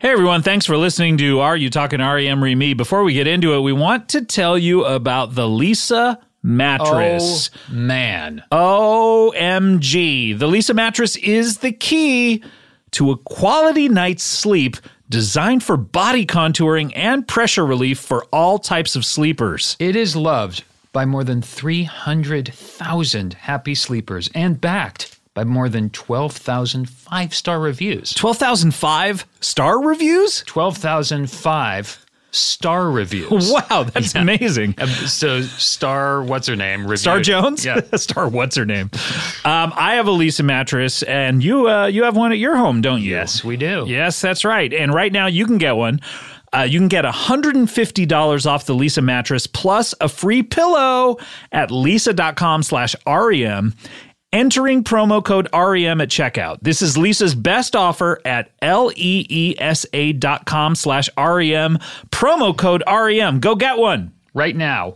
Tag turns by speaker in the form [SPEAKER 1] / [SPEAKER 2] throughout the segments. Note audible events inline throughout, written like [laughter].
[SPEAKER 1] Hey everyone, thanks for listening to Are You Talking REM Re Me? Before we get into it, we want to tell you about the Lisa mattress.
[SPEAKER 2] Oh, man.
[SPEAKER 1] OMG. The Lisa mattress is the key to a quality night's sleep designed for body contouring and pressure relief for all types of sleepers.
[SPEAKER 2] It is loved by more than 300,000 happy sleepers and backed by more than 12,000 five star reviews.
[SPEAKER 1] 12,005 star reviews? [laughs]
[SPEAKER 2] 12,005 star reviews.
[SPEAKER 1] Wow, that's amazing.
[SPEAKER 2] Um, So, Star, what's her name? Reviewed.
[SPEAKER 1] Star Jones?
[SPEAKER 2] Yeah.
[SPEAKER 1] [laughs] Star what's her name? Um, I have a Lisa mattress and you uh, you have one at your home, don't you?
[SPEAKER 2] Yes, we do.
[SPEAKER 1] Yes, that's right. And right now you can get one. Uh, you can get $150 off the Lisa mattress plus a free pillow at lisa.com slash REM, entering promo code REM at checkout. This is Lisa's best offer at E L-E-E-S-A dot com slash REM, promo code REM. Go get one.
[SPEAKER 2] Right now.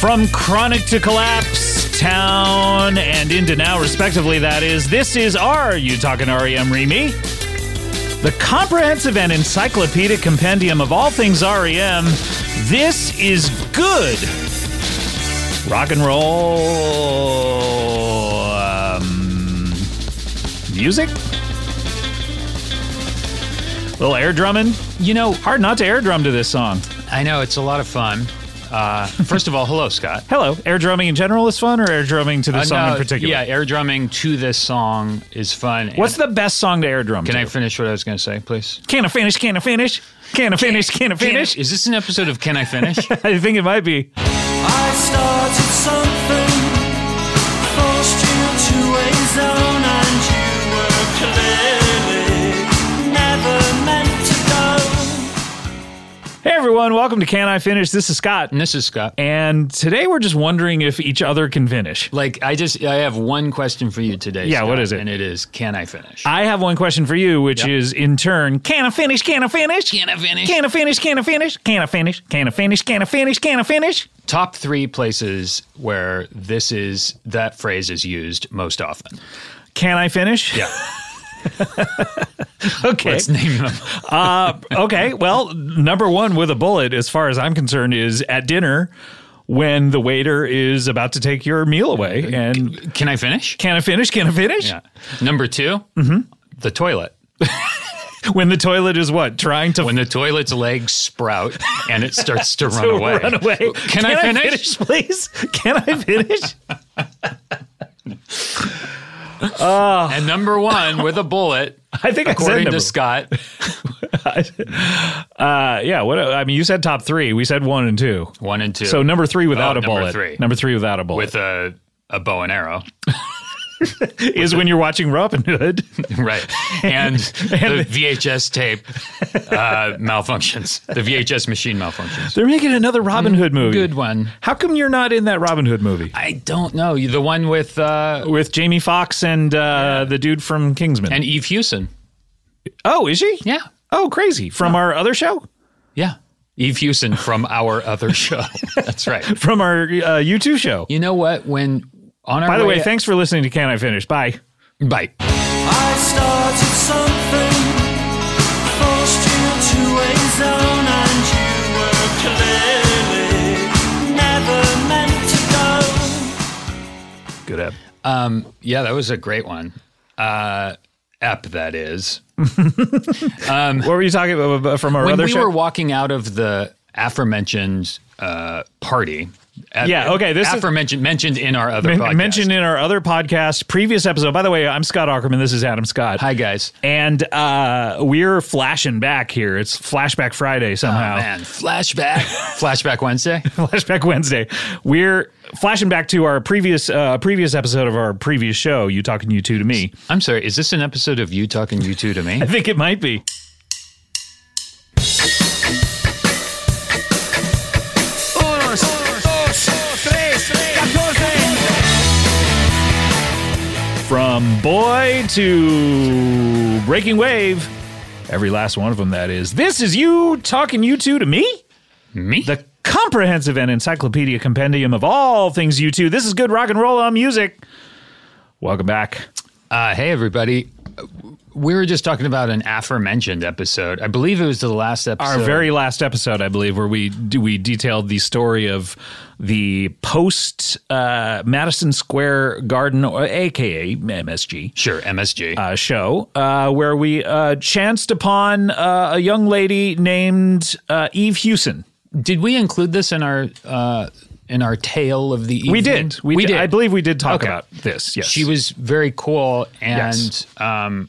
[SPEAKER 1] From chronic to collapse, town and into now, respectively, that is, this is Are You Talking REM Remy? The comprehensive and encyclopedic compendium of all things REM. This is good rock and roll um, music. Little air drumming.
[SPEAKER 2] You know,
[SPEAKER 1] Hard not to air drum to this song.
[SPEAKER 2] I know it's a lot of fun. Uh, first of all, hello, Scott.
[SPEAKER 1] Hello, air drumming in general is fun, or air drumming to this
[SPEAKER 2] Uh,
[SPEAKER 1] song in
[SPEAKER 2] no,
[SPEAKER 1] particular?
[SPEAKER 2] Yeah, air drumming to this song is fun.
[SPEAKER 1] What's the best song to air drum?
[SPEAKER 2] Can
[SPEAKER 1] to?
[SPEAKER 2] I finish what I was going to say, please?
[SPEAKER 1] Can I finish? Can I finish? Can I finish? Can I finish? [laughs]
[SPEAKER 2] Is this an episode of Can I Finish? [laughs]
[SPEAKER 1] I think it might be.
[SPEAKER 3] I started something, forced you to a zone, and you were clearly never meant to go.
[SPEAKER 1] Hey everyone, welcome to Can I Finish? This is Scott.
[SPEAKER 2] and this is Scott.
[SPEAKER 1] And today we're just wondering if each other can finish.
[SPEAKER 2] Like I just I have one question for you today.
[SPEAKER 1] Yeah, what
[SPEAKER 2] Scott,
[SPEAKER 1] is it?
[SPEAKER 2] And it is can I finish?
[SPEAKER 1] I have one question for you, which
[SPEAKER 2] Yeah.
[SPEAKER 1] is in turn, can I finish? Can I finish?
[SPEAKER 2] Can I finish?
[SPEAKER 1] Can I finish? Can I finish? Can I finish? Can I finish? Can I finish? Can I finish?
[SPEAKER 2] Top 3 places where this is that phrase is used most often.
[SPEAKER 1] Can I finish?
[SPEAKER 2] Yeah.
[SPEAKER 1] [laughs] Okay.
[SPEAKER 2] [laughs] Let's name them.
[SPEAKER 1] okay. Well, number one with a bullet, as far as I'm concerned, is at dinner when the waiter is about to take your meal away. And
[SPEAKER 2] Can I finish?
[SPEAKER 1] can I finish? Can I finish?
[SPEAKER 2] Uh, Yeah. Number 2?
[SPEAKER 1] Mm-hmm.
[SPEAKER 2] The toilet.
[SPEAKER 1] When the toilet is what? Trying to
[SPEAKER 2] When the toilet's legs sprout and it starts to run away.
[SPEAKER 1] [laughs] run away.
[SPEAKER 2] Can, I, finish?
[SPEAKER 1] please? Can I
[SPEAKER 2] [laughs]
[SPEAKER 1] finish?
[SPEAKER 2] And number 1 with a
[SPEAKER 1] [laughs]
[SPEAKER 2] bullet
[SPEAKER 1] I think
[SPEAKER 2] according
[SPEAKER 1] I
[SPEAKER 2] to
[SPEAKER 1] said
[SPEAKER 2] Scott.
[SPEAKER 1] number. [laughs] Uh, yeah. What? I mean, you said top three. We said one and two.
[SPEAKER 2] 1 and 2.
[SPEAKER 1] So number three without
[SPEAKER 2] Oh,
[SPEAKER 1] a
[SPEAKER 2] number
[SPEAKER 1] bullet.
[SPEAKER 2] three.
[SPEAKER 1] Number three without a bullet
[SPEAKER 2] with a a bow and arrow.
[SPEAKER 1] is when you're watching Robin
[SPEAKER 2] [laughs]
[SPEAKER 1] Hood.
[SPEAKER 2] Right. [laughs] And, the VHS tape uh, malfunctions. The VHS machine malfunctions.
[SPEAKER 1] They're making another Robin Hood movie.
[SPEAKER 2] Mm, Good one.
[SPEAKER 1] How come you're not in that Robin Hood movie
[SPEAKER 2] I don't know. You- The one with uh,
[SPEAKER 1] with Jamie Foxx and uh, the dude from Kingsman?
[SPEAKER 2] and Eve Hewson.
[SPEAKER 1] oh, is she?
[SPEAKER 2] Yeah.
[SPEAKER 1] Oh, crazy! From our other show,
[SPEAKER 2] Yeah. Eve Hewson from our other show. [laughs] That's right.
[SPEAKER 1] from our uh, U two show.
[SPEAKER 2] You know what? When on our
[SPEAKER 1] By the way, thanks for listening to Can I Finish? [laughs] Bye.
[SPEAKER 2] Bye.
[SPEAKER 3] I started something, forced you to a zone, and you were clearly never meant to go.
[SPEAKER 1] Good app.
[SPEAKER 2] Um, Yeah, that was a great one. Uh, ep that is.
[SPEAKER 1] What were you talking about from our
[SPEAKER 2] When
[SPEAKER 1] other
[SPEAKER 2] we
[SPEAKER 1] show?
[SPEAKER 2] were walking out of the aforementioned uh, party. at-
[SPEAKER 1] Yeah, okay, this is-
[SPEAKER 2] aforementioned mentioned in our other
[SPEAKER 1] Men-
[SPEAKER 2] podcast.
[SPEAKER 1] mentioned in our other podcast, previous episode. By the way, I'm Scott Ackerman. This is Adam Scott.
[SPEAKER 2] Hi guys.
[SPEAKER 1] And uh, we're flashing back here. It's Flashback Friday somehow.
[SPEAKER 2] Man, flashback. [laughs] flashback Wednesday.
[SPEAKER 1] [laughs] Flashback Wednesday. We're flashing back to our previous uh, previous episode of our previous show. You talking you two to me.
[SPEAKER 2] I'm sorry, is this an episode of you talking you two to me?
[SPEAKER 1] I think it might be. From boy to Breaking Wave. Every last one of them, that is. This is you talking you two to [laughs] me?
[SPEAKER 2] Me?
[SPEAKER 1] The comprehensive and encyclopedia compendium of all things you two. This is good rock and roll on music. Welcome back.
[SPEAKER 2] Uh, hey, everybody. We were just talking about an aforementioned episode. I believe it was the last episode.
[SPEAKER 1] Our very last episode, I believe, where we do, we detailed the story of the post uh, Madison Square Garden, or aka MSG.
[SPEAKER 2] Sure, MSG.
[SPEAKER 1] uh, show uh, where we uh, chanced upon uh, a young lady named uh, Eve Hewson.
[SPEAKER 2] did we include this in our uh, in our tale of the evening?
[SPEAKER 1] We did. We, did. I believe we did talk
[SPEAKER 2] Mhm. Okay.
[SPEAKER 1] about this. Yes.
[SPEAKER 2] She was very cool, and
[SPEAKER 1] Yes.
[SPEAKER 2] um,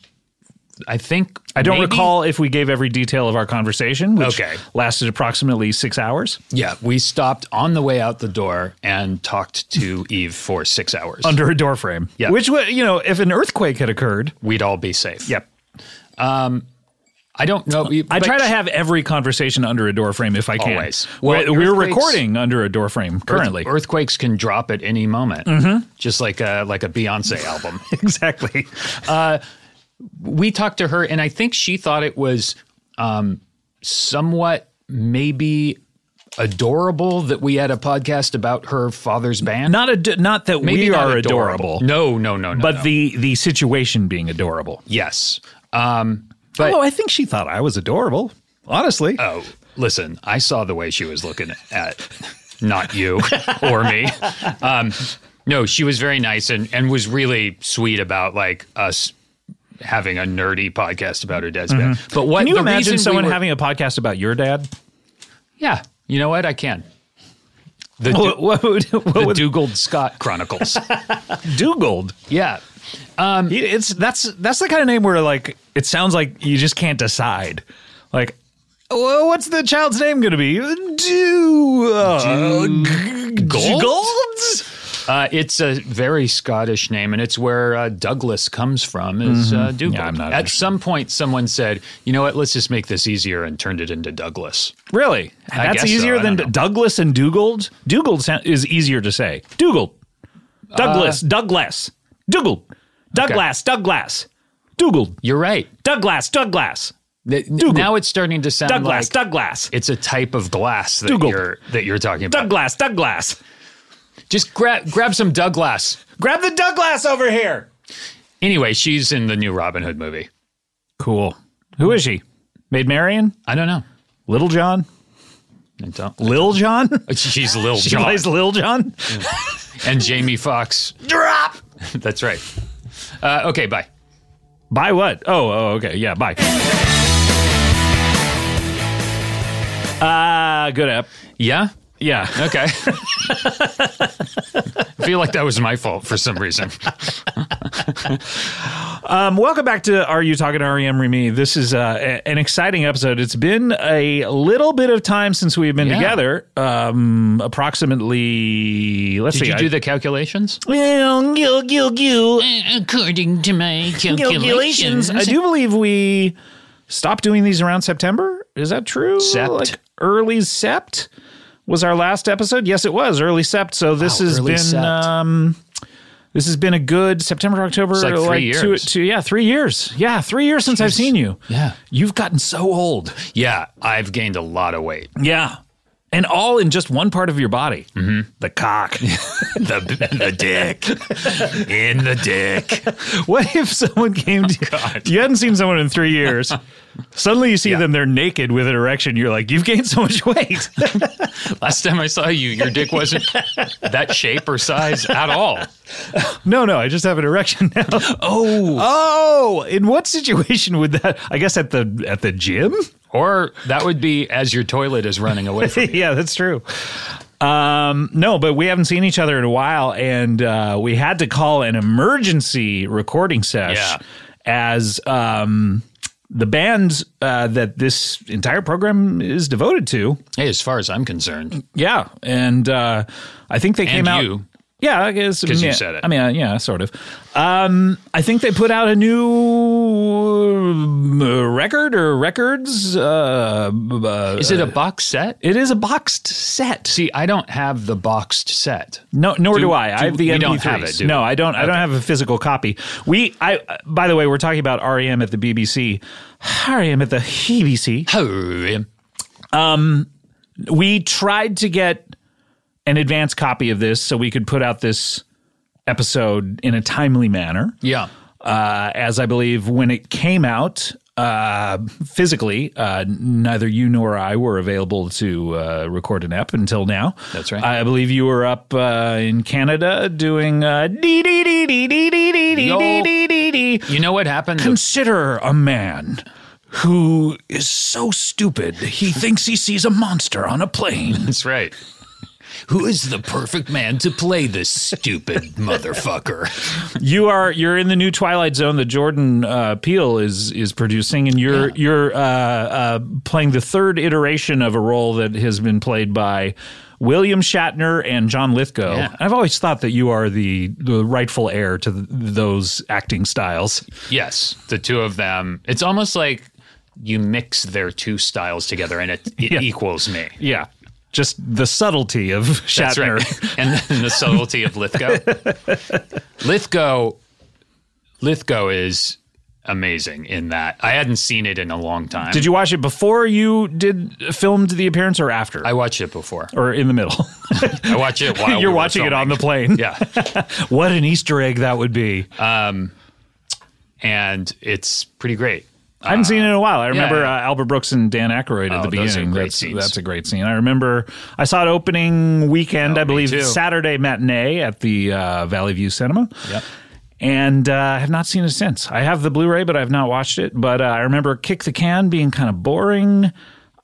[SPEAKER 2] I think
[SPEAKER 1] I don't
[SPEAKER 2] maybe-
[SPEAKER 1] recall if we gave every detail of our conversation, which
[SPEAKER 2] Okay.
[SPEAKER 1] lasted approximately six hours
[SPEAKER 2] Yeah, we stopped on the way out the door and talked to Eve for six hours.
[SPEAKER 1] under a doorframe.
[SPEAKER 2] Yeah.
[SPEAKER 1] Which, wa- you know, if an earthquake had occurred.
[SPEAKER 2] We'd all be safe.
[SPEAKER 1] Yep.
[SPEAKER 2] I don't know. we-
[SPEAKER 1] I
[SPEAKER 2] but
[SPEAKER 1] try to have every conversation under a doorframe if I can.
[SPEAKER 2] Always.
[SPEAKER 1] Well,
[SPEAKER 2] Well,
[SPEAKER 1] we're,
[SPEAKER 2] earthquakes-
[SPEAKER 1] recording under a doorframe
[SPEAKER 2] earth-
[SPEAKER 1] currently.
[SPEAKER 2] [laughs] earthquakes can drop at any moment, mm-hmm. just like a like
[SPEAKER 1] [laughs]
[SPEAKER 2] a Beyonce album.
[SPEAKER 1] exactly.
[SPEAKER 2] we talked to her, and I think she thought it was um, somewhat maybe adorable that we had a podcast about her father's band.
[SPEAKER 1] Not ad- not that we
[SPEAKER 2] Maybe not
[SPEAKER 1] are adorable,
[SPEAKER 2] No, no, no, no.
[SPEAKER 1] but
[SPEAKER 2] no.
[SPEAKER 1] the the situation being adorable.
[SPEAKER 2] yes. Um, but
[SPEAKER 1] oh, I think she thought I was adorable. Honestly,
[SPEAKER 2] Oh, listen, I saw the way she was looking at not you or me. Um, no, she was very nice and, and was really sweet about like us having a nerdy podcast about her dad's band. But what
[SPEAKER 1] Mm-hmm. can you
[SPEAKER 2] the reason
[SPEAKER 1] imagine
[SPEAKER 2] we
[SPEAKER 1] someone
[SPEAKER 2] were-
[SPEAKER 1] having a podcast about your
[SPEAKER 2] [laughs]
[SPEAKER 1] dad?
[SPEAKER 2] Yeah, you know what? I can. The,
[SPEAKER 1] What,
[SPEAKER 2] du-
[SPEAKER 1] what would, what
[SPEAKER 2] the
[SPEAKER 1] would
[SPEAKER 2] Dugald Scott Chronicles.
[SPEAKER 1] [laughs] Dugald?
[SPEAKER 2] yeah.
[SPEAKER 1] He- It's that's that's the kind of name where like it sounds like you just can't decide. Like, well, what's the child's name going to be? Do uh,
[SPEAKER 2] Gold?
[SPEAKER 1] Dugald?
[SPEAKER 2] Uh, it's a very Scottish name, and it's where uh, Douglas comes from. Is uh, Dugald.
[SPEAKER 1] Mm-hmm. I'm not
[SPEAKER 2] At
[SPEAKER 1] interested.
[SPEAKER 2] some point, someone said, "You know what? Let's just make this easier and turned it into Douglas."
[SPEAKER 1] Really? That's
[SPEAKER 2] guess so.
[SPEAKER 1] easier
[SPEAKER 2] I
[SPEAKER 1] than
[SPEAKER 2] don't know.
[SPEAKER 1] Douglas and Dugald. Dugald sound, is easier to say. Dugald,
[SPEAKER 2] Uh,
[SPEAKER 1] Douglas, Douglas, Dugald, Douglas, Douglas, Dugald,
[SPEAKER 2] You're right.
[SPEAKER 1] Douglas, Douglas,
[SPEAKER 2] Th-
[SPEAKER 1] Dougal.
[SPEAKER 2] Now it's starting to sound
[SPEAKER 1] Douglas,
[SPEAKER 2] like
[SPEAKER 1] Douglas,
[SPEAKER 2] it's a type of glass that
[SPEAKER 1] Dougal.
[SPEAKER 2] you're that you're talking about.
[SPEAKER 1] Douglas, Douglas.
[SPEAKER 2] Just grab grab some Douglas.
[SPEAKER 1] Grab the Douglas over here.
[SPEAKER 2] Anyway, she's in the new Robin Hood movie.
[SPEAKER 1] Cool. Who is she? Maid Marian?
[SPEAKER 2] I don't know.
[SPEAKER 1] Little John?
[SPEAKER 2] I don't-
[SPEAKER 1] Lil John? [laughs]
[SPEAKER 2] She's Lil
[SPEAKER 1] she
[SPEAKER 2] Jon
[SPEAKER 1] plays Lil John?
[SPEAKER 2] [laughs] and
[SPEAKER 1] [laughs]
[SPEAKER 2] Jamie Fox.
[SPEAKER 1] Drop!
[SPEAKER 2] That's right. Uh, okay, bye.
[SPEAKER 1] Bye what? Oh, oh, okay. Yeah, bye. Uh, good app.
[SPEAKER 2] Yeah.
[SPEAKER 1] Yeah. [laughs]
[SPEAKER 2] Okay. I feel like that was my fault for some
[SPEAKER 1] [laughs]
[SPEAKER 2] reason.
[SPEAKER 1] Um, welcome back to Are You Talking to REM Remy? This is uh, a- an exciting episode. It's been a little bit of time since we've been
[SPEAKER 2] Yeah.
[SPEAKER 1] together. Um, approximately, let's
[SPEAKER 2] Did
[SPEAKER 1] see.
[SPEAKER 2] you do the calculations?
[SPEAKER 1] Well, gil, gil, gil,
[SPEAKER 4] according to my
[SPEAKER 1] calculations.
[SPEAKER 4] calculations.
[SPEAKER 1] I do believe we stopped doing these around September. Is that true?
[SPEAKER 2] Sept.
[SPEAKER 1] Like early Sept was our last episode. Yes, it was early Sept. So this
[SPEAKER 2] Wow,
[SPEAKER 1] has
[SPEAKER 2] early
[SPEAKER 1] been
[SPEAKER 2] Sept.
[SPEAKER 1] um, this has been a good September, October,
[SPEAKER 2] like three
[SPEAKER 1] two,
[SPEAKER 2] years.
[SPEAKER 1] two, yeah, three years. Yeah, three years since I've seen you.
[SPEAKER 2] Yeah.
[SPEAKER 1] you've gotten so old.
[SPEAKER 2] Yeah, I've gained a lot of weight.
[SPEAKER 1] Yeah. And all in just one part of your body. Mm-hmm. The cock.
[SPEAKER 2] The, the dick. In the dick.
[SPEAKER 1] [laughs] What if someone came to
[SPEAKER 2] Oh,
[SPEAKER 1] you? You hadn't seen someone in three
[SPEAKER 2] [laughs]
[SPEAKER 1] years. Suddenly you see them, they're naked with an erection. You're like, you've gained so much [laughs] weight.
[SPEAKER 2] Last time I saw you, your dick wasn't that shape or size at all.
[SPEAKER 1] no, no, I just have an erection now.
[SPEAKER 2] [laughs] Oh.
[SPEAKER 1] Oh, in what situation would that? I guess at the at the gym. [laughs]
[SPEAKER 2] Or that would be as your toilet is running away from you.
[SPEAKER 1] yeah, that's true. Um, no, but we haven't seen each other in a while, and uh, we had to call an emergency recording sesh
[SPEAKER 2] Yeah.
[SPEAKER 1] as um, the band uh, that this entire program is devoted to.
[SPEAKER 2] Hey, as far as I'm concerned,
[SPEAKER 1] Yeah, and uh, I think they came out.
[SPEAKER 2] you.
[SPEAKER 1] Yeah, I guess
[SPEAKER 2] 'Cause you
[SPEAKER 1] yeah,
[SPEAKER 2] said it.
[SPEAKER 1] I mean, uh, yeah, sort of. Um, I think they put out a new uh, record or records. Uh, b- uh,
[SPEAKER 2] Is it a box set?
[SPEAKER 1] it is a boxed set.
[SPEAKER 2] See, I don't have the boxed set.
[SPEAKER 1] No, nor do,
[SPEAKER 2] Do-
[SPEAKER 1] I. I
[SPEAKER 2] do-
[SPEAKER 1] have the MP3s.
[SPEAKER 2] we don't have it, do
[SPEAKER 1] no,
[SPEAKER 2] we?
[SPEAKER 1] I don't. I don't have a physical copy. We. I. uh, By the way, we're talking about REM at the BBC. REM E at the BBC.
[SPEAKER 2] Hurry.
[SPEAKER 1] We tried to get an advance copy of this so we could put out this episode in a timely manner.
[SPEAKER 2] Yeah.
[SPEAKER 1] Uh, as I believe when it came out uh, physically, uh, neither you nor I were available to uh, record an ep until now.
[SPEAKER 2] That's right.
[SPEAKER 1] I believe you were up uh, in Canada doing uh, dee dee dee dee dee dee dee dee dee
[SPEAKER 2] Yo.
[SPEAKER 1] dee dee dee.
[SPEAKER 2] You know what happened? The-
[SPEAKER 1] Consider a man who is so stupid he thinks he sees a monster on a plane.
[SPEAKER 2] That's right. Who is the perfect man to play this stupid motherfucker?
[SPEAKER 1] You are you're in the new Twilight Zone that Jordan uh, Peele is is producing, and you're you're uh, uh, playing the third iteration of a role that has been played by William Shatner and John Lithgow.
[SPEAKER 2] Yeah.
[SPEAKER 1] I've always thought that you are the, the rightful heir to th- those acting styles.
[SPEAKER 2] Yes, the two of them. It's almost like you mix their two styles together and it,
[SPEAKER 1] [laughs]
[SPEAKER 2] it
[SPEAKER 1] Yeah.
[SPEAKER 2] equals me.
[SPEAKER 1] Yeah, just the subtlety of
[SPEAKER 2] [laughs] That's
[SPEAKER 1] Shatner.
[SPEAKER 2] right. [laughs] and then the subtlety
[SPEAKER 1] [laughs]
[SPEAKER 2] of Lithgow. Lithgow Lithgow is amazing in that. I hadn't seen it in a long time.
[SPEAKER 1] Did you watch it before you did filmed the appearance, or after,
[SPEAKER 2] I watched it before.
[SPEAKER 1] or in the middle?
[SPEAKER 2] [laughs] I watch it while
[SPEAKER 1] [laughs]
[SPEAKER 2] we
[SPEAKER 1] you're
[SPEAKER 2] were
[SPEAKER 1] watching it
[SPEAKER 2] filming.
[SPEAKER 1] on the plane.
[SPEAKER 2] Yeah.
[SPEAKER 1] [laughs] What an Easter egg that would be.
[SPEAKER 2] And it's pretty great.
[SPEAKER 1] I haven't seen it in a while. I remember
[SPEAKER 2] yeah.
[SPEAKER 1] Uh, Albert Brooks and Dan Aykroyd at
[SPEAKER 2] Oh,
[SPEAKER 1] the
[SPEAKER 2] those are
[SPEAKER 1] beginning.
[SPEAKER 2] great
[SPEAKER 1] that's,
[SPEAKER 2] scenes.
[SPEAKER 1] that's a great scene. I remember I saw it opening weekend, I believe,
[SPEAKER 2] Oh, too.
[SPEAKER 1] Saturday matinee at the uh, Valley View Cinema.
[SPEAKER 2] Yep.
[SPEAKER 1] And uh, I have not seen it since. I have the Blu-ray, but I have not watched it. But uh, I remember Kick the Can being kind of boring.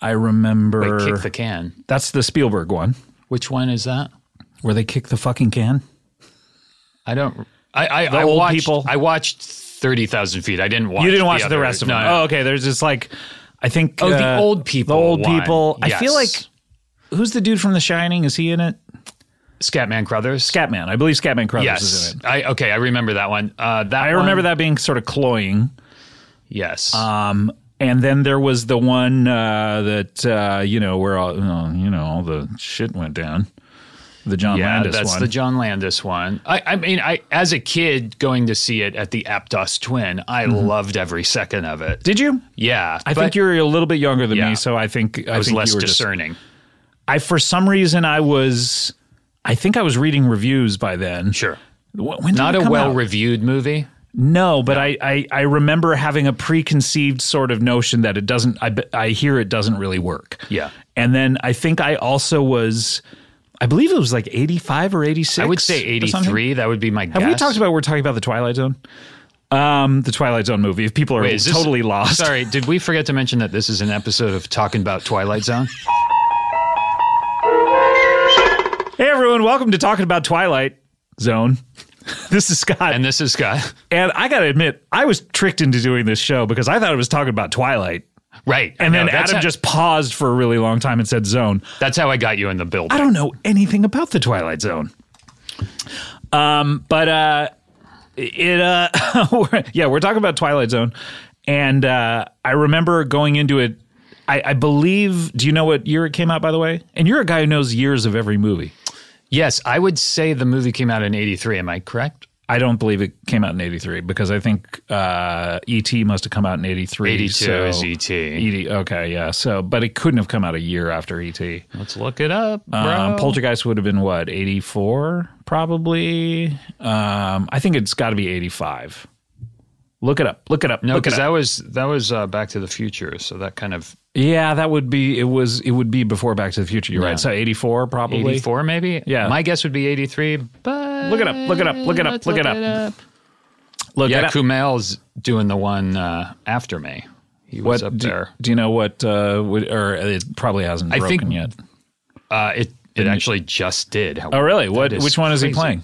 [SPEAKER 1] I remember
[SPEAKER 2] Wait, kick the can.
[SPEAKER 1] that's the Spielberg one
[SPEAKER 2] Which one is that?
[SPEAKER 1] where they kick the fucking can.
[SPEAKER 2] I don't. I I, I
[SPEAKER 1] old
[SPEAKER 2] watched.
[SPEAKER 1] people.
[SPEAKER 2] I watched thirty thousand feet. I didn't watch.
[SPEAKER 1] You didn't watch the,
[SPEAKER 2] other-
[SPEAKER 1] rest of
[SPEAKER 2] no,
[SPEAKER 1] them.
[SPEAKER 2] No,
[SPEAKER 1] Oh, okay. There's just like, I think.
[SPEAKER 2] Oh, the
[SPEAKER 1] uh,
[SPEAKER 2] old people.
[SPEAKER 1] The old
[SPEAKER 2] one.
[SPEAKER 1] people. I feel like
[SPEAKER 2] Yes.
[SPEAKER 1] who's the dude from The Shining? Is he in it?
[SPEAKER 2] Scatman Crothers.
[SPEAKER 1] Scatman. I believe Scatman Crothers is
[SPEAKER 2] yes.
[SPEAKER 1] in it.
[SPEAKER 2] I okay. I remember that one. Uh, that
[SPEAKER 1] I remember that being sort of cloying. Um,
[SPEAKER 2] Yes.
[SPEAKER 1] And then there was the one uh, that uh, you know where all uh, you know all the shit went down. The John
[SPEAKER 2] yeah,
[SPEAKER 1] Landis
[SPEAKER 2] that's
[SPEAKER 1] one.
[SPEAKER 2] the John Landis one. I, I mean, I as a kid going to see it at the Aptos Twin, I loved every second of it.
[SPEAKER 1] Did you?
[SPEAKER 2] yeah,
[SPEAKER 1] Mm-hmm. I think you're a little bit younger than
[SPEAKER 2] Yeah.
[SPEAKER 1] me, so I think I,
[SPEAKER 2] I was
[SPEAKER 1] think
[SPEAKER 2] less
[SPEAKER 1] you were just-
[SPEAKER 2] discerning.
[SPEAKER 1] I for some reason I was. I think I was reading reviews by then.
[SPEAKER 2] sure.
[SPEAKER 1] Wh- When did
[SPEAKER 2] Not
[SPEAKER 1] it
[SPEAKER 2] a
[SPEAKER 1] come out?
[SPEAKER 2] well-reviewed movie.
[SPEAKER 1] No, but I, I I remember having a preconceived sort of notion that it doesn't. I be- I hear it doesn't really work.
[SPEAKER 2] Yeah.
[SPEAKER 1] and then I think I also was. I believe it was like eighty five or eighty six.
[SPEAKER 2] I would say eighty-three. That would be my guess.
[SPEAKER 1] Have we talked about? We're talking about the Twilight Zone. Um, the Twilight Zone movie. If people are
[SPEAKER 2] Wait, is this-
[SPEAKER 1] totally lost,
[SPEAKER 2] Sorry, did we forget to mention that this is an episode of Talking About Twilight Zone?
[SPEAKER 1] Hey everyone, welcome to talking about Twilight Zone. [laughs] this is Scott,
[SPEAKER 2] And
[SPEAKER 1] and,
[SPEAKER 2] this is [laughs] Scott.
[SPEAKER 1] I gotta admit, I was tricked into doing this show because I thought it was talking about Twilight,
[SPEAKER 2] Right.
[SPEAKER 1] and
[SPEAKER 2] I
[SPEAKER 1] then
[SPEAKER 2] know, that's
[SPEAKER 1] Adam
[SPEAKER 2] how,
[SPEAKER 1] just paused for a really long time and said Zone.
[SPEAKER 2] That's how I got you in the build.
[SPEAKER 1] I don't know anything about the Twilight Zone. Um, but uh, it uh, [laughs] we're- yeah, we're talking about Twilight Zone, and uh, I remember going into it. I, I believe. Do you know what year it came out? By the way, and you're a guy who knows years of every movie.
[SPEAKER 2] Yes, I would say the movie came out in 83. Am I correct?
[SPEAKER 1] I don't believe it came out in '83 because I think uh, ET must have come out in '83.
[SPEAKER 2] 82
[SPEAKER 1] so-
[SPEAKER 2] is E.T.
[SPEAKER 1] ET. Okay, yeah. So, but it couldn't have come out a year after E ET.
[SPEAKER 2] Let's look it up, bro.
[SPEAKER 1] Um, Poltergeist would have been what, 84 probably? Um, I think it's got to be 85. Look it up. Look it up.
[SPEAKER 2] no,
[SPEAKER 1] look it
[SPEAKER 2] because that
[SPEAKER 1] up.
[SPEAKER 2] was that was uh, Back to the Future, so that kind of
[SPEAKER 1] yeah, that would be it was it would be before Back to the Future. You're
[SPEAKER 2] Yeah.
[SPEAKER 1] right. So 84 probably.
[SPEAKER 2] 84 maybe.
[SPEAKER 1] Yeah.
[SPEAKER 2] my guess would be 83. But
[SPEAKER 1] Look it up. Look it up. Look it up.
[SPEAKER 2] let's
[SPEAKER 1] Look it up. Look
[SPEAKER 2] Yeah,
[SPEAKER 1] it up.
[SPEAKER 2] Kumail's doing the one uh, after me. He was
[SPEAKER 1] What
[SPEAKER 2] up
[SPEAKER 1] do,
[SPEAKER 2] there.
[SPEAKER 1] do you know what uh would, or it probably hasn't
[SPEAKER 2] I
[SPEAKER 1] broken
[SPEAKER 2] think-
[SPEAKER 1] yet.
[SPEAKER 2] Uh, it it actually just did.
[SPEAKER 1] Oh really? What
[SPEAKER 2] That is
[SPEAKER 1] which one is he
[SPEAKER 2] crazy.
[SPEAKER 1] playing?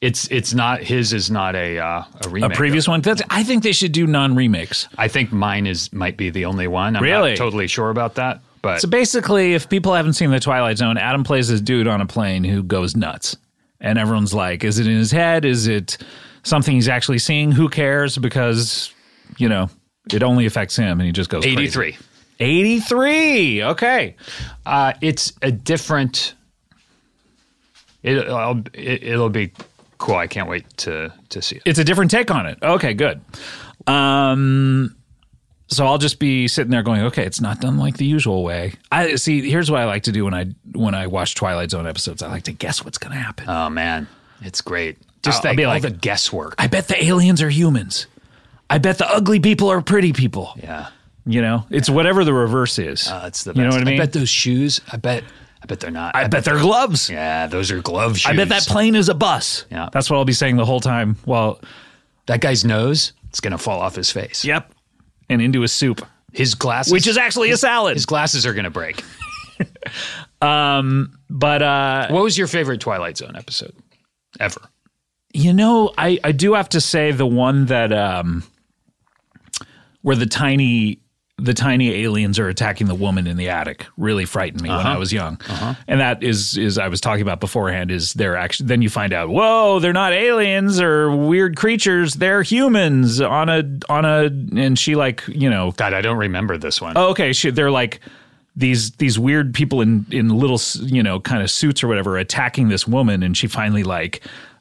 [SPEAKER 2] It's it's not his is not a uh, a
[SPEAKER 1] A
[SPEAKER 2] remake.
[SPEAKER 1] previous one? That's I think they should do non-remakes.
[SPEAKER 2] I think mine is might be the only one. I'm
[SPEAKER 1] Really?
[SPEAKER 2] not totally sure about that, but
[SPEAKER 1] So basically, if people haven't seen The Twilight Zone, Adam plays this dude on a plane who goes nuts. And everyone's like, is it in his head? Is it something he's actually seeing? Who cares? Because, you know, It only affects him, and he just goes
[SPEAKER 2] Eighty
[SPEAKER 1] crazy.
[SPEAKER 2] three.
[SPEAKER 1] 83. Okay.
[SPEAKER 2] Uh, it's a different. It, I'll, it, it'll be cool. I can't wait to to see it.
[SPEAKER 1] It's a different take on it. Okay, good. Um so I'll just be sitting there going, okay, it's not done like the usual way. I see. Here's what I like to do when I when I watch Twilight Zone episodes. I like to guess what's going to happen.
[SPEAKER 2] Oh man, it's great.
[SPEAKER 1] Just
[SPEAKER 2] Just
[SPEAKER 1] the-
[SPEAKER 2] be
[SPEAKER 1] all
[SPEAKER 2] like
[SPEAKER 1] the
[SPEAKER 2] the guesswork.
[SPEAKER 1] I bet the aliens are humans. I bet the ugly people are pretty people.
[SPEAKER 2] Yeah,
[SPEAKER 1] You know, it's whatever the reverse is.
[SPEAKER 2] uh, it's the. Best.
[SPEAKER 1] You know what I mean?
[SPEAKER 2] bet those shoes. I bet. I bet they're not.
[SPEAKER 1] I bet they're gloves.
[SPEAKER 2] Yeah, those are glove shoes.
[SPEAKER 1] I bet that plane is a bus.
[SPEAKER 2] Yeah.
[SPEAKER 1] That's what I'll be saying the whole time. Well,
[SPEAKER 2] that guy's nose. It's gonna fall off his face.
[SPEAKER 1] yep. And into a soup,
[SPEAKER 2] his glasses.
[SPEAKER 1] which is actually a salad.
[SPEAKER 2] his glasses are gonna break.
[SPEAKER 1] But uh
[SPEAKER 2] What was your favorite Twilight Zone episode ever?
[SPEAKER 1] You know, I, I do have to say the one that um where the tiny the tiny aliens are attacking the woman in the attic really frightened me when I was young. And that is is I was talking about beforehand is they're actually then you find out, whoa, they're not aliens or weird creatures, they're humans on a on a and she like, you know,
[SPEAKER 2] God, I don't remember this one.
[SPEAKER 1] oh, okay, she, they're like these these weird people in in little s- you know kind of suits or whatever attacking this woman, and she finally like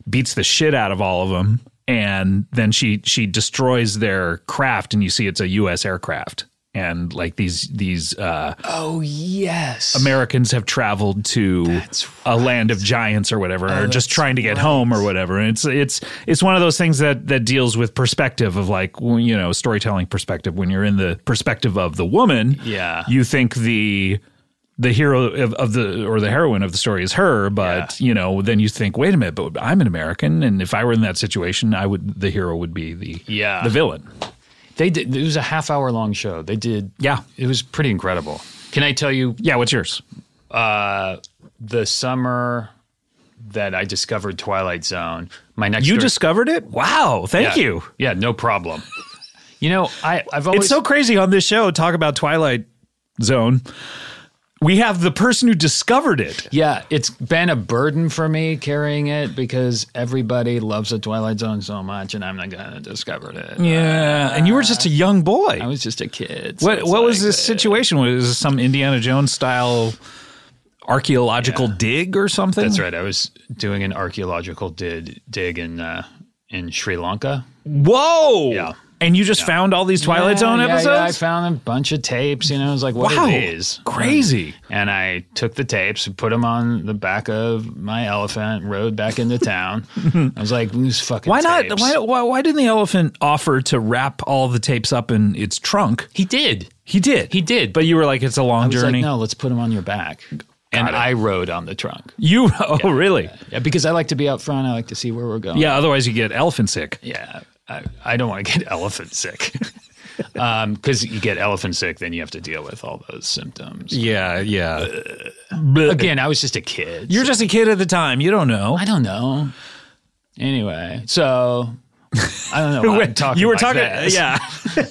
[SPEAKER 1] beats the shit out of all of them, and then she she destroys their craft, and you see it's a U.S. aircraft, and like these these uh,
[SPEAKER 2] Oh, yes.
[SPEAKER 1] Americans have traveled to a land of giants or whatever,
[SPEAKER 2] Oh,
[SPEAKER 1] or just trying to get home or whatever. And it's it's it's one of those things that that deals with perspective of like well, you know storytelling perspective. When you're in the perspective of the woman,
[SPEAKER 2] Yeah.
[SPEAKER 1] you think the the hero of, of the or the heroine of the story is her, but you know then you think, wait a minute, but I'm an American, and if I were in that situation, I would the hero would be the
[SPEAKER 2] Yeah.
[SPEAKER 1] the villain.
[SPEAKER 2] They did. It was a half hour long show. They did.
[SPEAKER 1] Yeah.
[SPEAKER 2] It was pretty incredible. Can I tell you
[SPEAKER 1] Yeah, what's yours?
[SPEAKER 2] the summer that I discovered Twilight Zone? My next
[SPEAKER 1] You
[SPEAKER 2] door-
[SPEAKER 1] discovered it? Wow, thank
[SPEAKER 2] Yeah.
[SPEAKER 1] you.
[SPEAKER 2] Yeah, no problem. you know, I I've always
[SPEAKER 1] It's so crazy on this show talk about Twilight Zone. We have the person who discovered it.
[SPEAKER 2] yeah. It's been a burden for me carrying it because everybody loves the Twilight Zone so much, and I'm the guy that discovered it.
[SPEAKER 1] Yeah, and you were just a young boy.
[SPEAKER 2] I was just a kid. so
[SPEAKER 1] what
[SPEAKER 2] it's
[SPEAKER 1] what was
[SPEAKER 2] like,
[SPEAKER 1] this
[SPEAKER 2] uh,
[SPEAKER 1] situation? Was this some Indiana Jones style archaeological dig or something?
[SPEAKER 2] That's right. I was doing an archaeological did, dig in uh, in Sri Lanka.
[SPEAKER 1] Whoa!
[SPEAKER 2] Yeah.
[SPEAKER 1] And you just found all these Twilight
[SPEAKER 2] Yeah,
[SPEAKER 1] Zone
[SPEAKER 2] yeah, yeah,
[SPEAKER 1] episodes?
[SPEAKER 2] I found a bunch of tapes. You know, I was like, what
[SPEAKER 1] Wow,
[SPEAKER 2] are these?
[SPEAKER 1] crazy.
[SPEAKER 2] And I took the tapes, put them on the back of my elephant, rode back
[SPEAKER 1] [laughs]
[SPEAKER 2] into town. I was like, who's fucking
[SPEAKER 1] Why not?
[SPEAKER 2] tapes?"
[SPEAKER 1] Why, why why didn't the elephant offer to wrap all the tapes up in its trunk?
[SPEAKER 2] He did.
[SPEAKER 1] He did.
[SPEAKER 2] He did.
[SPEAKER 1] But you were like, it's a long
[SPEAKER 2] I was like,
[SPEAKER 1] journey.
[SPEAKER 2] no, let's put them on your back. and I rode on the trunk.
[SPEAKER 1] You [laughs] oh really?
[SPEAKER 2] Yeah, because I like to be out front. I like to see where we're going.
[SPEAKER 1] Yeah, otherwise you get elephant sick.
[SPEAKER 2] Yeah, I, I don't want to get [laughs] elephant sick. Because you get elephant sick, then you have to deal with all those symptoms.
[SPEAKER 1] Yeah, yeah.
[SPEAKER 2] Again, I was just a kid.
[SPEAKER 1] You're just a kid at the time. You don't know.
[SPEAKER 2] I don't know. Anyway, so I don't
[SPEAKER 1] [laughs]
[SPEAKER 2] know. Why I'm talking
[SPEAKER 1] you were
[SPEAKER 2] like
[SPEAKER 1] talking.
[SPEAKER 2] this.
[SPEAKER 1] [laughs] Yeah.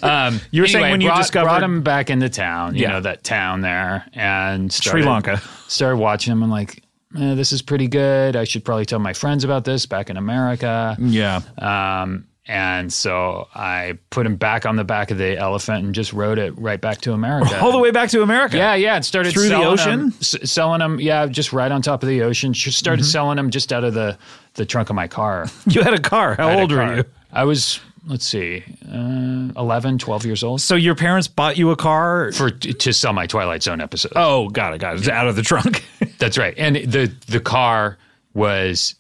[SPEAKER 1] Um, you were saying
[SPEAKER 2] Anyway,
[SPEAKER 1] when you
[SPEAKER 2] brought,
[SPEAKER 1] discovered
[SPEAKER 2] brought him back into town, you
[SPEAKER 1] Yeah.
[SPEAKER 2] know that town there, and started,
[SPEAKER 1] Sri Lanka.
[SPEAKER 2] Started watching him and like, eh, this is pretty good. I should probably tell my friends about this back in America.
[SPEAKER 1] Yeah.
[SPEAKER 2] Um, and so I put him back on the back of the elephant and just rode it right back to America.
[SPEAKER 1] All the way back to America.
[SPEAKER 2] Yeah, yeah. It started
[SPEAKER 1] Through the
[SPEAKER 2] selling 'em-
[SPEAKER 1] ocean? Mm-hmm.
[SPEAKER 2] s- selling them. Yeah, just right on top of the ocean. Just started selling 'em selling them just out of the the trunk of my car.
[SPEAKER 1] You had a car. How old were you?
[SPEAKER 2] I was let's see, uh, 11, 12 years old.
[SPEAKER 1] So your parents bought you a car.
[SPEAKER 2] For to sell my Twilight Zone episode.
[SPEAKER 1] oh, got it, got it. It's out of the trunk. [laughs]
[SPEAKER 2] That's right. And the the car was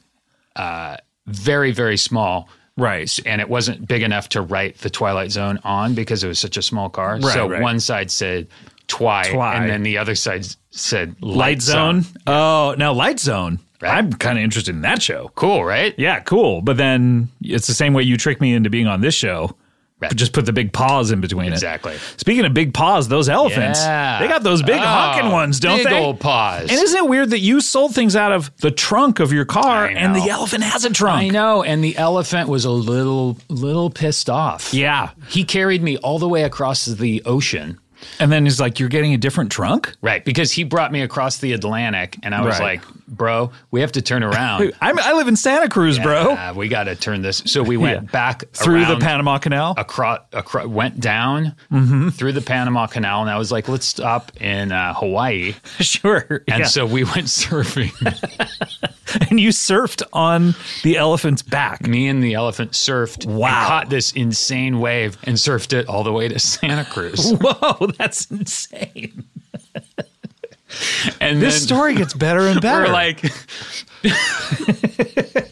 [SPEAKER 2] uh, very very small.
[SPEAKER 1] right.
[SPEAKER 2] And it wasn't big enough to write the Twilight Zone on because it was such a small car.
[SPEAKER 1] Right,
[SPEAKER 2] so
[SPEAKER 1] right.
[SPEAKER 2] one side said Twi,
[SPEAKER 1] Twi.
[SPEAKER 2] and then the other side said Light,
[SPEAKER 1] Light Zone. Oh, now Light Zone.
[SPEAKER 2] Right.
[SPEAKER 1] I'm kind of interested in that show.
[SPEAKER 2] Cool, right?
[SPEAKER 1] Yeah, cool. But then it's the same way you tricked me into being on this show.
[SPEAKER 2] Right.
[SPEAKER 1] Just put the big paws in between it.
[SPEAKER 2] Exactly.
[SPEAKER 1] Speaking of big paws, those elephants,
[SPEAKER 2] Yeah.
[SPEAKER 1] they got those big
[SPEAKER 2] Oh,
[SPEAKER 1] honking ones, don't
[SPEAKER 2] big
[SPEAKER 1] they?
[SPEAKER 2] old paws.
[SPEAKER 1] And isn't it weird that you sold things out of the trunk of your car
[SPEAKER 2] I
[SPEAKER 1] and
[SPEAKER 2] know.
[SPEAKER 1] the elephant has a trunk?
[SPEAKER 2] I know, and the elephant was a little little pissed off.
[SPEAKER 1] Yeah.
[SPEAKER 2] He carried me all the way across the ocean
[SPEAKER 1] And then he's like, You're getting a different trunk?
[SPEAKER 2] Right, because he brought me across the Atlantic, and I was
[SPEAKER 1] Right.
[SPEAKER 2] like, "Bro, we have to turn around,
[SPEAKER 1] I'm, I live in Santa Cruz, [laughs] bro.
[SPEAKER 2] Uh, we got to turn this." So we went
[SPEAKER 1] Yeah.
[SPEAKER 2] back
[SPEAKER 1] Through the
[SPEAKER 2] around,
[SPEAKER 1] Panama Canal.
[SPEAKER 2] across, across went down
[SPEAKER 1] Mm-hmm.
[SPEAKER 2] through the Panama Canal, and I was like, "Let's stop in uh, Hawaii."
[SPEAKER 1] [laughs] sure.
[SPEAKER 2] And
[SPEAKER 1] yeah.
[SPEAKER 2] so we [laughs] went surfing.
[SPEAKER 1] [laughs] and you surfed on the elephant's [laughs] back.
[SPEAKER 2] me and the elephant surfed. and
[SPEAKER 1] Wow.
[SPEAKER 2] caught this insane wave and surfed it all the way to Santa Cruz.
[SPEAKER 1] Whoa, that's insane.
[SPEAKER 2] And
[SPEAKER 1] This
[SPEAKER 2] then
[SPEAKER 1] story gets better and better.
[SPEAKER 2] we're like [laughs]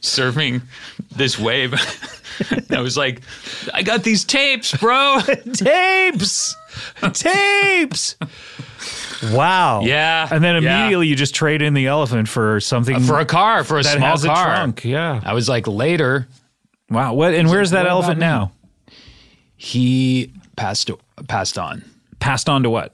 [SPEAKER 2] surfing this wave. [laughs] I was like, I got these tapes,
[SPEAKER 1] [laughs]
[SPEAKER 2] bro.
[SPEAKER 1] tapes, tapes. Wow.
[SPEAKER 2] Yeah,
[SPEAKER 1] And then
[SPEAKER 2] yeah.
[SPEAKER 1] immediately you just trade in the elephant for something
[SPEAKER 2] For a car, for a
[SPEAKER 1] that
[SPEAKER 2] small
[SPEAKER 1] has a
[SPEAKER 2] car.
[SPEAKER 1] trunk. Yeah.
[SPEAKER 2] I was like, later,
[SPEAKER 1] Wow. What? And where's that elephant now?
[SPEAKER 2] he passed passed on.
[SPEAKER 1] Passed on to what?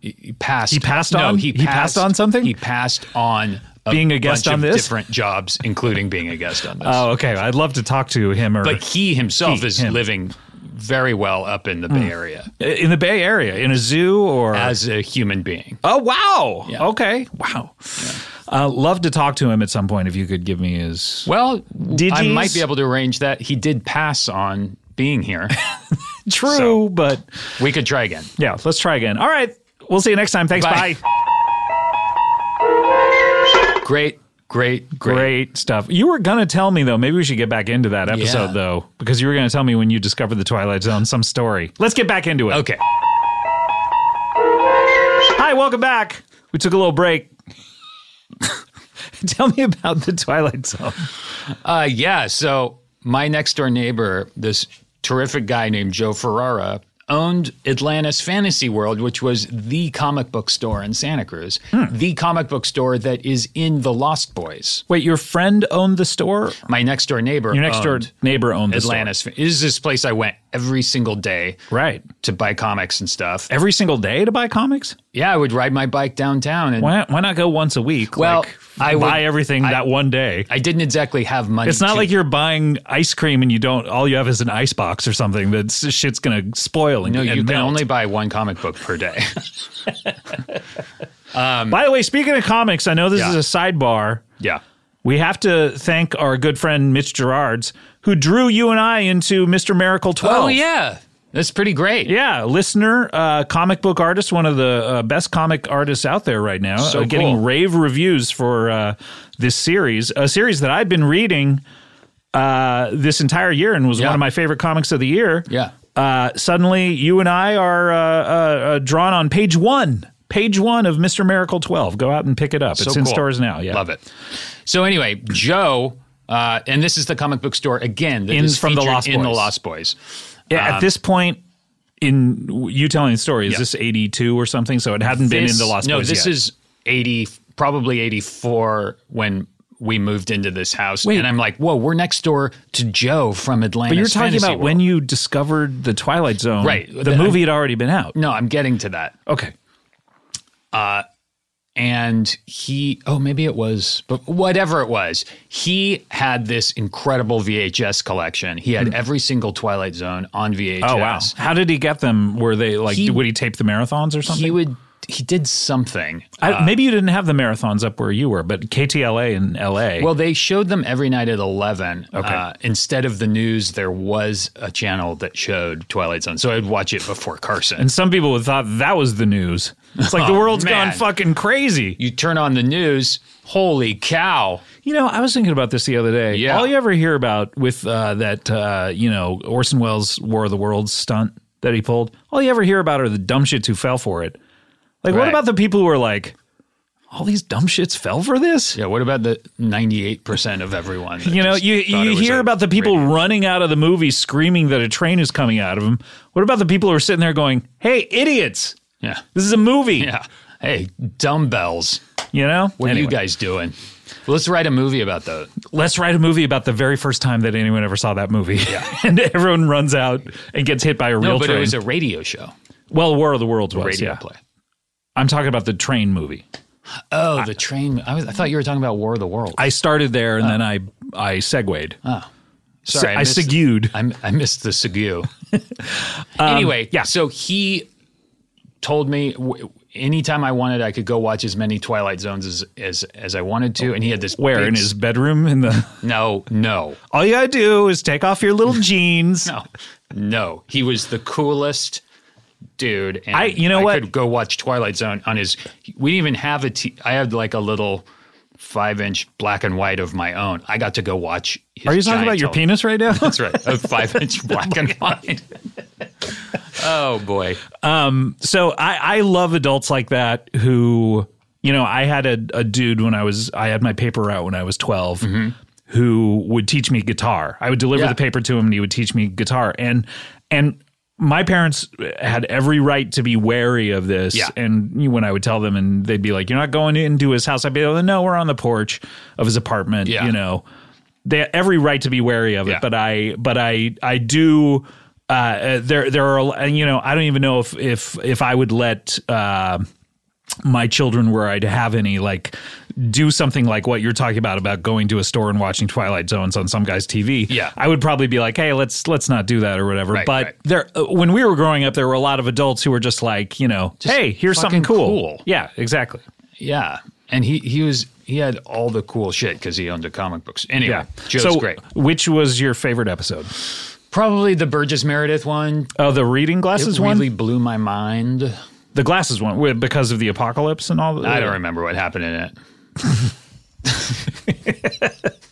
[SPEAKER 2] He passed.
[SPEAKER 1] He passed
[SPEAKER 2] No,
[SPEAKER 1] on?
[SPEAKER 2] he
[SPEAKER 1] He
[SPEAKER 2] passed,
[SPEAKER 1] passed on something?
[SPEAKER 2] He passed on a
[SPEAKER 1] Being a guest
[SPEAKER 2] bunch
[SPEAKER 1] on
[SPEAKER 2] of
[SPEAKER 1] this?
[SPEAKER 2] different jobs, including being a guest on this.
[SPEAKER 1] Oh, okay. I'd love to talk to him or
[SPEAKER 2] but he himself
[SPEAKER 1] He,
[SPEAKER 2] is
[SPEAKER 1] him. Hmm.
[SPEAKER 2] living very well up in the Bay Area
[SPEAKER 1] in the Bay Area in a zoo or.
[SPEAKER 2] as a human being.
[SPEAKER 1] oh, wow.
[SPEAKER 2] Yeah.
[SPEAKER 1] Okay. Wow. Uh, love to talk to him at some point if you could give me his.
[SPEAKER 2] Well, I
[SPEAKER 1] Digis?
[SPEAKER 2] might be able to arrange that. He did pass on being here.
[SPEAKER 1] True, but
[SPEAKER 2] we could try again.
[SPEAKER 1] yeah, let's try again. All right. We'll see you next time. Thanks.
[SPEAKER 2] Bye.
[SPEAKER 1] Bye.
[SPEAKER 2] Great, great, great.
[SPEAKER 1] Great stuff. You were going to tell me, though, maybe we should get back into that episode,
[SPEAKER 2] Yeah.
[SPEAKER 1] though, because you were going to tell me when you discovered the Twilight Zone, some story. Let's get back into it.
[SPEAKER 2] Okay.
[SPEAKER 1] Hi, welcome back. We took a little break. [laughs] tell me about the Twilight Zone.
[SPEAKER 2] Uh, yeah. So my next door neighbor, this terrific guy named Joe Ferrara, owned Atlantis Fantasy World, which was the comic book store in Santa Cruz,
[SPEAKER 1] Hmm.
[SPEAKER 2] the comic book store that is in The Lost Boys.
[SPEAKER 1] Wait, your friend owned the store?
[SPEAKER 2] My next door neighbor.
[SPEAKER 1] Your next door
[SPEAKER 2] owned
[SPEAKER 1] neighbor owned the store.
[SPEAKER 2] Atlantis this is this place I went every single day
[SPEAKER 1] Right.
[SPEAKER 2] to buy comics and stuff.
[SPEAKER 1] Every single day to buy comics?
[SPEAKER 2] Yeah, I would ride my bike downtown and
[SPEAKER 1] Why, why not go once a week?
[SPEAKER 2] Well,
[SPEAKER 1] like,
[SPEAKER 2] I would-
[SPEAKER 1] buy everything
[SPEAKER 2] I-
[SPEAKER 1] that one day.
[SPEAKER 2] I didn't exactly have money.
[SPEAKER 1] It's not
[SPEAKER 2] to-
[SPEAKER 1] like you're buying ice cream and you don't. All you have is an ice box or something. That s- shit's gonna spoil. And,
[SPEAKER 2] No, you
[SPEAKER 1] and
[SPEAKER 2] can
[SPEAKER 1] melt.
[SPEAKER 2] only buy one comic book per day. [laughs]
[SPEAKER 1] By the way, speaking of comics, I know this
[SPEAKER 2] Yeah.
[SPEAKER 1] is a sidebar.
[SPEAKER 2] yeah.
[SPEAKER 1] We have to thank our good friend Mitch Gerards, who drew you and I into Mister Miracle Twelve.
[SPEAKER 2] Oh yeah, that's pretty great.
[SPEAKER 1] Yeah, listener, uh, comic book artist, one of the uh, best comic artists out there right now,
[SPEAKER 2] So
[SPEAKER 1] uh, getting
[SPEAKER 2] cool.
[SPEAKER 1] rave reviews for uh, this series, a series that I'd been reading uh, this entire year and was
[SPEAKER 2] Yeah.
[SPEAKER 1] one of my favorite comics of the year.
[SPEAKER 2] Yeah.
[SPEAKER 1] Uh, suddenly, you and I are uh, uh, uh, drawn on page one, page one of Mister Miracle Twelve. Go out and pick it up.
[SPEAKER 2] So
[SPEAKER 1] it's in
[SPEAKER 2] cool.
[SPEAKER 1] stores now. Yeah,
[SPEAKER 2] Love it. So anyway, Joe, uh, and this is the comic book store again. That
[SPEAKER 1] In-
[SPEAKER 2] is
[SPEAKER 1] from The
[SPEAKER 2] featured
[SPEAKER 1] Lost
[SPEAKER 2] in the
[SPEAKER 1] Boys.
[SPEAKER 2] Lost Boys.
[SPEAKER 1] Yeah, at this point. In you telling the story, is this eighty two or something? So it hadn't been in the Lost
[SPEAKER 2] no,
[SPEAKER 1] Boys
[SPEAKER 2] this
[SPEAKER 1] yet.
[SPEAKER 2] is eighty, probably eighty four when we moved into this house.
[SPEAKER 1] Wait.
[SPEAKER 2] and I'm like, whoa, we're next door to Joe from Atlanta.
[SPEAKER 1] But you're talking about when you discovered the Twilight Zone.
[SPEAKER 2] Right.
[SPEAKER 1] The
[SPEAKER 2] That-
[SPEAKER 1] movie had already been out.
[SPEAKER 2] No, I'm getting to that.
[SPEAKER 1] Okay.
[SPEAKER 2] and he oh maybe it was but whatever it was he had this incredible vhs collection he had every single twilight zone on vhs
[SPEAKER 1] Hmm. Oh wow. How did he get them? Were they like
[SPEAKER 2] He-
[SPEAKER 1] would he tape the marathons or something?
[SPEAKER 2] he uh, would he did something
[SPEAKER 1] I, maybe you didn't have the marathons up where you were, but KTLA in LA.
[SPEAKER 2] well they showed them every night at 11
[SPEAKER 1] Okay.
[SPEAKER 2] uh, instead of the news there was a channel that showed twilight zone so i'd watch it before carson
[SPEAKER 1] and some people would thought that was the news. It's
[SPEAKER 2] [laughs]
[SPEAKER 1] like the world's
[SPEAKER 2] Oh, man.
[SPEAKER 1] gone fucking crazy.
[SPEAKER 2] you turn on the news holy cow
[SPEAKER 1] You know, I was thinking about this the other day.
[SPEAKER 2] Yeah.
[SPEAKER 1] All you ever hear about with uh, that, uh, you know, Orson Welles' War of the Worlds stunt that he pulled, all you ever hear about are the dumb shits who fell for it. Like,
[SPEAKER 2] Right.
[SPEAKER 1] what about the people who are like, all these dumb shits fell for this?
[SPEAKER 2] yeah what about the 98% of everyone that
[SPEAKER 1] You know,
[SPEAKER 2] just
[SPEAKER 1] you,
[SPEAKER 2] thought it
[SPEAKER 1] you
[SPEAKER 2] was
[SPEAKER 1] hear
[SPEAKER 2] a
[SPEAKER 1] about the people
[SPEAKER 2] radio-
[SPEAKER 1] running out of the movie screaming that a train is coming out of them. What about the people who are sitting there going, hey, idiots,
[SPEAKER 2] yeah
[SPEAKER 1] this is a movie?
[SPEAKER 2] [laughs] Yeah. Hey, dumbbells.
[SPEAKER 1] You know?
[SPEAKER 2] What are you
[SPEAKER 1] Anyway.
[SPEAKER 2] guys doing? Let's write a movie about those.
[SPEAKER 1] let's write a movie about the very first time that anyone ever saw that movie. [laughs] and everyone runs out and gets hit by a real
[SPEAKER 2] No, but
[SPEAKER 1] train.
[SPEAKER 2] it was a radio show,
[SPEAKER 1] well, War of the Worlds was.
[SPEAKER 2] radio
[SPEAKER 1] yeah.
[SPEAKER 2] play.
[SPEAKER 1] I'm talking about the train movie.
[SPEAKER 2] Oh, the train. I, was, I thought you were talking about War of the Worlds.
[SPEAKER 1] I started there and then I I segued.
[SPEAKER 2] oh, Uh. Sorry,
[SPEAKER 1] I
[SPEAKER 2] missed-
[SPEAKER 1] segued.
[SPEAKER 2] I'm, I missed the Segu.
[SPEAKER 1] [laughs]
[SPEAKER 2] anyway,
[SPEAKER 1] yeah.
[SPEAKER 2] So he told me w- anytime I wanted, I could go watch as many Twilight Zones as as, as I wanted to, and he had this
[SPEAKER 1] Where
[SPEAKER 2] big
[SPEAKER 1] in his bedroom? In the [laughs]
[SPEAKER 2] no no
[SPEAKER 1] all you gotta do is take off your
[SPEAKER 2] [laughs]
[SPEAKER 1] little jeans.
[SPEAKER 2] no no. He was the coolest dude. And
[SPEAKER 1] I- you know what?
[SPEAKER 2] Could go watch Twilight Zone on his. We didn't even have a. T- I had like a little five inch black and white of my own. I got to go watch. His
[SPEAKER 1] Are you talking about your
[SPEAKER 2] penis?
[SPEAKER 1] penis right now?
[SPEAKER 2] That's right. A five
[SPEAKER 1] [laughs]
[SPEAKER 2] inch black and white. oh boy.
[SPEAKER 1] so I, I love adults like that who you know i had a, a dude when i was i had my paper route when i was 12 who would teach me guitar i would deliver
[SPEAKER 2] Mm-hmm. Yeah.
[SPEAKER 1] the paper to him and he would teach me guitar and and my parents had every right to be wary of this
[SPEAKER 2] Yeah.
[SPEAKER 1] and you- when i would tell them and they'd be like you're not going into his house i'd be like no we're on the porch of his apartment
[SPEAKER 2] Yeah.
[SPEAKER 1] you know they have every right to be wary of it,
[SPEAKER 2] Yeah.
[SPEAKER 1] but I but I I do. Uh, uh, there there are and, you know I don't even know if if if I would let uh, my children where I'd have any like do something like what you're talking about about going to a store and watching Twilight Zones on some guy's TV.
[SPEAKER 2] Yeah.
[SPEAKER 1] I would probably be like, hey, let's let's not do that or whatever.
[SPEAKER 2] Right,
[SPEAKER 1] but
[SPEAKER 2] right.
[SPEAKER 1] there uh, when we were growing up, there were a lot of adults who were just like, you know, hey, here's something
[SPEAKER 2] fucking
[SPEAKER 1] cool.
[SPEAKER 2] cool.
[SPEAKER 1] Yeah, exactly.
[SPEAKER 2] Yeah. And he he was he had all the cool shit because he owned the comic books. Anyway,
[SPEAKER 1] Yeah.
[SPEAKER 2] Joe's
[SPEAKER 1] so,
[SPEAKER 2] great.
[SPEAKER 1] which was your favorite episode?
[SPEAKER 2] Probably the Burgess Meredith one.
[SPEAKER 1] Oh, the reading
[SPEAKER 2] It
[SPEAKER 1] glasses one.
[SPEAKER 2] really blew my mind.
[SPEAKER 1] The glasses one wi- because of the apocalypse and all.
[SPEAKER 2] I don't remember what happened in it.
[SPEAKER 1] [laughs]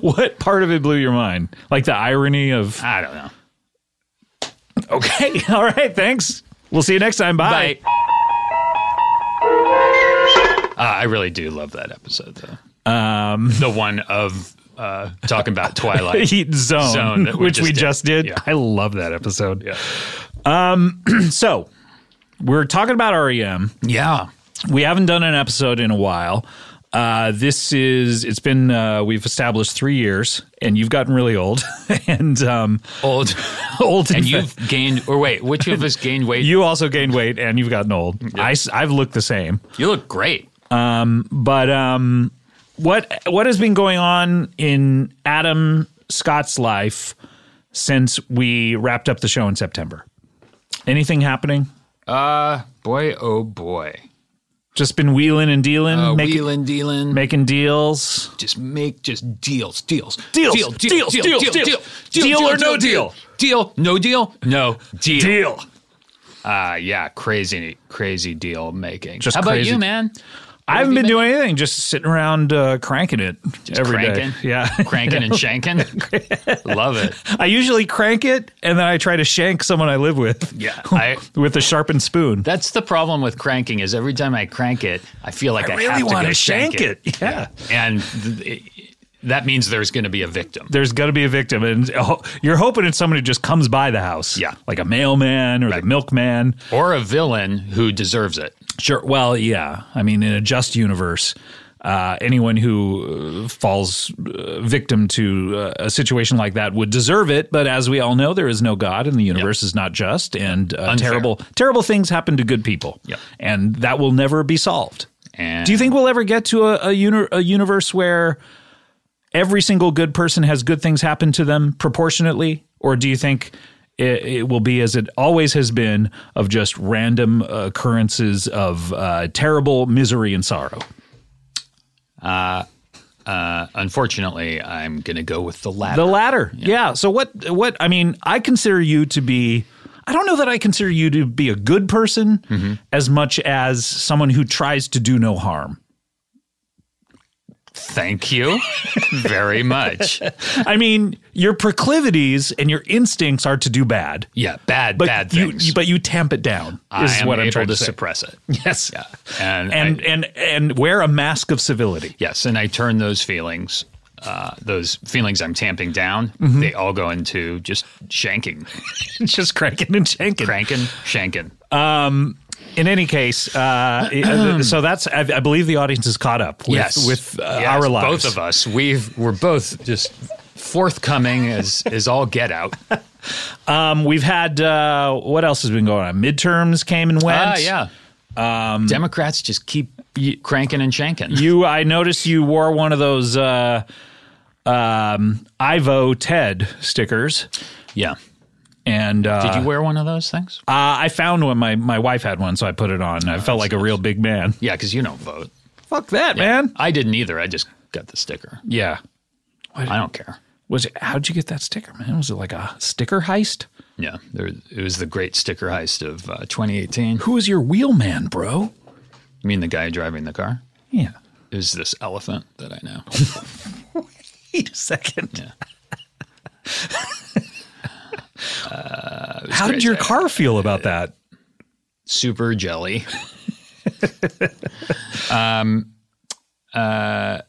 [SPEAKER 1] What part of it blew your mind? Like the irony
[SPEAKER 2] [laughs]
[SPEAKER 1] of.
[SPEAKER 2] I don't know.
[SPEAKER 1] Okay, [laughs] all right, thanks. We'll see you next time. Bye.
[SPEAKER 2] Uh, I really do love that episode though. Um, the one of uh, talking about
[SPEAKER 1] [laughs]
[SPEAKER 2] Twilight.
[SPEAKER 1] Heat zone,
[SPEAKER 2] Zone that we
[SPEAKER 1] which we
[SPEAKER 2] just
[SPEAKER 1] just did.
[SPEAKER 2] did. Yeah.
[SPEAKER 1] I love that episode. Um, [clears throat]
[SPEAKER 2] yeah.
[SPEAKER 1] So we're talking about REM.
[SPEAKER 2] Yeah.
[SPEAKER 1] We haven't done an episode in a while. Uh, this is it's been uh, we've established three years, and you've gotten really old [laughs] and um, [laughs]
[SPEAKER 2] Old.
[SPEAKER 1] old.
[SPEAKER 2] And you've gained, or wait, which of us gained
[SPEAKER 1] [laughs]
[SPEAKER 2] weight?
[SPEAKER 1] you also gained weight, and you've gotten old. I s- I've looked the same.
[SPEAKER 2] you look great.
[SPEAKER 1] But um, what what has been going on in Adam Scott's life since we wrapped up the show in September? Anything happening?
[SPEAKER 2] Boy, oh boy.
[SPEAKER 1] Just been wheeling and dealing,
[SPEAKER 2] Uh,
[SPEAKER 1] making
[SPEAKER 2] wheeling, dealing.
[SPEAKER 1] making deals.
[SPEAKER 2] just make just deals, deals,
[SPEAKER 1] Deals,
[SPEAKER 2] deal,
[SPEAKER 1] deals, deals, deals. Deal or no deal?
[SPEAKER 2] deal, no deal, no deal.
[SPEAKER 1] Deal.
[SPEAKER 2] Ah, yeah, crazy, crazy deal making.
[SPEAKER 1] Just
[SPEAKER 2] How about
[SPEAKER 1] crazy.
[SPEAKER 2] you, man?
[SPEAKER 1] I haven't been doing anything, just sitting around uh, cranking it every day.
[SPEAKER 2] cranking?
[SPEAKER 1] [laughs] Yeah,
[SPEAKER 2] Cranking and shanking, love it.
[SPEAKER 1] I usually crank it, and then I try to shank someone I live with
[SPEAKER 2] Yeah, [laughs] I,
[SPEAKER 1] with a sharpened spoon.
[SPEAKER 2] that's the problem with cranking is every time I crank it, I feel like I,
[SPEAKER 1] really
[SPEAKER 2] have to
[SPEAKER 1] wanna
[SPEAKER 2] go
[SPEAKER 1] shank
[SPEAKER 2] shank
[SPEAKER 1] it. Yeah.
[SPEAKER 2] and th- it- that means there's going to be a victim.
[SPEAKER 1] there's going to be a victim, and ho- you're hoping it's somebody who just comes by the house,
[SPEAKER 2] Yeah.
[SPEAKER 1] like a mailman or
[SPEAKER 2] Right.
[SPEAKER 1] the milkman.
[SPEAKER 2] Or a villain who deserves it.
[SPEAKER 1] Sure. Well, yeah. I mean, in a just universe, uh, anyone who uh, falls uh, victim to uh, a situation like that would deserve it. But as we all know, there is no God, and the universe is not just, and uh,
[SPEAKER 2] Unfair.
[SPEAKER 1] terrible, terrible things happen to good people.
[SPEAKER 2] Yep.
[SPEAKER 1] and that will never be solved.
[SPEAKER 2] And
[SPEAKER 1] Do you think we'll ever get to a, a, uni- a universe where every single good person has good things happen to them proportionately? Or do you think it, it will be as it always has been of just random occurrences of uh, terrible misery and sorrow?
[SPEAKER 2] Unfortunately, I'm going to go with the latter.
[SPEAKER 1] The latter. Yeah. So what what I mean, I consider you to be I don't know that I consider you to be a good person as much as someone who tries to do no harm.
[SPEAKER 2] Thank you
[SPEAKER 1] [laughs]
[SPEAKER 2] very much.
[SPEAKER 1] I mean, your proclivities and your instincts are to do bad.
[SPEAKER 2] Yeah, bad,
[SPEAKER 1] but
[SPEAKER 2] bad
[SPEAKER 1] you,
[SPEAKER 2] things.
[SPEAKER 1] you- but you tamp it down. Is
[SPEAKER 2] I am
[SPEAKER 1] what I'm
[SPEAKER 2] able
[SPEAKER 1] trying to,
[SPEAKER 2] to,
[SPEAKER 1] say.
[SPEAKER 2] suppress it.
[SPEAKER 1] Yes.
[SPEAKER 2] And,
[SPEAKER 1] [laughs] And
[SPEAKER 2] I-
[SPEAKER 1] and and wear a mask of
[SPEAKER 2] [laughs]
[SPEAKER 1] civility.
[SPEAKER 2] yes, and I turn those feelings, uh, those feelings I'm tamping down,
[SPEAKER 1] Mm-hmm.
[SPEAKER 2] they all go into just
[SPEAKER 1] [laughs]
[SPEAKER 2] shanking,
[SPEAKER 1] Just cranking and shanking.
[SPEAKER 2] cranking, shanking.
[SPEAKER 1] In any case, uh, uh, so that's I, I believe the audience is caught up with,
[SPEAKER 2] yes,
[SPEAKER 1] with uh,
[SPEAKER 2] Yes,
[SPEAKER 1] our lives.
[SPEAKER 2] Both of us, we've we're both just forthcoming as is all
[SPEAKER 1] [laughs]
[SPEAKER 2] get out.
[SPEAKER 1] Ah, Um, we've had uh, what else has been going on? Midterms came and went.
[SPEAKER 2] Ah, yeah. um, Democrats just keep cranking and shanking.
[SPEAKER 1] You, I noticed you wore one of those. Uh, um, Ivo Ted stickers.
[SPEAKER 2] Yeah.
[SPEAKER 1] And uh,
[SPEAKER 2] Did you wear one of those things?
[SPEAKER 1] Uh, I found one. My my wife had one, so I put it on. I felt like a real big man.
[SPEAKER 2] yeah, because you don't vote.
[SPEAKER 1] Fuck that, man.
[SPEAKER 2] I didn't either. I just got the sticker.
[SPEAKER 1] Yeah.
[SPEAKER 2] I don't care.
[SPEAKER 1] Was it? How'd you get that sticker, man? Was it like a sticker heist?
[SPEAKER 2] Yeah, there, it was the great sticker heist of uh, 2018.
[SPEAKER 1] Who was your wheelman, bro?
[SPEAKER 2] You mean the guy driving the car?
[SPEAKER 1] Yeah.
[SPEAKER 2] It was this elephant that I know.
[SPEAKER 1] [laughs] Wait a second. [laughs]
[SPEAKER 2] Yeah.
[SPEAKER 1] How did
[SPEAKER 2] great,
[SPEAKER 1] your
[SPEAKER 2] yeah.
[SPEAKER 1] car feel about that? [laughs]
[SPEAKER 2] Super jelly. um, uh, uh,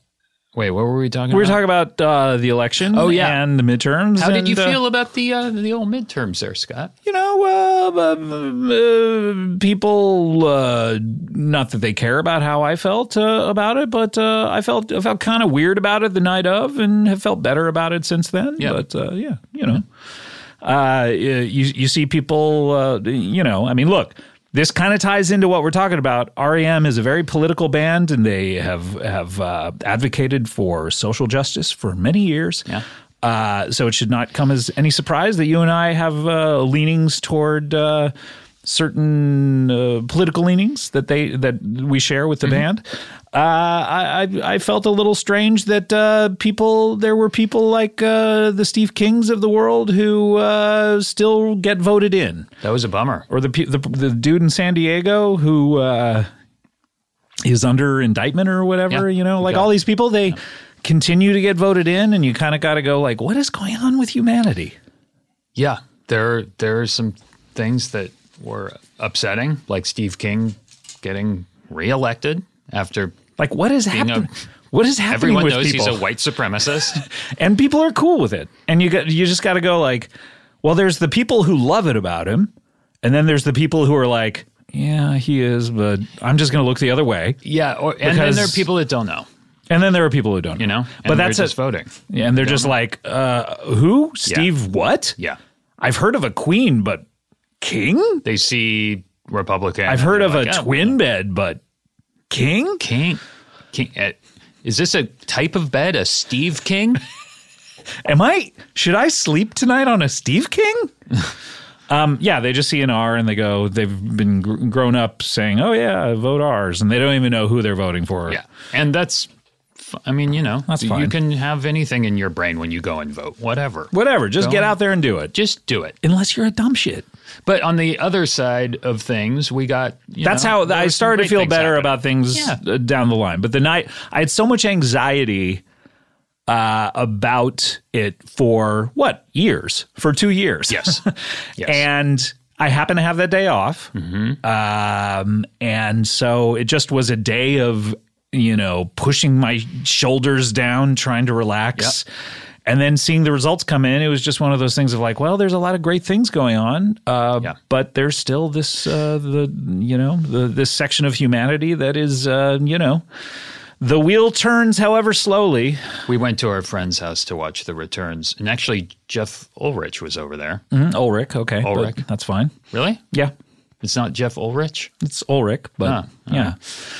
[SPEAKER 2] wait, what were we talking
[SPEAKER 1] We were
[SPEAKER 2] about?
[SPEAKER 1] talking about uh, the election. Oh
[SPEAKER 2] yeah.
[SPEAKER 1] and the midterms.
[SPEAKER 2] How did you
[SPEAKER 1] and, uh,
[SPEAKER 2] feel about the uh, the old midterms there, Scott?
[SPEAKER 1] you know, uh, uh, uh, people, uh, not that they care about how I felt uh, about it, but uh, I felt I felt kind of weird about it the night of and have felt better about it since then.
[SPEAKER 2] Yeah. Mm-hmm.
[SPEAKER 1] But uh, yeah, you know, uh, you, you see people, uh, you know, I mean, look. This kind of ties into what we're talking about. REM is a very political band, and they have have uh, advocated for social justice for many years.
[SPEAKER 2] Yeah.
[SPEAKER 1] Uh, so it should not come as any surprise that you and I have uh, leanings toward uh, certain uh, political leanings that they that we share with the band. Uh, I, I I felt a little strange that uh, people there were people like uh, the Steve Kings of the world who uh, still get voted in,
[SPEAKER 2] That was a bummer.
[SPEAKER 1] or the pe- the, the dude in San Diego who uh, is under indictment or whatever.
[SPEAKER 2] Yeah.
[SPEAKER 1] You know, like
[SPEAKER 2] Yeah.
[SPEAKER 1] all these people they. Continue to get voted in, and you kind of got to go like, what is going on with humanity?
[SPEAKER 2] Yeah, there there are some things that were upsetting, like Steve King getting reelected after
[SPEAKER 1] Like, what is
[SPEAKER 2] a-
[SPEAKER 1] happening? What is happening
[SPEAKER 2] everyone
[SPEAKER 1] with
[SPEAKER 2] knows
[SPEAKER 1] people?
[SPEAKER 2] he's a white supremacist.
[SPEAKER 1] [laughs] and people are cool with it. And you got you just got to go like, well, there's the people who love it about him, and then there's the people who are like, yeah, he is, but I'm just going to look the other way.
[SPEAKER 2] yeah, or, and then
[SPEAKER 1] Because-
[SPEAKER 2] there are people that don't know,
[SPEAKER 1] And then there are people who don't,
[SPEAKER 2] you know,
[SPEAKER 1] But
[SPEAKER 2] and
[SPEAKER 1] that's
[SPEAKER 2] they're
[SPEAKER 1] a,
[SPEAKER 2] just voting.
[SPEAKER 1] yeah, and they're just like, uh, who? Steve? What?
[SPEAKER 2] Yeah,
[SPEAKER 1] I've heard of a queen, but king?
[SPEAKER 2] they see Republican.
[SPEAKER 1] I've
[SPEAKER 2] and
[SPEAKER 1] heard
[SPEAKER 2] they're
[SPEAKER 1] of
[SPEAKER 2] like,
[SPEAKER 1] a
[SPEAKER 2] "Oh,
[SPEAKER 1] twin bed, but king?
[SPEAKER 2] King. King. eh, is this a type of bed? A Steve King?
[SPEAKER 1] [laughs] Am I? Should I sleep tonight on a Steve King?
[SPEAKER 2] [laughs]
[SPEAKER 1] um, yeah, they just see an R and they go. They've been gr- grown up saying, "Oh yeah, vote R's," and they don't even know who they're voting for.
[SPEAKER 2] yeah, and that's. f- I mean, you know,
[SPEAKER 1] That's
[SPEAKER 2] you
[SPEAKER 1] fine.
[SPEAKER 2] can have anything in your brain when you go and vote. Whatever.
[SPEAKER 1] whatever. Just
[SPEAKER 2] Go
[SPEAKER 1] get
[SPEAKER 2] on.
[SPEAKER 1] out there and do it.
[SPEAKER 2] Just do it.
[SPEAKER 1] Unless you're a dumb shit.
[SPEAKER 2] But on the other side of things, we got. you
[SPEAKER 1] That's
[SPEAKER 2] know,
[SPEAKER 1] how
[SPEAKER 2] there
[SPEAKER 1] I
[SPEAKER 2] were some
[SPEAKER 1] started to
[SPEAKER 2] great
[SPEAKER 1] feel
[SPEAKER 2] things
[SPEAKER 1] better
[SPEAKER 2] happening.
[SPEAKER 1] about things
[SPEAKER 2] Yeah.
[SPEAKER 1] uh, down the line. But the night I had so much anxiety uh, about it for what years? For two years.
[SPEAKER 2] Yes.
[SPEAKER 1] [laughs]
[SPEAKER 2] Yes. Mm-hmm.
[SPEAKER 1] And I happen to have that day off. Um, and so it just was a day of, you know, pushing my shoulders down, trying to relax. And then seeing the results come in, it was just one of those things of like, well, there's a lot of great things going on, uh,
[SPEAKER 2] Yeah.
[SPEAKER 1] but there's still this, uh, the you know, the, this section of humanity that is, uh, you know, the wheel turns, however slowly.
[SPEAKER 2] we went to our friend's house to watch the returns, and actually Jeff Ulrich was over there.
[SPEAKER 1] Mm, Ulrich, okay, but
[SPEAKER 2] Ulrich.
[SPEAKER 1] that's fine.
[SPEAKER 2] Really?
[SPEAKER 1] Yeah,
[SPEAKER 2] It's not Jeff Ulrich.
[SPEAKER 1] It's Ulrich, but
[SPEAKER 2] Ah,
[SPEAKER 1] yeah.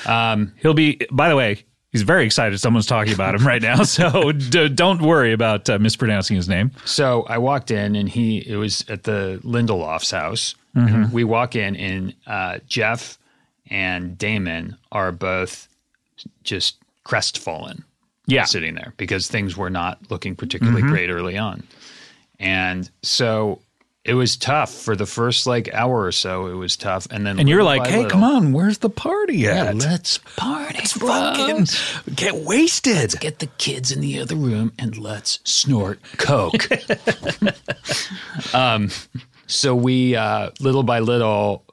[SPEAKER 1] Um, He'll be, by the way, he's very excited someone's talking about him right now. [laughs] So d- don't worry about uh, mispronouncing his name.
[SPEAKER 2] So I walked in, and he it was at the Lindelof's house.
[SPEAKER 1] Mm-hmm.
[SPEAKER 2] And we walk in, and uh, Jeff and Damon are both just crestfallen.
[SPEAKER 1] Yeah. Mm-hmm.
[SPEAKER 2] sitting there because things were not looking particularly great early on. And so it was tough for the first like hour or so. It was tough. And then
[SPEAKER 1] And you're
[SPEAKER 2] little
[SPEAKER 1] like,
[SPEAKER 2] by
[SPEAKER 1] hey,
[SPEAKER 2] little-
[SPEAKER 1] come on, where's the party
[SPEAKER 2] Yeah,
[SPEAKER 1] at?
[SPEAKER 2] let's party.
[SPEAKER 1] Let's
[SPEAKER 2] bros.
[SPEAKER 1] fucking get wasted.
[SPEAKER 2] Get the kids in the other room and let's snort coke. [laughs] um, so we, uh, little by little,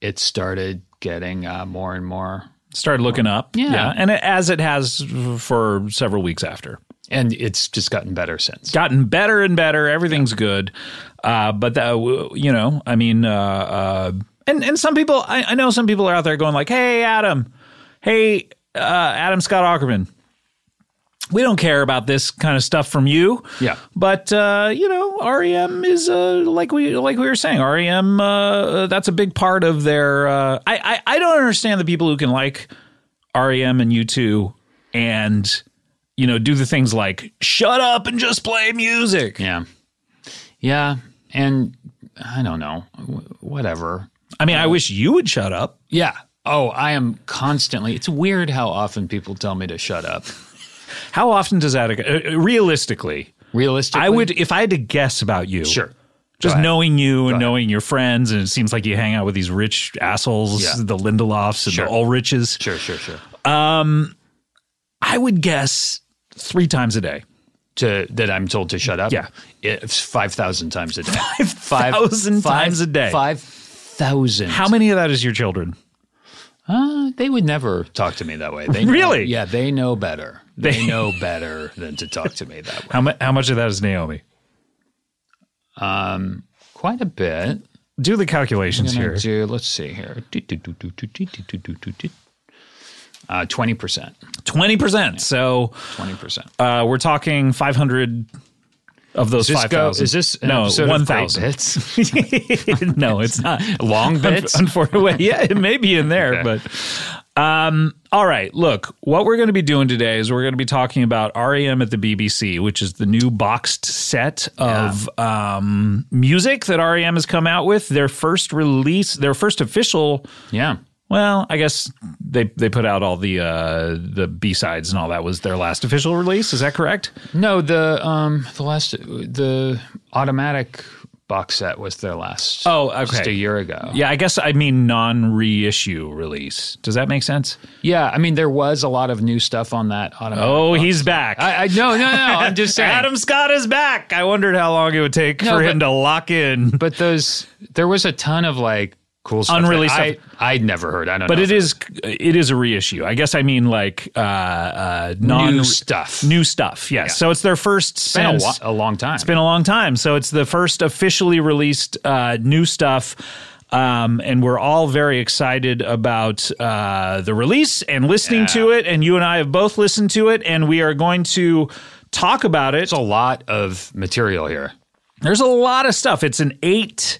[SPEAKER 2] it started getting uh, more and more.
[SPEAKER 1] Start looking up.
[SPEAKER 2] Yeah.
[SPEAKER 1] And it, as it has for several weeks after.
[SPEAKER 2] And it's just gotten better since.
[SPEAKER 1] gotten better and better. Everything's good. Uh, but that, w- you know, I mean, uh, uh, and and some people, I, I know some people are out there going like, "Hey, Adam, hey, uh, Adam Scott Ackerman, we don't care about this kind of stuff from you."
[SPEAKER 2] Yeah.
[SPEAKER 1] But uh, you know, REM is uh, like we like we were saying, REM. Uh, that's a big part of their. Uh, I, E I I don't understand the people who can like REM and U two and you know, do the things like shut up and just play music.
[SPEAKER 2] Yeah. Yeah. And I don't know. Wh- Whatever.
[SPEAKER 1] I mean, I wish you would shut up.
[SPEAKER 2] Yeah. Oh, I am constantly. It's weird how often people tell me to shut up.
[SPEAKER 1] How often does that occur? Uh, uh, Realistically,
[SPEAKER 2] Realistically,
[SPEAKER 1] I would, if I had to guess about you,
[SPEAKER 2] Sure.
[SPEAKER 1] just
[SPEAKER 2] ahead.
[SPEAKER 1] knowing you and knowing your friends, and it seems like you hang out with these rich assholes,
[SPEAKER 2] Yeah.
[SPEAKER 1] the Lindelofs and
[SPEAKER 2] Sure.
[SPEAKER 1] the Ulriches.
[SPEAKER 2] Sure, sure, sure.
[SPEAKER 1] I would guess three times a day.
[SPEAKER 2] To that I'm told to shut up.
[SPEAKER 1] Yeah.
[SPEAKER 2] It's 5,000 times a day. [laughs]
[SPEAKER 1] 5,000 times a day.
[SPEAKER 2] 5,000.
[SPEAKER 1] How many of that is your children?
[SPEAKER 2] Uh, they would never talk to me that way. They know-
[SPEAKER 1] Really?
[SPEAKER 2] yeah, they know better.
[SPEAKER 1] They-
[SPEAKER 2] They know better than to talk to me that way.
[SPEAKER 1] How, mu- how much of that is Naomi?
[SPEAKER 2] Quite a bit.
[SPEAKER 1] Do the calculations
[SPEAKER 2] Gonna
[SPEAKER 1] here.
[SPEAKER 2] do- let's see here. Do, do, do, do, do, do, do, do, do, do. Uh, 20%.
[SPEAKER 1] 20%. So
[SPEAKER 2] 20%.
[SPEAKER 1] uh, we're talking 500 of those
[SPEAKER 2] Does this go-
[SPEAKER 1] 5,000.
[SPEAKER 2] is this an
[SPEAKER 1] no,
[SPEAKER 2] episode of Great
[SPEAKER 1] 1,000.
[SPEAKER 2] Bits?
[SPEAKER 1] [laughs]
[SPEAKER 2] [laughs]
[SPEAKER 1] no, it's not.
[SPEAKER 2] Long bits?
[SPEAKER 1] Unfortunately, yeah, it may be in there,
[SPEAKER 2] Okay.
[SPEAKER 1] but um, all right. Look, what we're going to be doing today is we're going to be talking about REM at the BBC, which is the new boxed set of um, music that REM has come out with. Their first release, their first official.
[SPEAKER 2] yeah.
[SPEAKER 1] Well, I guess they they put out all the uh, the B sides and all that was their last official release. Is that correct?
[SPEAKER 2] No, the um the last the automatic box set was their last.
[SPEAKER 1] Oh, okay.
[SPEAKER 2] Just a year ago.
[SPEAKER 1] Yeah, I guess I mean non reissue release. Does that make sense?
[SPEAKER 2] Yeah, I mean there was a lot of new stuff on that automatic.
[SPEAKER 1] Oh, he's back.
[SPEAKER 2] I, I no, no, no.
[SPEAKER 1] [laughs]
[SPEAKER 2] I'm just saying.
[SPEAKER 1] Adam Scott is back. I wondered how long it would take
[SPEAKER 2] No,
[SPEAKER 1] for
[SPEAKER 2] but-
[SPEAKER 1] him to lock in. [laughs] But,
[SPEAKER 2] but those there was a ton of like cool stuff that
[SPEAKER 1] Unreleased
[SPEAKER 2] I,
[SPEAKER 1] stuff.
[SPEAKER 2] I'd never heard. I don't. know
[SPEAKER 1] it
[SPEAKER 2] if
[SPEAKER 1] is it is a reissue. I guess I mean like uh, uh, non
[SPEAKER 2] new stuff.
[SPEAKER 1] new stuff. Yes. So it's their first
[SPEAKER 2] It's been a,
[SPEAKER 1] since-
[SPEAKER 2] wa- a long time.
[SPEAKER 1] It's been a long time. So it's the first officially released uh, new stuff. Um, and we're all very excited about uh, the release and listening
[SPEAKER 2] Yeah.
[SPEAKER 1] to it. And you and I have both listened to it, and we are going to talk about it.
[SPEAKER 2] a lot of material here.
[SPEAKER 1] There's a lot of stuff. It's an eight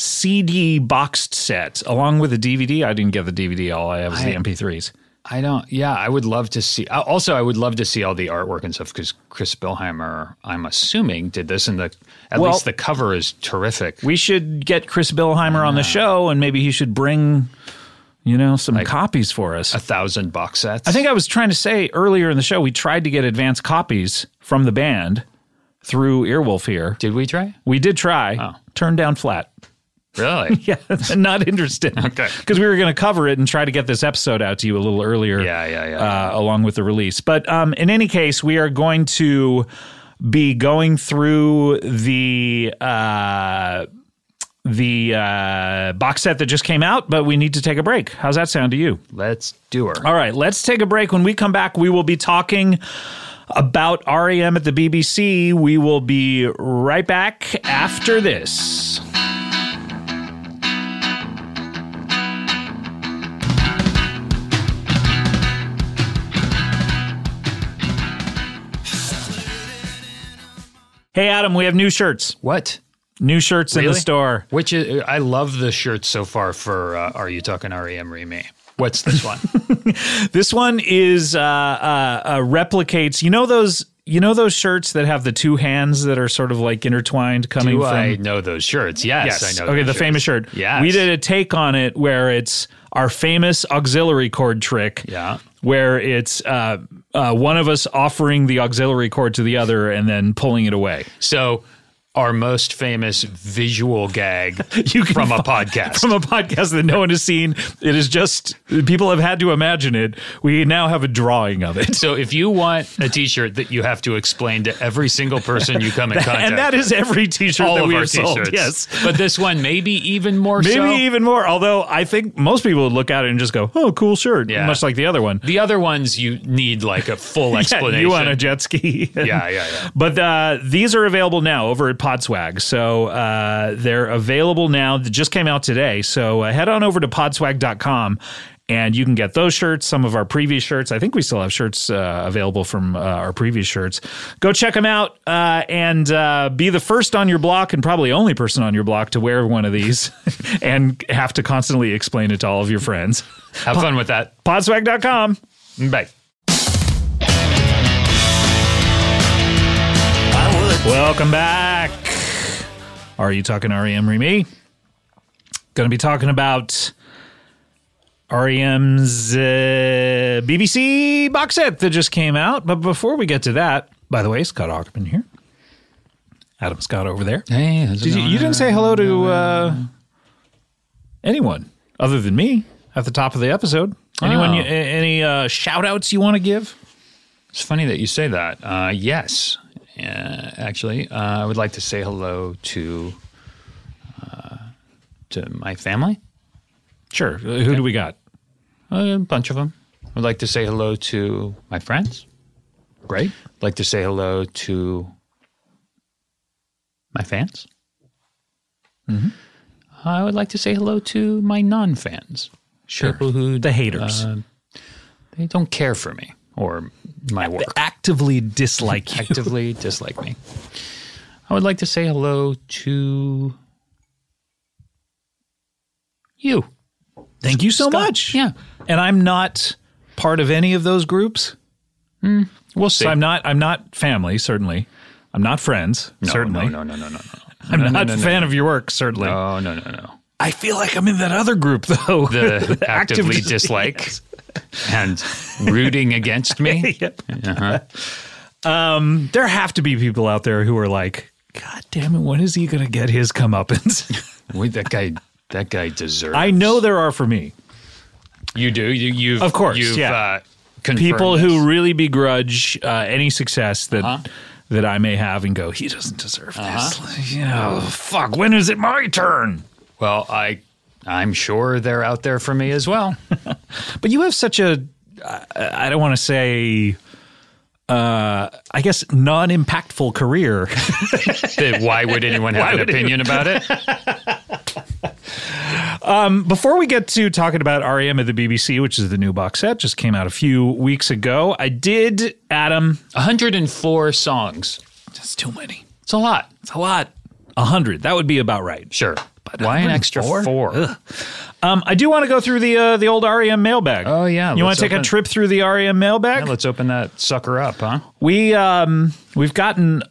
[SPEAKER 1] CD boxed set along with a DVD. I didn't get the DVD. All I have is the MP3s.
[SPEAKER 2] I don't. Yeah, I would love to see. I- Also, I would love to see all the artwork and stuff because Chris Billheimer, I'm assuming, did this, and the at
[SPEAKER 1] Well-
[SPEAKER 2] least the cover is terrific.
[SPEAKER 1] We should get Chris Billheimer on the show, and maybe he should bring, you know, some copies for us.
[SPEAKER 2] a thousand box sets.
[SPEAKER 1] I think I was trying to say earlier in the show we tried to get advance copies from the band through Earwolf here.
[SPEAKER 2] Did we try?
[SPEAKER 1] We did try,
[SPEAKER 2] Oh.
[SPEAKER 1] turned down
[SPEAKER 2] [laughs]
[SPEAKER 1] flat.
[SPEAKER 2] Really?
[SPEAKER 1] [laughs] Yeah, not interested.
[SPEAKER 2] Okay.
[SPEAKER 1] Because we were going to cover it and try to get this episode out to you a little earlier.
[SPEAKER 2] Yeah, yeah, yeah,
[SPEAKER 1] Uh, along with the release. But um, in any case, we are going to be going through the. Uh, the uh, box set that just came out, but we need to take a break. How's that sound to you?
[SPEAKER 2] Let's do her.
[SPEAKER 1] All right, let's take a break. When we come back, we will be talking about REM at the BBC. We will be right back after this. Hey Adam, we have new shirts.
[SPEAKER 2] What?
[SPEAKER 1] New shirts in the
[SPEAKER 2] Really?
[SPEAKER 1] store.
[SPEAKER 2] Which is, I love the shirts so far for uh, Are You Talking REM Remake? What's
[SPEAKER 1] [laughs]
[SPEAKER 2] this one?
[SPEAKER 1] This one is uh, uh, uh, replicates. You know those. You know those shirts that have the two hands that are sort of like intertwined, coming
[SPEAKER 2] Do
[SPEAKER 1] from.
[SPEAKER 2] I know those shirts? Yes,
[SPEAKER 1] Yes.
[SPEAKER 2] I know.
[SPEAKER 1] okay, the
[SPEAKER 2] those shirts.
[SPEAKER 1] famous shirt.
[SPEAKER 2] Yes.
[SPEAKER 1] We did a take on it where it's our famous auxiliary chord trick.
[SPEAKER 2] Yeah.
[SPEAKER 1] Where it's uh, uh, one of us offering the auxiliary chord to the other and then pulling it away [laughs]
[SPEAKER 2] So, our most famous visual gag
[SPEAKER 1] [laughs] You can
[SPEAKER 2] from a
[SPEAKER 1] find-
[SPEAKER 2] podcast.
[SPEAKER 1] from a podcast that no one has seen. It is just people have had to imagine it. We now have a drawing of it.
[SPEAKER 2] so, if you want a t shirt that you have to explain to every single person you come in contact
[SPEAKER 1] [laughs] And that is every T-shirt
[SPEAKER 2] all
[SPEAKER 1] that
[SPEAKER 2] of
[SPEAKER 1] we
[SPEAKER 2] our
[SPEAKER 1] have sold.
[SPEAKER 2] t-shirts.
[SPEAKER 1] Yes,
[SPEAKER 2] But this one maybe even more
[SPEAKER 1] Maybe
[SPEAKER 2] so.
[SPEAKER 1] even more. Although I think most people would look at it and just go, "Oh, cool shirt,"
[SPEAKER 2] Yeah.
[SPEAKER 1] much like the other one.
[SPEAKER 2] the other ones you need like a full explanation.
[SPEAKER 1] [laughs] Yeah, you on a jet ski?
[SPEAKER 2] [laughs] Yeah, yeah, yeah.
[SPEAKER 1] But uh, these are available now over at Podswag. So uh, they're available now. They just came out today. So uh, head on over to podswag.com and you can get those shirts, some of our previous shirts. I think we still have shirts uh, available from uh, our previous shirts. Go check them out uh, and uh, be the first on your block and probably only person on your block to wear one of these [laughs] and have to constantly explain it to all of your friends.
[SPEAKER 2] Have fun with that.
[SPEAKER 1] Podswag.com.
[SPEAKER 2] Bye.
[SPEAKER 1] Welcome back. Are you talking REM Remy? Going to be talking about REM's uh, BBC box set that just came out. But before we get to that, by the way, Scott Ackerman here. Adam Scott over there.
[SPEAKER 2] Hey, how's it
[SPEAKER 1] Did you,
[SPEAKER 2] going?
[SPEAKER 1] you didn't say hello to uh, anyone other than me at the top of the episode. Anyone?
[SPEAKER 2] Oh.
[SPEAKER 1] You, a- any uh, shout outs you want to give?
[SPEAKER 2] It's funny that you say that. Uh, yes, uh, actually, uh, I would like to say hello to uh, to my family,
[SPEAKER 1] Sure. Uh, Who do we got?
[SPEAKER 2] a bunch of them. I'd like to say hello to my friends.
[SPEAKER 1] Great.
[SPEAKER 2] I'd like to say hello to my fans. Mm-hmm. I would like to say hello to my non-fans,
[SPEAKER 1] Sure.
[SPEAKER 2] people who
[SPEAKER 1] The haters.
[SPEAKER 2] uh, they don't care for me or my work.
[SPEAKER 1] actively dislike
[SPEAKER 2] [laughs]
[SPEAKER 1] you.
[SPEAKER 2] actively dislike me. I would like to say hello to you.
[SPEAKER 1] Thank you so
[SPEAKER 2] Scott,
[SPEAKER 1] much.
[SPEAKER 2] yeah.
[SPEAKER 1] And I'm not part of any of those groups.
[SPEAKER 2] We'll see.
[SPEAKER 1] So I'm not I'm not family, certainly. I'm not friends,
[SPEAKER 2] no,
[SPEAKER 1] certainly.
[SPEAKER 2] No, no, no, no, no, no.
[SPEAKER 1] I'm
[SPEAKER 2] no,
[SPEAKER 1] not
[SPEAKER 2] no,
[SPEAKER 1] a
[SPEAKER 2] no,
[SPEAKER 1] fan of your work, certainly.
[SPEAKER 2] Oh no, no, [laughs] no.
[SPEAKER 1] I feel like I'm in that other group though.
[SPEAKER 2] The
[SPEAKER 1] active
[SPEAKER 2] [laughs] actively
[SPEAKER 1] dis-
[SPEAKER 2] dislike and rooting against [laughs] me.
[SPEAKER 1] Yep.
[SPEAKER 2] Uh-huh.
[SPEAKER 1] [laughs] There have to be people out there who are like, God damn it, when is he gonna get his comeuppance? [laughs]
[SPEAKER 2] Wait, that guy. That guy deserves.
[SPEAKER 1] I know there are for me.
[SPEAKER 2] you do. You, you've
[SPEAKER 1] Of course,
[SPEAKER 2] You've,
[SPEAKER 1] yeah.
[SPEAKER 2] uh, confirmed
[SPEAKER 1] People
[SPEAKER 2] this.
[SPEAKER 1] who really begrudge uh, any success that
[SPEAKER 2] Uh-huh.
[SPEAKER 1] that I may have and go, he doesn't deserve this. Like, yeah, fuck, when is it my turn?
[SPEAKER 2] Well, I. I'm sure they're out there for me as well.
[SPEAKER 1] But you have such a, I I don't want to say, uh, I guess, non impactful career. [laughs]
[SPEAKER 2] That Why would anyone have an opinion about it?
[SPEAKER 1] [laughs] Before we get to talking about REM at the BBC, which is the new box set, just came out a few weeks ago, I did, Adam. oh,
[SPEAKER 2] 104 songs.
[SPEAKER 1] That's too many.
[SPEAKER 2] It's a lot.
[SPEAKER 1] It's a lot. 100. That would be about right.
[SPEAKER 2] Sure. why an extra
[SPEAKER 1] 104?
[SPEAKER 2] four?
[SPEAKER 1] Um, I do want to go through the uh, the old REM mailbag.
[SPEAKER 2] Oh, yeah,
[SPEAKER 1] you want
[SPEAKER 2] let's
[SPEAKER 1] to take a
[SPEAKER 2] open-
[SPEAKER 1] trip through the REM mailbag?
[SPEAKER 2] Yeah, let's open that sucker up, huh?
[SPEAKER 1] we um we've gotten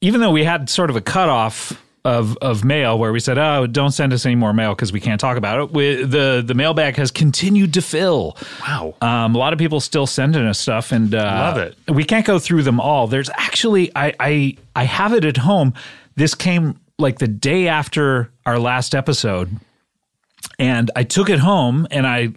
[SPEAKER 1] even though we had sort of a cutoff of of mail where we said oh don't send us any more mail because we can't talk about it we, the the mailbag has continued to fill
[SPEAKER 2] Wow.
[SPEAKER 1] um, a lot of people still sending us stuff and uh,
[SPEAKER 2] Love it.
[SPEAKER 1] we can't go through them all there's actually I, I i have it at home this came like the day after our last episode and I took it home and I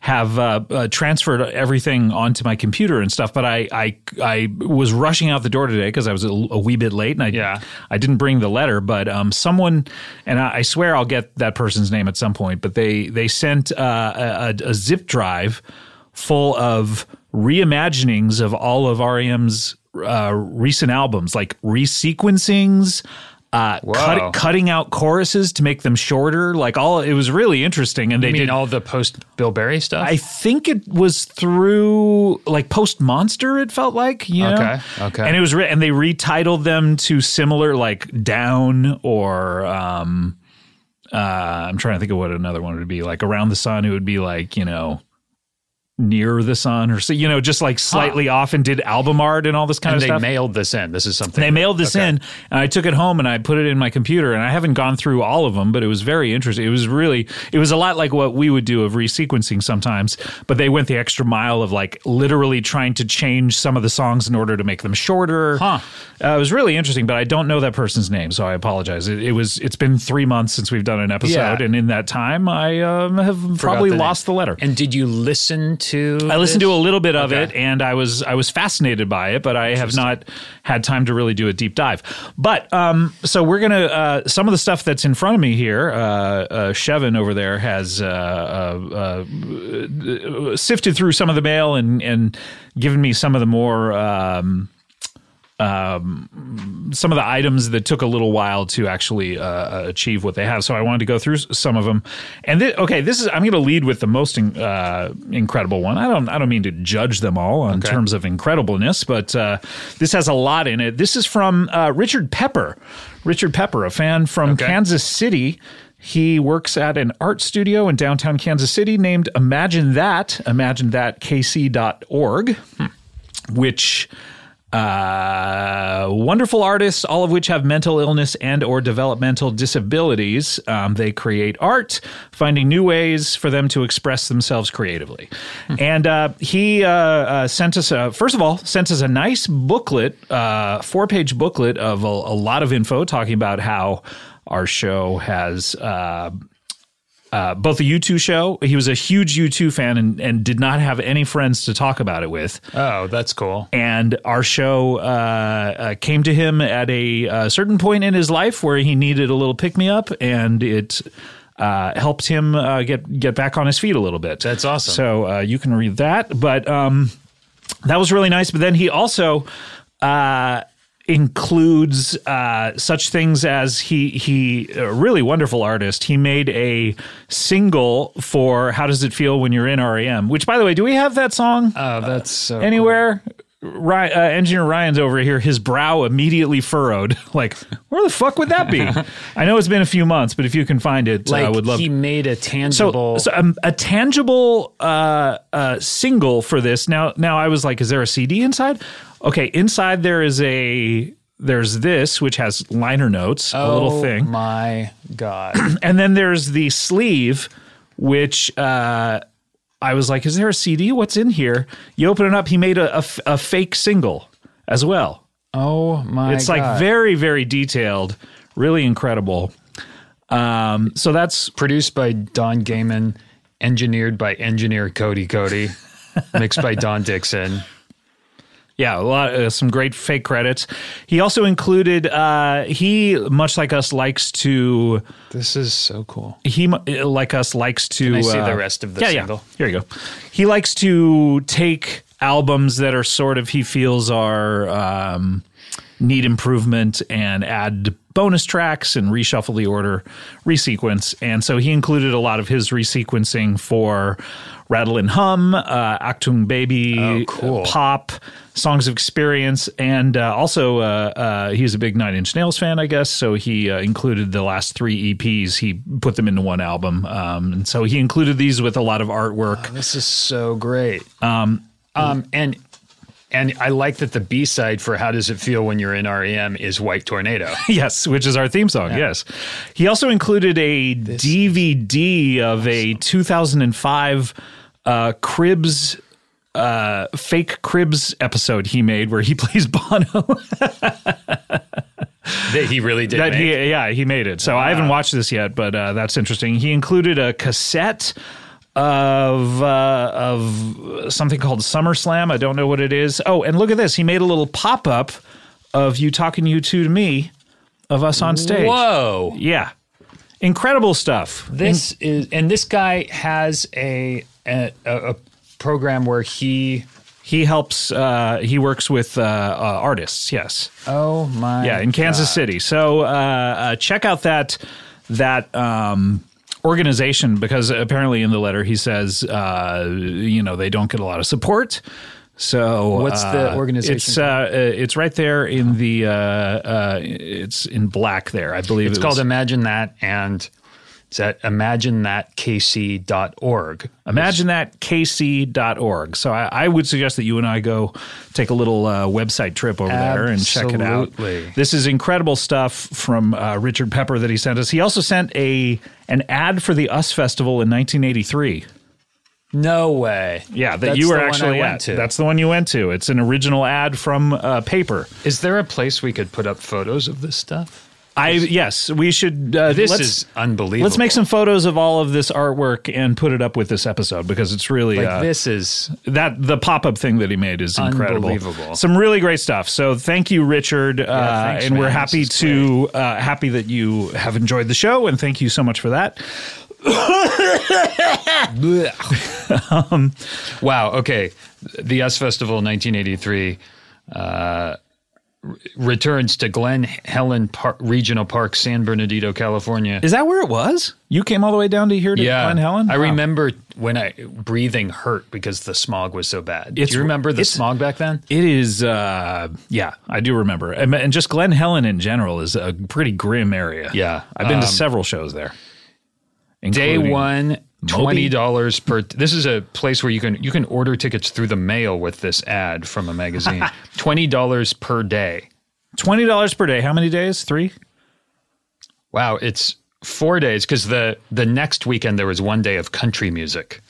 [SPEAKER 1] have uh, uh, transferred everything onto my computer and stuff. But I I, I was rushing out the door today because I was a, l- a wee bit late and I
[SPEAKER 2] Yeah.
[SPEAKER 1] I didn't bring the letter. But um, someone and I, I swear I'll get that person's name at some point. But they they sent uh, a, a, a zip drive full of reimaginings of all of REM's uh, recent albums, like resequencings. Uh,
[SPEAKER 2] Wow.
[SPEAKER 1] cut, cutting out choruses to make them shorter. Like all, it was really interesting, and they
[SPEAKER 2] I mean,
[SPEAKER 1] did.
[SPEAKER 2] all the post Bill Berry stuff?
[SPEAKER 1] I think it was through like post monster. It felt like you know.
[SPEAKER 2] Okay, okay.
[SPEAKER 1] And it was re- and they retitled them to similar like down or um, uh, I'm trying to think of what another one would be like around the sun. It would be like you know. Near the sun, or so you know, just like slightly off, and did album art and all this kind
[SPEAKER 2] and
[SPEAKER 1] of
[SPEAKER 2] they
[SPEAKER 1] stuff.
[SPEAKER 2] mailed this in. This is something.
[SPEAKER 1] They mailed this
[SPEAKER 2] Okay.
[SPEAKER 1] in, and I took it home and I put it in my computer. And I haven't gone through all of them, but it was very interesting. It was really, it was a lot like what we would do of resequencing sometimes. But they went the extra mile of like literally trying to change some of the songs in order to make them shorter.
[SPEAKER 2] Huh.
[SPEAKER 1] Uh, it was really interesting, but I don't know that person's name, so I apologize. It, it was, it's been three months since we've done an episode,
[SPEAKER 2] Yeah.
[SPEAKER 1] and in that time, I um, have probably
[SPEAKER 2] the name.
[SPEAKER 1] lost the letter.
[SPEAKER 2] And did you listen to.
[SPEAKER 1] I listened to a little bit of
[SPEAKER 2] Okay.
[SPEAKER 1] it, and I was I was fascinated by it, but I have not had time to really do a deep dive. But um, so we're gonna uh, some of the stuff that's in front of me here. Uh, uh, Shevin over there has uh, uh, uh, sifted through some of the mail and and given me some of the more. Um, um, some of the items that took a little while to actually uh, uh, achieve what they have. So I wanted to go through s- some of them. And thi- okay, this is I'm going to lead with the most in, uh, incredible one. I don't I don't mean to judge them all in terms of incredibleness, but uh, this has a lot in it. This is from uh, Richard Pepper. Richard Pepper, a fan from
[SPEAKER 2] Okay.
[SPEAKER 1] Kansas City. He works at an art studio in downtown Kansas City named Imagine That, imagine that kc.org, which uh, wonderful artists, all of which have mental illness and or developmental disabilities. Um, they create art, finding new ways for them to express themselves creatively. And uh, he uh, uh, sent us a, first of all sent us a nice booklet, uh, four page booklet of a, a lot of info talking about how our show has. Uh, uh, both a U2 show. He was a huge U2 fan and, and did not have any friends to talk about it with
[SPEAKER 2] Oh, that's cool.
[SPEAKER 1] and our show uh, uh, came to him at a, uh certain point in his life where he needed a little pick me up, and it uh, helped him uh, get get back on his feet a little bit.
[SPEAKER 2] That's awesome.
[SPEAKER 1] So uh, you can read that, but um, that was really nice. But then he also. Uh, includes uh, such things as he he a really wonderful artist he made a single for how does it feel when you're in REM which by the way do we have that song
[SPEAKER 2] Oh, that's so
[SPEAKER 1] anywhere. Ry uh, Engineer Ryan's over here, his brow immediately furrowed. [laughs] like, where the fuck would that
[SPEAKER 2] [laughs]
[SPEAKER 1] be? I know it's been a few months, but if you can find it, uh,
[SPEAKER 2] Like
[SPEAKER 1] I would love.
[SPEAKER 2] he made a
[SPEAKER 1] so,
[SPEAKER 2] tangible.
[SPEAKER 1] so um, a tangible uh, uh, single for this. Now, now I was like, is there a CD inside? Okay, inside there is a there's this which has liner notes, a little
[SPEAKER 2] Oh
[SPEAKER 1] thing
[SPEAKER 2] My God. [clears throat]
[SPEAKER 1] and then there's the sleeve, which uh, I was like, is there a CD? What's in here? You open it up, he made a, a f- a fake single as well.
[SPEAKER 2] Oh my.
[SPEAKER 1] It's like
[SPEAKER 2] God.
[SPEAKER 1] very, very detailed, really incredible. Um, so that's
[SPEAKER 2] produced by Don Gaiman, engineered by engineer
[SPEAKER 1] [laughs]
[SPEAKER 2] Cody Cody, mixed by Don Dixon.
[SPEAKER 1] Yeah, a lot, uh, some great fake credits. He also included. Uh, he much like us likes to.
[SPEAKER 2] This is so cool.
[SPEAKER 1] He mu- uh, like us likes to.
[SPEAKER 2] I see
[SPEAKER 1] uh,
[SPEAKER 2] the rest of the
[SPEAKER 1] yeah,
[SPEAKER 2] single?
[SPEAKER 1] Yeah. Here you go. He likes to take albums that are sort of he feels are um, need improvement and add bonus tracks and reshuffle the order, resequence. And so he included a lot of his resequencing for Rattle and Hum, uh, Actung Baby,
[SPEAKER 2] Oh, cool.
[SPEAKER 1] uh, Pop, Songs of Experience, and uh, also uh, uh, he's a big Nine Inch Nails fan, I guess. So he uh, included the last three EPs. He put them into one album, um, and so he included these with a lot of artwork.
[SPEAKER 2] This is so great. Um, um, and and I like that the B side for "How Does It Feel When You're in REM" is "White Tornado."
[SPEAKER 1] [laughs] yes, which is our theme song. Yes, he also included a DVD of a 2005 uh, Cribs. Uh, fake Cribs episode he made where he [laughs] plays Bono.
[SPEAKER 2] that he really did.
[SPEAKER 1] That
[SPEAKER 2] make.
[SPEAKER 1] he, yeah, he made it. So I haven't watched this yet, but uh, that's interesting. He included a cassette of uh, of something called SummerSlam. I don't know what it is. Oh, and look at this. He made a little pop up of you talking you two to me of us on stage.
[SPEAKER 2] Whoa!
[SPEAKER 1] Yeah, incredible stuff.
[SPEAKER 2] This is and this guy has a a, a a program where he.
[SPEAKER 1] He helps. Uh, he works with uh, uh, artists. Yes.
[SPEAKER 2] Oh my!
[SPEAKER 1] yeah in kansas city so uh, uh, check out that that um, organization because apparently in the letter he says uh, you know they don't get a lot of support so
[SPEAKER 2] What's the
[SPEAKER 1] uh,
[SPEAKER 2] organization
[SPEAKER 1] It's uh, uh, it's right there in the uh, uh, it's in black there. I believe
[SPEAKER 2] It's
[SPEAKER 1] it
[SPEAKER 2] called
[SPEAKER 1] was
[SPEAKER 2] Imagine That, and it's at imaginethatkc.org.
[SPEAKER 1] imagine that kc.org. So I, I would suggest that you and I go take a little uh, website trip over there and check it out.
[SPEAKER 2] Absolutely.
[SPEAKER 1] This is incredible stuff from uh, Richard Pepper that he sent us. He also sent a an ad for the US Festival in 1983.
[SPEAKER 2] No way.
[SPEAKER 1] Yeah, that
[SPEAKER 2] That's
[SPEAKER 1] you were
[SPEAKER 2] the one I
[SPEAKER 1] actually
[SPEAKER 2] went
[SPEAKER 1] at.
[SPEAKER 2] to.
[SPEAKER 1] That's the one you went to. It's an original ad from uh, Paper.
[SPEAKER 2] Is there a place we could put up photos of this stuff?
[SPEAKER 1] I yes, we should. Uh,
[SPEAKER 2] This
[SPEAKER 1] let's-
[SPEAKER 2] is unbelievable.
[SPEAKER 1] Let's make some photos of all of this artwork and put it up with this episode because it's really
[SPEAKER 2] Like
[SPEAKER 1] uh,
[SPEAKER 2] this [laughs] is
[SPEAKER 1] that the pop-up thing that he made is incredible
[SPEAKER 2] Unbelievable.
[SPEAKER 1] some really great stuff so thank you richard uh,
[SPEAKER 2] thanks,
[SPEAKER 1] and we're
[SPEAKER 2] man.
[SPEAKER 1] happy
[SPEAKER 2] This is
[SPEAKER 1] to uh, happy that you have enjoyed the show and thank you so much for that
[SPEAKER 2] Um, wow. Okay, the US Festival 1983 uh, r- returns to Glen Helen Park, Regional Park, San Bernardino, California.
[SPEAKER 1] is that where it was you came all the way down to here to Glen Helen
[SPEAKER 2] I
[SPEAKER 1] Wow.
[SPEAKER 2] remember when I breathing hurt because the smog was so bad.
[SPEAKER 1] It's-
[SPEAKER 2] Do you remember the
[SPEAKER 1] it's-
[SPEAKER 2] smog back then?
[SPEAKER 1] it is uh yeah i do remember and, and just glen helen in general is a pretty grim area
[SPEAKER 2] Yeah.
[SPEAKER 1] i've been
[SPEAKER 2] Um,
[SPEAKER 1] to several shows there
[SPEAKER 2] Day
[SPEAKER 1] including
[SPEAKER 2] one, Twenty dollars per. This is a place where you can you can order tickets through the mail with this ad from a magazine.
[SPEAKER 1] [laughs]
[SPEAKER 2] Twenty dollars per day.
[SPEAKER 1] Twenty dollars per day. How many days? Three.
[SPEAKER 2] Wow, it's four days because the the next weekend there was one day of country music.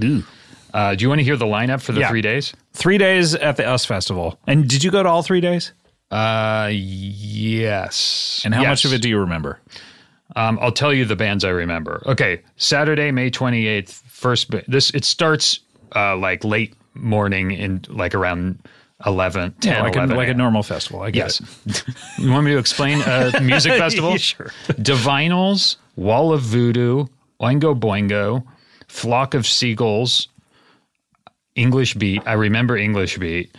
[SPEAKER 2] Uh, do you want to hear the lineup for the
[SPEAKER 1] Yeah.
[SPEAKER 2] three days?
[SPEAKER 1] Three days at the US Festival. And did you go to all three days?
[SPEAKER 2] Uh, yes.
[SPEAKER 1] And how
[SPEAKER 2] Yes.
[SPEAKER 1] much of it do you remember?
[SPEAKER 2] Um, I'll tell you the bands I remember. Okay, Saturday, May twenty eighth. First, ba- this it starts uh, like late morning in like around 11, 10,
[SPEAKER 1] like, a,
[SPEAKER 2] 11
[SPEAKER 1] like a
[SPEAKER 2] a.m.
[SPEAKER 1] normal festival. I guess.
[SPEAKER 2] Yes. [laughs] you want me to explain a
[SPEAKER 1] [laughs]
[SPEAKER 2] music festival?
[SPEAKER 1] Sure.
[SPEAKER 2] Divinals, Wall of Voodoo, Oingo Boingo, Flock of Seagulls, English Beat. I remember English Beat.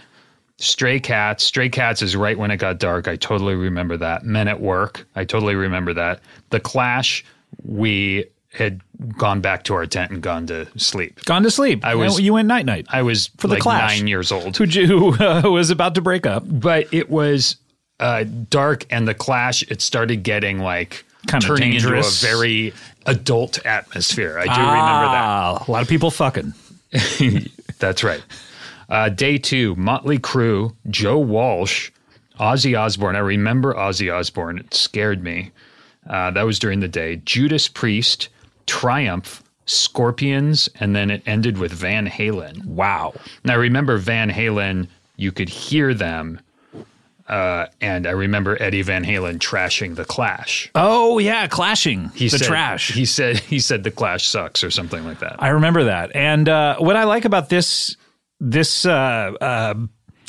[SPEAKER 2] Stray Cats. Stray Cats is right when it got dark. I totally remember that. Men at Work. I totally remember that. The Clash. We had gone back to our tent and gone to sleep.
[SPEAKER 1] Gone to sleep. I
[SPEAKER 2] was-
[SPEAKER 1] You went night night.
[SPEAKER 2] I was
[SPEAKER 1] For the
[SPEAKER 2] like
[SPEAKER 1] Clash.
[SPEAKER 2] nine years old.
[SPEAKER 1] Who j- [laughs] who, uh, was about to break up?
[SPEAKER 2] but it was uh, dark and the clash it started getting like
[SPEAKER 1] Kinda
[SPEAKER 2] turning
[SPEAKER 1] dangerous.
[SPEAKER 2] into a very adult atmosphere i do
[SPEAKER 1] Ah, a lot of people fucking.
[SPEAKER 2] remember that that's right uh, day two motley crew joe walsh ozzy osbourne i remember ozzy osbourne it scared me uh, that was during the day judas priest triumph scorpions and then it ended with van halen
[SPEAKER 1] Wow.
[SPEAKER 2] and I remember Van Halen, you could hear them. Uh, and I remember Eddie Van Halen trashing the Clash.
[SPEAKER 1] Oh yeah, clashing
[SPEAKER 2] He
[SPEAKER 1] the
[SPEAKER 2] said,
[SPEAKER 1] trash.
[SPEAKER 2] He said he said the Clash sucks or something like that.
[SPEAKER 1] I remember that. And uh, what I like about this this uh, uh,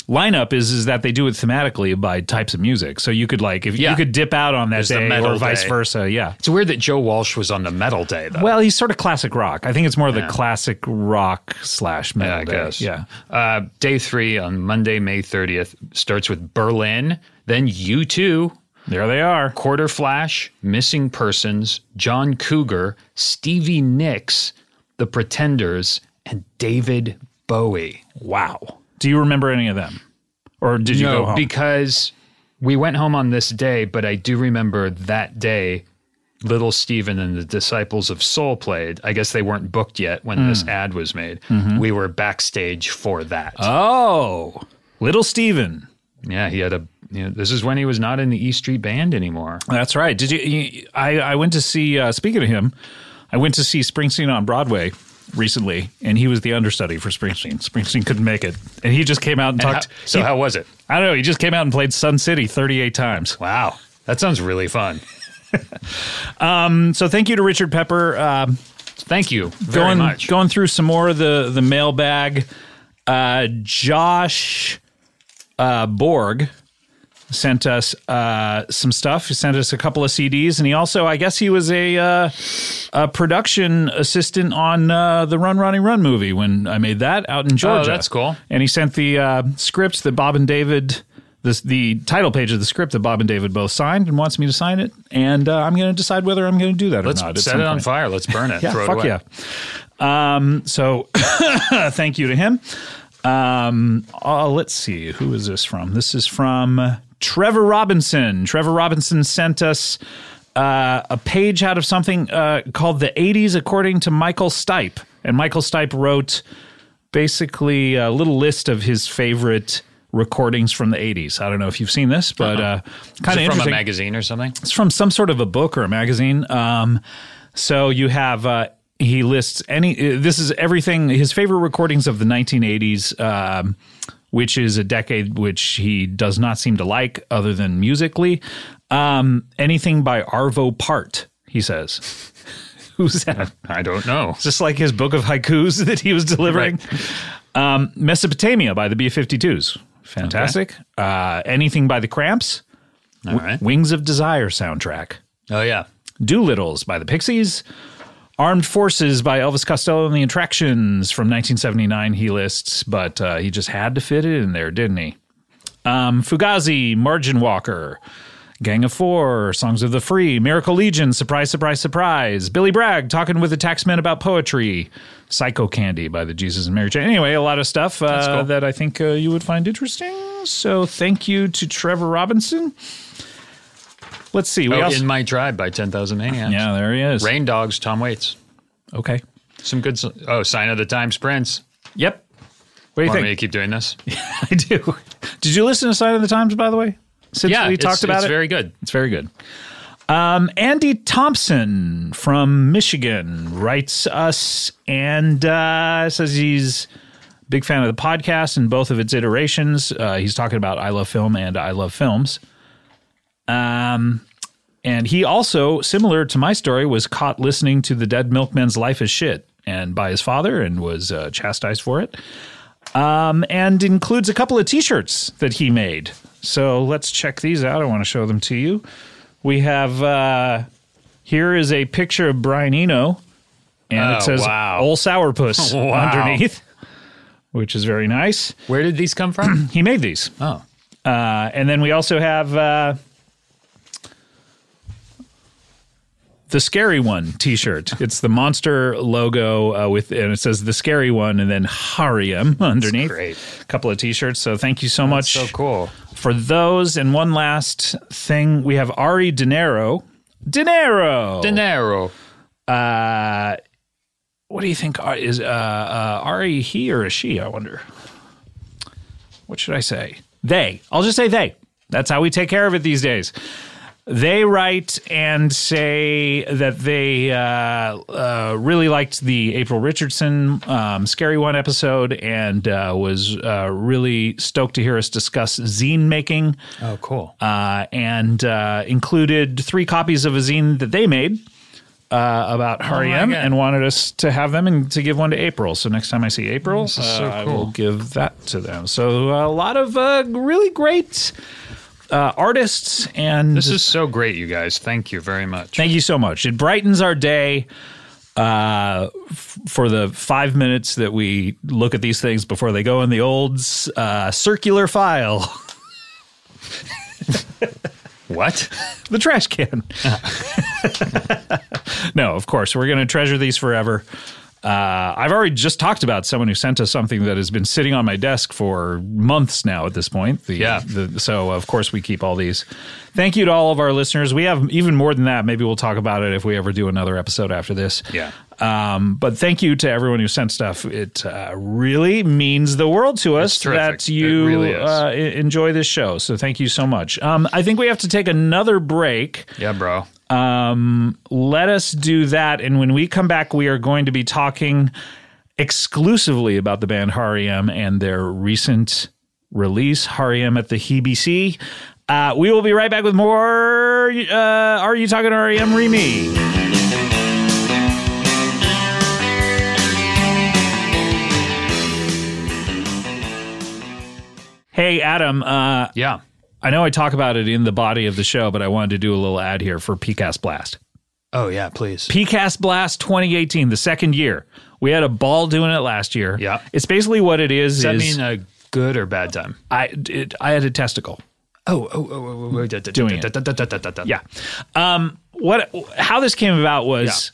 [SPEAKER 1] lineup is is that they do it thematically by types of music. So you could like if you
[SPEAKER 2] Yeah.
[SPEAKER 1] could dip out on that
[SPEAKER 2] the
[SPEAKER 1] day
[SPEAKER 2] metal
[SPEAKER 1] or vice
[SPEAKER 2] day.
[SPEAKER 1] versa. Yeah.
[SPEAKER 2] It's weird that Joe Walsh was on the metal day though.
[SPEAKER 1] Well, he's sort of classic rock. I think it's more the
[SPEAKER 2] Yeah.
[SPEAKER 1] classic rock slash metal.
[SPEAKER 2] I
[SPEAKER 1] day.
[SPEAKER 2] guess.
[SPEAKER 1] Yeah.
[SPEAKER 2] Uh, day three on Monday, May 30th starts with Berlin, then U2,
[SPEAKER 1] There they are.
[SPEAKER 2] Quarter Flash, Missing Persons, John Cougar, Stevie Nicks, The Pretenders, and David Bowie.
[SPEAKER 1] Wow. Do you remember any of them? Or did you
[SPEAKER 2] no,
[SPEAKER 1] go home?
[SPEAKER 2] because we went home on this day, but I do remember that day, Little Steven and the Disciples of Soul played. I guess they weren't booked yet when
[SPEAKER 1] Hmm.
[SPEAKER 2] this ad was made.
[SPEAKER 1] Mm-hmm.
[SPEAKER 2] We were backstage for that.
[SPEAKER 1] oh, Little Steven.
[SPEAKER 2] yeah, he had a. You know, this is when he was not in the E Street Band anymore.
[SPEAKER 1] That's right. Did you? you I I went to see. Uh, speaking of him, I went to see Springsteen on Broadway recently, and he was the understudy for Springsteen. Springsteen couldn't make it, and he just came out and, talked.
[SPEAKER 2] How- so
[SPEAKER 1] he-
[SPEAKER 2] how was it?
[SPEAKER 1] I don't know. He just came out and played Sun City 38 times.
[SPEAKER 2] Wow, that sounds really fun.
[SPEAKER 1] And so thank you to Richard Pepper. Um,
[SPEAKER 2] Thank you very
[SPEAKER 1] going
[SPEAKER 2] much.
[SPEAKER 1] going through some more of the the mailbag. Uh, Josh uh, Borg sent us uh, some stuff. He sent us a couple of CDs, and he also, I guess, he was a uh, a production assistant on uh, the Run Ronnie Run movie when I made that out in Georgia.
[SPEAKER 2] Oh, that's cool.
[SPEAKER 1] And he sent the uh, script that Bob and David. The, the title page of the script that Bob and David both signed and wants me to sign it, and uh, I'm going to decide whether I'm going to do that
[SPEAKER 2] Let's
[SPEAKER 1] or not. at
[SPEAKER 2] set
[SPEAKER 1] some
[SPEAKER 2] it on
[SPEAKER 1] point.
[SPEAKER 2] fire. Let's burn
[SPEAKER 1] [laughs]
[SPEAKER 2] it.
[SPEAKER 1] Yeah,
[SPEAKER 2] throw
[SPEAKER 1] fuck
[SPEAKER 2] it away.
[SPEAKER 1] yeah. Um, so [coughs] thank you to him. Um, uh, let's see, who is this from? This is from Trevor Robinson. Trevor Robinson sent us uh, a page out of something uh, called The 80s According to Michael Stipe. And Michael Stipe wrote basically a little list of his favorite recordings from the 80s. I don't know if you've seen this, but uh, kind of
[SPEAKER 2] Uh-huh. Is it
[SPEAKER 1] interesting
[SPEAKER 2] from a magazine or something.
[SPEAKER 1] it's from some sort of a book or a magazine. Um, so you have uh, he lists any. uh, This is everything. His favorite recordings of the 1980s, um, which is a decade which he does not seem to like, other than musically. Um, anything by Arvo Part, he says. [laughs] Who's that?
[SPEAKER 2] I don't know.
[SPEAKER 1] Just like his book of haikus that he was delivering. Um, Mesopotamia by the B 52s. Fantastic. Uh, anything by the Cramps.
[SPEAKER 2] All right.
[SPEAKER 1] Wings of Desire soundtrack.
[SPEAKER 2] Oh yeah.
[SPEAKER 1] Doolittles by the Pixies, Armed Forces by Elvis Costello and the Attractions from 1979, he lists, but uh, he just had to fit it in there, didn't he? Um, Fugazi, Margin Walker, Gang of Four, Songs of the Free, Miracle Legion, Surprise, Surprise, Surprise, Billy Bragg talking with the taxman about poetry, Psycho Candy by the Jesus and Mary Chain. Anyway, a lot of stuff uh,
[SPEAKER 2] cool.
[SPEAKER 1] that I think uh, you would find interesting. So thank you to Trevor Robinson. Let's see. We
[SPEAKER 2] Oh,
[SPEAKER 1] also-
[SPEAKER 2] in my tribe by Ten Thousand Maniacs.
[SPEAKER 1] yeah, there he is.
[SPEAKER 2] Rain Dogs, Tom Waits.
[SPEAKER 1] Okay.
[SPEAKER 2] Some good. s- Oh, sign of the times, Prince.
[SPEAKER 1] Yep. What do you
[SPEAKER 2] Want me to
[SPEAKER 1] think?
[SPEAKER 2] keep doing this?
[SPEAKER 1] [laughs] I do. Did you listen to Sign of the Times, by the way? Since
[SPEAKER 2] yeah,
[SPEAKER 1] we
[SPEAKER 2] it's-
[SPEAKER 1] talked about
[SPEAKER 2] it's
[SPEAKER 1] it?
[SPEAKER 2] very good.
[SPEAKER 1] It's very good. Um, Andy Thompson from Michigan writes us and uh, says he's a big fan of the podcast and both of its iterations. Uh, he's talking about I Love Film and I Love Films. Um, and he also, similar to my story, was caught listening to the Dead Milkman's Life is Shit and by his father and was uh, chastised for it. Um, and includes a couple of t-shirts that he made. So let's check these out. I want to show them to you. We have uh, here is a picture of Brian Eno, and
[SPEAKER 2] Oh,
[SPEAKER 1] it says
[SPEAKER 2] wow.
[SPEAKER 1] "Old Sourpuss"
[SPEAKER 2] Wow.
[SPEAKER 1] underneath, which is very nice.
[SPEAKER 2] Where did these come [clears throat] from?
[SPEAKER 1] He made these.
[SPEAKER 2] oh,
[SPEAKER 1] Uh, and then we also have uh, the scary one T-shirt. It's the monster logo uh, with, and it says the scary one, and then Harium [laughs] underneath.
[SPEAKER 2] great.
[SPEAKER 1] A couple of T-shirts. So thank you so much
[SPEAKER 2] so cool.
[SPEAKER 1] for those. And one last thing, we have Ari Dinero. Dinero.
[SPEAKER 2] Dinero.
[SPEAKER 1] uh, what do you think Ari- is uh, uh, Ari he or a she? I wonder. What should I say? They. I'll just say they. That's how we take care of it these days. They write and say that they uh, uh, really liked the April Richardson um, Scary One episode and uh, was uh, really stoked to hear us discuss zine making
[SPEAKER 2] Oh, cool.
[SPEAKER 1] uh, and uh, included three copies of a zine that they made uh, about Hariam
[SPEAKER 2] Oh God.
[SPEAKER 1] and wanted us to have them and to give one to April. So next time I see April,
[SPEAKER 2] is so
[SPEAKER 1] uh, I
[SPEAKER 2] cool.
[SPEAKER 1] will give that to them. So a lot of uh, really great uh, artists and
[SPEAKER 2] this is so great, you guys. Thank you very much.
[SPEAKER 1] Thank you so much. It brightens our day uh, f- for the five minutes that we look at these things before they go in the old uh, circular file, [laughs]
[SPEAKER 2] [laughs] what?
[SPEAKER 1] the trash can. [laughs] no, of course, we're going to treasure these forever. Uh, I've already just talked about someone who sent us something that has been sitting on my desk for months now at this point. The-
[SPEAKER 2] Yeah.
[SPEAKER 1] the- so, of course, we keep all these. Thank you to all of our listeners. We have even more than that. Maybe we'll talk about it if we ever do another episode after this.
[SPEAKER 2] Yeah.
[SPEAKER 1] Um, but thank you to everyone who sent stuff. It uh, really means the world to us
[SPEAKER 2] terrific.
[SPEAKER 1] that
[SPEAKER 2] It
[SPEAKER 1] you
[SPEAKER 2] really is.
[SPEAKER 1] uh, e- enjoy this show. So thank you so much. Um, I think we have to take another break.
[SPEAKER 2] Yeah, bro.
[SPEAKER 1] Let us do that. And when we come back, we are going to be talking exclusively about the band Hariam and their recent release, Hariam at the HBC. Uh, we will be right back with more. Uh, are you talking REM Remy? Hey, Adam, uh,
[SPEAKER 2] Yeah.
[SPEAKER 1] I know I talk about it in the body of the show, but I wanted to do a little ad here for PCAST Blast.
[SPEAKER 2] Oh yeah, please.
[SPEAKER 1] PCAST Blast 2018, the second year. We had a ball doing it last year.
[SPEAKER 2] Yeah.
[SPEAKER 1] It's basically what it is.
[SPEAKER 2] Does that
[SPEAKER 1] is
[SPEAKER 2] mean uh, a good or bad time?
[SPEAKER 1] I, it, I had a testicle.
[SPEAKER 2] Oh, oh, oh, oh,
[SPEAKER 1] Doing it. Yeah. Um, what, how this came about was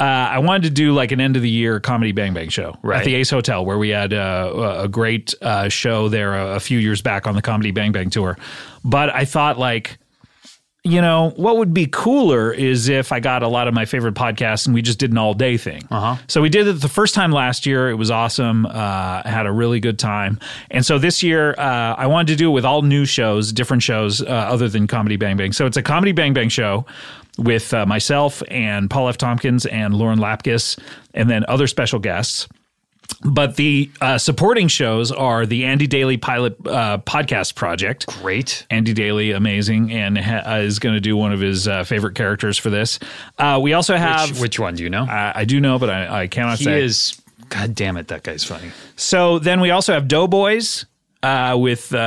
[SPEAKER 1] uh, I wanted to do like an end of the year comedy bang bang show
[SPEAKER 2] Right.
[SPEAKER 1] at the Ace Hotel where we had uh, a great uh, show there a, a few years back on the comedy bang bang tour. But I thought like, you know, what would be cooler is if I got a lot of my favorite podcasts and we just did an all day thing. Uh-huh. So we did it the first time last year. It was awesome. Uh, I had a really good time. And so this year, uh, I wanted to do it with all new shows, different shows uh, other than Comedy Bang Bang. So it's a Comedy Bang Bang show with uh, myself and Paul F. Tompkins and Lauren Lapkus and then other special guests. But the uh, supporting shows are the Andy Daly Pilot uh, Podcast Project.
[SPEAKER 2] Great.
[SPEAKER 1] Andy Daly, amazing, and ha- uh, is going to do one of his uh, favorite characters for this. Uh, we also have,
[SPEAKER 2] Which, which one do you know?
[SPEAKER 1] I, I do know, but I, I cannot
[SPEAKER 2] he
[SPEAKER 1] say.
[SPEAKER 2] is. God damn it, that guy's funny.
[SPEAKER 1] So then we also have Doughboys uh, with uh,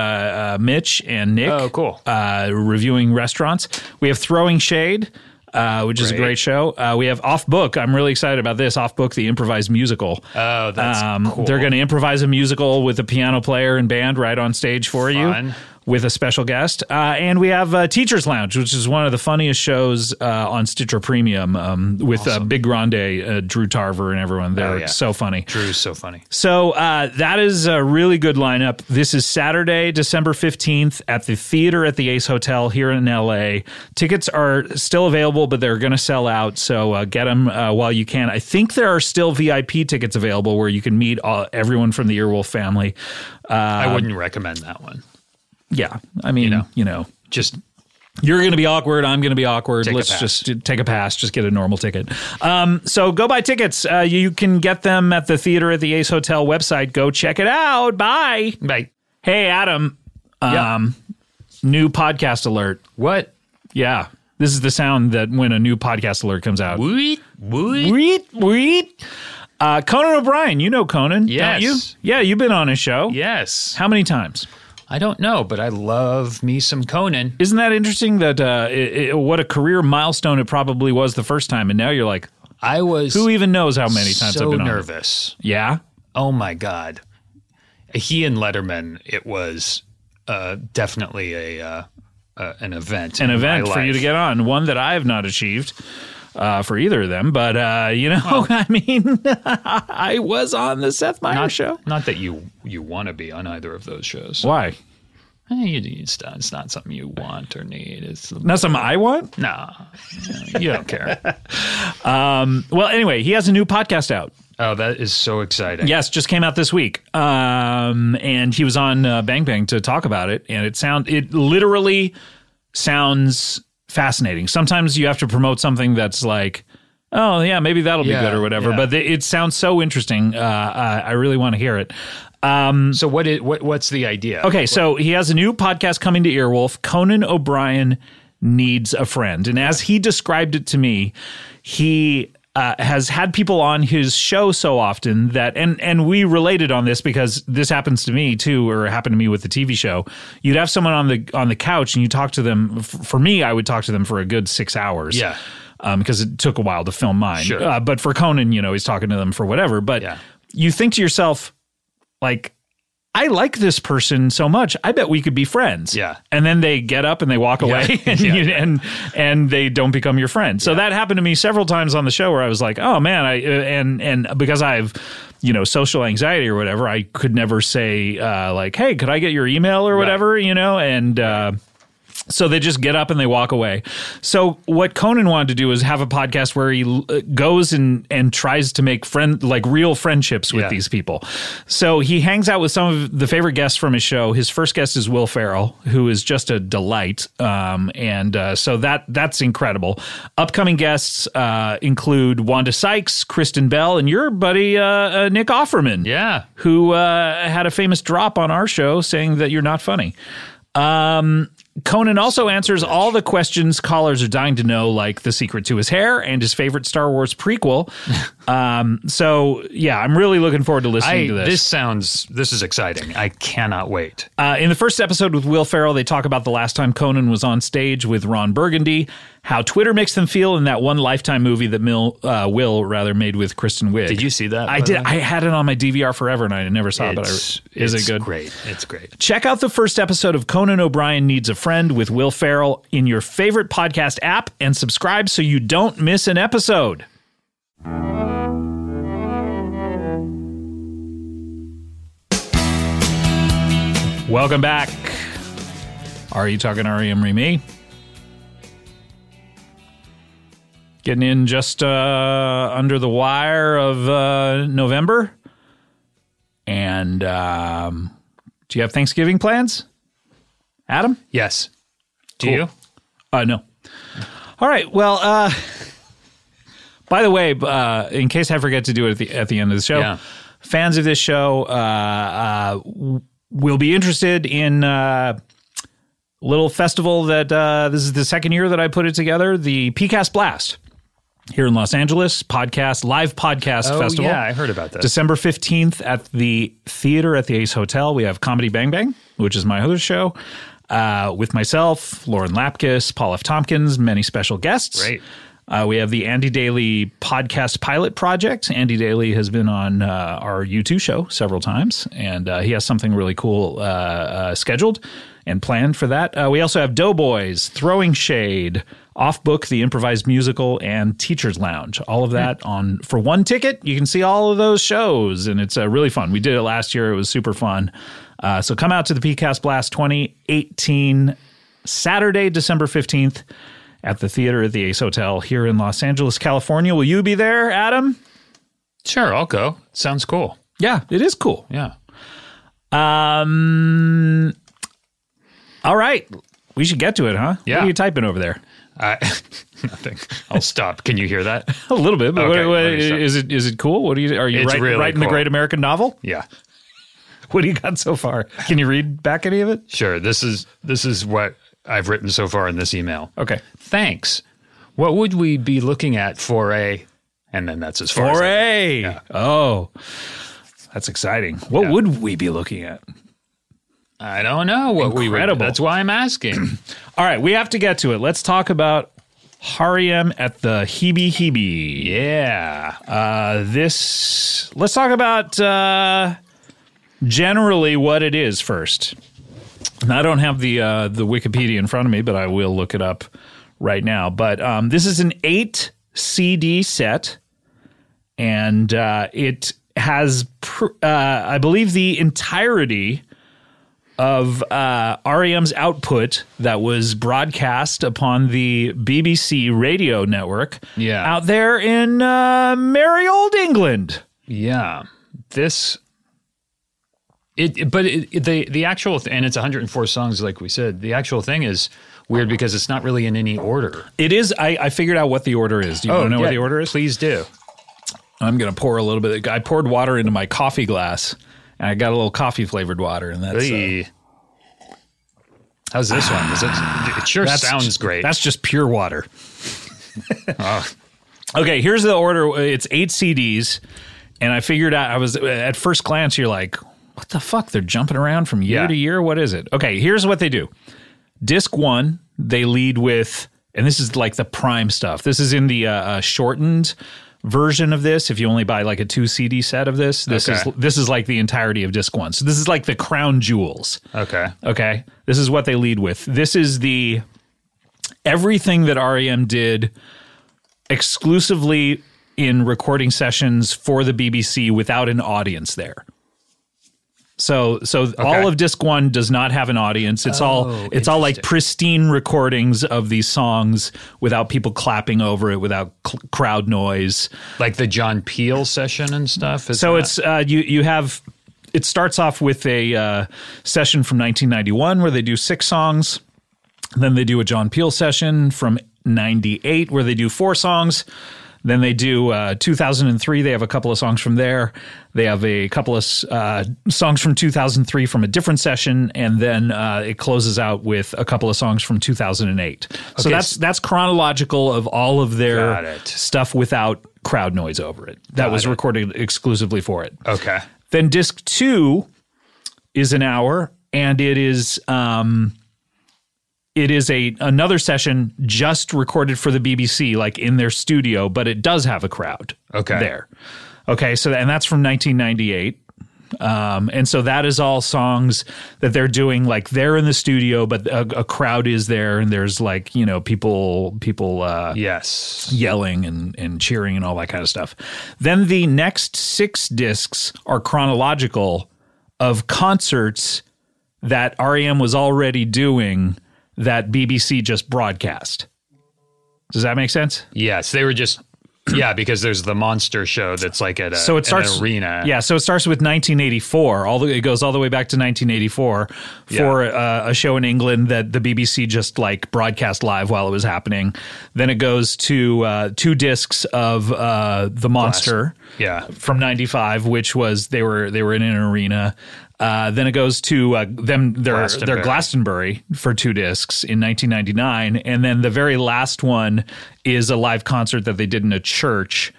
[SPEAKER 1] uh, Mitch and Nick.
[SPEAKER 2] Oh, cool.
[SPEAKER 1] Uh, reviewing restaurants. We have Throwing Shade. Uh, which is a
[SPEAKER 2] Great.
[SPEAKER 1] great show. Uh, we have Off Book. I'm really excited about this. Off Book, the improvised musical.
[SPEAKER 2] Oh, that's
[SPEAKER 1] Um,
[SPEAKER 2] cool.
[SPEAKER 1] They're going to improvise a musical with a piano player and band right on stage for
[SPEAKER 2] Fun.
[SPEAKER 1] you. with a special guest. Uh, and we have uh, Teacher's Lounge, which is one of the funniest shows uh, on Stitcher Premium um, with uh, Big Grande, uh, Drew Tarver, and everyone. They're
[SPEAKER 2] yeah.
[SPEAKER 1] so funny.
[SPEAKER 2] Drew's so funny.
[SPEAKER 1] So uh, that is a really good lineup. This is Saturday, December 15th at the theater at the Ace Hotel here in LA. Tickets are still available, but they're going to sell out. So uh, get them uh, while you can. I think there are still VIP tickets available where you can meet all, everyone from the Earwolf family.
[SPEAKER 2] I wouldn't recommend that one.
[SPEAKER 1] Yeah. I mean, you know,
[SPEAKER 2] know.
[SPEAKER 1] you know
[SPEAKER 2] Just
[SPEAKER 1] you're going to be awkward. I'm going to be awkward.
[SPEAKER 2] Take a
[SPEAKER 1] Let's
[SPEAKER 2] pass.
[SPEAKER 1] just take a pass. Just get a normal ticket. Um, so go buy tickets. Uh, you can get them at the theater at the Ace Hotel website. Go check it out. Bye.
[SPEAKER 2] like
[SPEAKER 1] Hey, Adam. Um, New podcast alert.
[SPEAKER 2] what?
[SPEAKER 1] Yeah. This is the sound that when a new podcast alert comes out.
[SPEAKER 2] What? What?
[SPEAKER 1] Weet, weet. Uh, Conan O'Brien. You know Conan, don't
[SPEAKER 2] Yes.
[SPEAKER 1] you? Yeah, you've been on his show.
[SPEAKER 2] Yes.
[SPEAKER 1] How many times?
[SPEAKER 2] I don't know, but I love me some Conan.
[SPEAKER 1] Isn't that interesting that uh, it, it, what a career milestone it probably was the first time? And now you're like,
[SPEAKER 2] I was
[SPEAKER 1] Who even knows how many times
[SPEAKER 2] so
[SPEAKER 1] I've been on? it?
[SPEAKER 2] nervous.
[SPEAKER 1] Yeah.
[SPEAKER 2] Oh my god. He and Letterman, it was uh, definitely a uh, uh, an event.
[SPEAKER 1] An event for you to get on, one that I have not achieved uh, for either of them. But, uh, you know, [laughs] I mean, I was on the Seth Meyers
[SPEAKER 2] not,
[SPEAKER 1] show.
[SPEAKER 2] Not that you you want to be on either of those shows.
[SPEAKER 1] Why?
[SPEAKER 2] Eh, you- It's not, it's not something you want or need. It's
[SPEAKER 1] Not something I want?
[SPEAKER 2] nah, you
[SPEAKER 1] [laughs]
[SPEAKER 2] don't care.
[SPEAKER 1] Well, anyway, he has a new podcast out.
[SPEAKER 2] Oh, that is so exciting.
[SPEAKER 1] Yes, just came out this week, um, and he was on uh, Bang Bang to talk about it, and it sound it literally sounds fascinating. Sometimes you have to promote something that's like, oh yeah, maybe that'll
[SPEAKER 2] Yeah,
[SPEAKER 1] be good or whatever,
[SPEAKER 2] yeah.
[SPEAKER 1] but it- it sounds so interesting. Uh, I, I really want to hear it.
[SPEAKER 2] So what is what what's the idea?
[SPEAKER 1] Okay, so he has a new podcast coming to Earwolf. Conan O'Brien needs a friend, and as he described it to me, he uh, has had people on his show so often that, and and we related on this because this happens to me too, or happened to me with the TV show. You'd have someone on the on the couch, and you talk to them. F- For me, I would talk to them for a good six hours.
[SPEAKER 2] Yeah.
[SPEAKER 1] Because it took a while to film mine.
[SPEAKER 2] Sure.
[SPEAKER 1] Uh, but for Conan, you know, he's talking to them for whatever. But
[SPEAKER 2] Yeah.
[SPEAKER 1] you think to yourself, like, I like this person so much. I bet we could be friends.
[SPEAKER 2] Yeah.
[SPEAKER 1] And then they get up and they walk
[SPEAKER 2] [laughs]
[SPEAKER 1] away and,
[SPEAKER 2] Yeah.
[SPEAKER 1] you- and and they don't become your friend. So that happened to me several times on the show where I was like, "Oh man, I uh, and and because I've you know social anxiety or whatever, I could never say uh, like, "Hey, could I get your email or whatever?" you know, and uh so they just get up and they walk away. So what Conan wanted to do is have a podcast where he uh, goes and and tries to make friend like real friendships with
[SPEAKER 2] Yeah.
[SPEAKER 1] these people. So he hangs out with some of the favorite guests from his show. His first guest is Will Farrell, who is just a delight. Um, and uh, so that that's incredible. Upcoming guests uh, include Wanda Sykes, Kristen Bell, and your buddy uh, uh, Nick Offerman
[SPEAKER 2] Yeah.
[SPEAKER 1] who uh, had a famous drop on our show saying that you're not funny. Um, Conan also answers all the questions callers are dying to know, like the secret to his hair and his favorite Star Wars
[SPEAKER 2] [laughs]
[SPEAKER 1] prequel. um, so, yeah, I'm really looking forward to listening
[SPEAKER 2] I,
[SPEAKER 1] to
[SPEAKER 2] this sounds this is exciting. I cannot wait.
[SPEAKER 1] uh, in the first episode with Will Ferrell, they talk about the last time Conan was on stage with Ron Burgundy, how Twitter makes them feel, and that one Lifetime movie that Mil, uh, Will rather made with Kristen Wiig.
[SPEAKER 2] Did you see that,
[SPEAKER 1] I
[SPEAKER 2] by
[SPEAKER 1] did.
[SPEAKER 2] the way?
[SPEAKER 1] I had it on my DVR forever, and I never saw it. But I,
[SPEAKER 2] It's-
[SPEAKER 1] is it
[SPEAKER 2] it's
[SPEAKER 1] good?
[SPEAKER 2] Great. It's great.
[SPEAKER 1] Check out the first episode of Conan O'Brien Needs a Friend with Will Farrell in your favorite podcast app and subscribe so you don't miss an episode. Welcome back. Are you talking E REM Remy? Getting in just uh, under the wire of uh, November. And um, do you have Thanksgiving plans, Adam?
[SPEAKER 2] Yes. Do you?
[SPEAKER 1] Uh, no. All right. Well, uh, by the way, uh, in case I forget to do it at the at the end of the show,
[SPEAKER 2] Yeah.
[SPEAKER 1] fans of this show uh, uh, w- will be interested in. Uh, Little festival that uh, this is the second year that I put it together, the PCAST Blast here in Los Angeles, podcast, live podcast
[SPEAKER 2] Oh,
[SPEAKER 1] festival.
[SPEAKER 2] yeah, I heard about that.
[SPEAKER 1] December 15th at the theater at the Ace Hotel, we have Comedy Bang Bang, which is my other show, uh, with myself, Lauren Lapkus, Paul F. Tompkins, many special guests.
[SPEAKER 2] Great.
[SPEAKER 1] Uh, we have the Andy Daly podcast pilot project. Andy Daly has been on uh, our U2 show several times, and uh, he has something really cool uh, uh, scheduled. and planned for that. Uh, we also have Doughboys, Throwing Shade, Off Book, the improvised musical, and Teachers Lounge. All of that on for one ticket. You can see all of those shows, and it's uh, really fun. We did it last year; it was super fun. Uh, so come out to the PCAST Blast 2018 Saturday, December 15th at the theater at the Ace Hotel here in Los Angeles, California. Will you be there, Adam?
[SPEAKER 2] Sure, I'll go. Sounds cool.
[SPEAKER 1] Yeah, it is cool.
[SPEAKER 2] Yeah.
[SPEAKER 1] All right. We should get to it, huh?
[SPEAKER 2] Yeah.
[SPEAKER 1] What are you typing over there?
[SPEAKER 2] I, [laughs] nothing. I'll stop. Can you hear that?
[SPEAKER 1] A little bit, but
[SPEAKER 2] Okay,
[SPEAKER 1] what, what-
[SPEAKER 2] let me stop.
[SPEAKER 1] is it is it cool? What are you are you
[SPEAKER 2] It's
[SPEAKER 1] write-
[SPEAKER 2] really
[SPEAKER 1] writing the
[SPEAKER 2] cool.
[SPEAKER 1] Great American Novel? [laughs]
[SPEAKER 2] Yeah.
[SPEAKER 1] What do you got so far? Can you read back any of it?
[SPEAKER 2] Sure. This is this is what I've written so far in this email.
[SPEAKER 1] Okay.
[SPEAKER 2] Thanks. What would we be looking at for a and then that's as far as I-
[SPEAKER 1] Hooray! Oh, that's exciting. What
[SPEAKER 2] Yeah.
[SPEAKER 1] would we be looking at? [clears throat]
[SPEAKER 2] I don't know what we would.
[SPEAKER 1] Incredible.
[SPEAKER 2] That's why I'm asking.
[SPEAKER 1] All right, we have to get to it. Let's talk about Hariam at the Hebe Hebe.
[SPEAKER 2] yeah.
[SPEAKER 1] Uh, this let's talk about uh, generally what it is first. And I don't have the uh, the Wikipedia in front of me, but I will look it up right now. But um, this is an eight CD set, and uh, it has, pr- uh, I believe, the entirety of uh, REM's output that was broadcast upon the BBC radio network
[SPEAKER 2] Yeah.
[SPEAKER 1] out there in uh, merry old England.
[SPEAKER 2] Yeah. This it, it- but it, it- the the actual th- and it's 104 songs like we said. The actual thing is weird because it's not really in any order.
[SPEAKER 1] It is. I, I figured out what the order is. Do you want to know what
[SPEAKER 2] Oh, yeah,
[SPEAKER 1] the order is?
[SPEAKER 2] Please do.
[SPEAKER 1] I'm going to pour a little bit. I poured water into my coffee glass, and I got a little coffee flavored water, and that's uh,
[SPEAKER 2] Hey. How's this one? Is it, it sure
[SPEAKER 1] that's
[SPEAKER 2] sounds
[SPEAKER 1] just-
[SPEAKER 2] great.
[SPEAKER 1] That's just pure water.
[SPEAKER 2] [laughs]
[SPEAKER 1] Uh, Okay, here's the order. It's eight CDs, and I figured out. I was at first glance, you're like, "What the fuck? They're jumping around from year
[SPEAKER 2] Yeah.
[SPEAKER 1] to year. What is it?" Okay, here's what they do. Disc one, they lead with, and this is like the prime stuff. This is in the uh, uh, shortened version of this. If you only buy like a two CD set of this, this
[SPEAKER 2] Okay.
[SPEAKER 1] is this is like the entirety of disc one. So this is like the crown jewels.
[SPEAKER 2] okay.
[SPEAKER 1] Okay. This is what they lead with. This is the everything that REM did exclusively in recording sessions for the BBC without an audience there. So so all of disc 1 does not have an audience. It's all it's all like pristine recordings of these songs without people clapping over it, without cl- crowd noise.
[SPEAKER 2] Like the John Peel session and stuff. is
[SPEAKER 1] So
[SPEAKER 2] that-
[SPEAKER 1] it's uh, you you have it starts off with a uh, session from 1991 where they do six songs. Then they do a John Peel session from 98 where they do four songs. Then they do uh, 2003. They have a couple of songs from there. They have a couple of uh, songs from 2003 from a different session, and then uh, it closes out with a couple of songs from 2008. so
[SPEAKER 2] Okay,
[SPEAKER 1] that's that's chronological of all of
[SPEAKER 2] Got
[SPEAKER 1] their
[SPEAKER 2] it.
[SPEAKER 1] stuff without crowd noise over it. That was
[SPEAKER 2] it.
[SPEAKER 1] recorded exclusively for it.
[SPEAKER 2] okay.
[SPEAKER 1] Then disc two is an hour, and it is um, it is a another session just recorded for the BBC, like in their studio, but it does have a crowd.
[SPEAKER 2] Okay.
[SPEAKER 1] there. Okay, so and that's from 1998. Um, and so that is all songs that they're doing like they're in the studio, but a, a crowd is there, and there's like you know people people uh,
[SPEAKER 2] Yes.
[SPEAKER 1] yelling and, and cheering and all that kind of stuff. Then the next six discs are chronological of concerts that REM was already doing that BBC just broadcast. Does that make sense?
[SPEAKER 2] Yes. They were just yeah because there's the monster show that's like at a
[SPEAKER 1] So it starts
[SPEAKER 2] an arena.
[SPEAKER 1] Yeah, so it starts with 1984. All the, it goes all the way back to 1984 for uh, a show in England that the BBC just like broadcast live while it was happening. Then it goes to uh, two discs of uh, The Monster.
[SPEAKER 2] Yeah.
[SPEAKER 1] from 95 which was they were they were in an arena uh, then it goes to uh, them their
[SPEAKER 2] Glastonbury.
[SPEAKER 1] their Glastonbury for two discs in 1999 and then the very last one is a live concert that they did in a church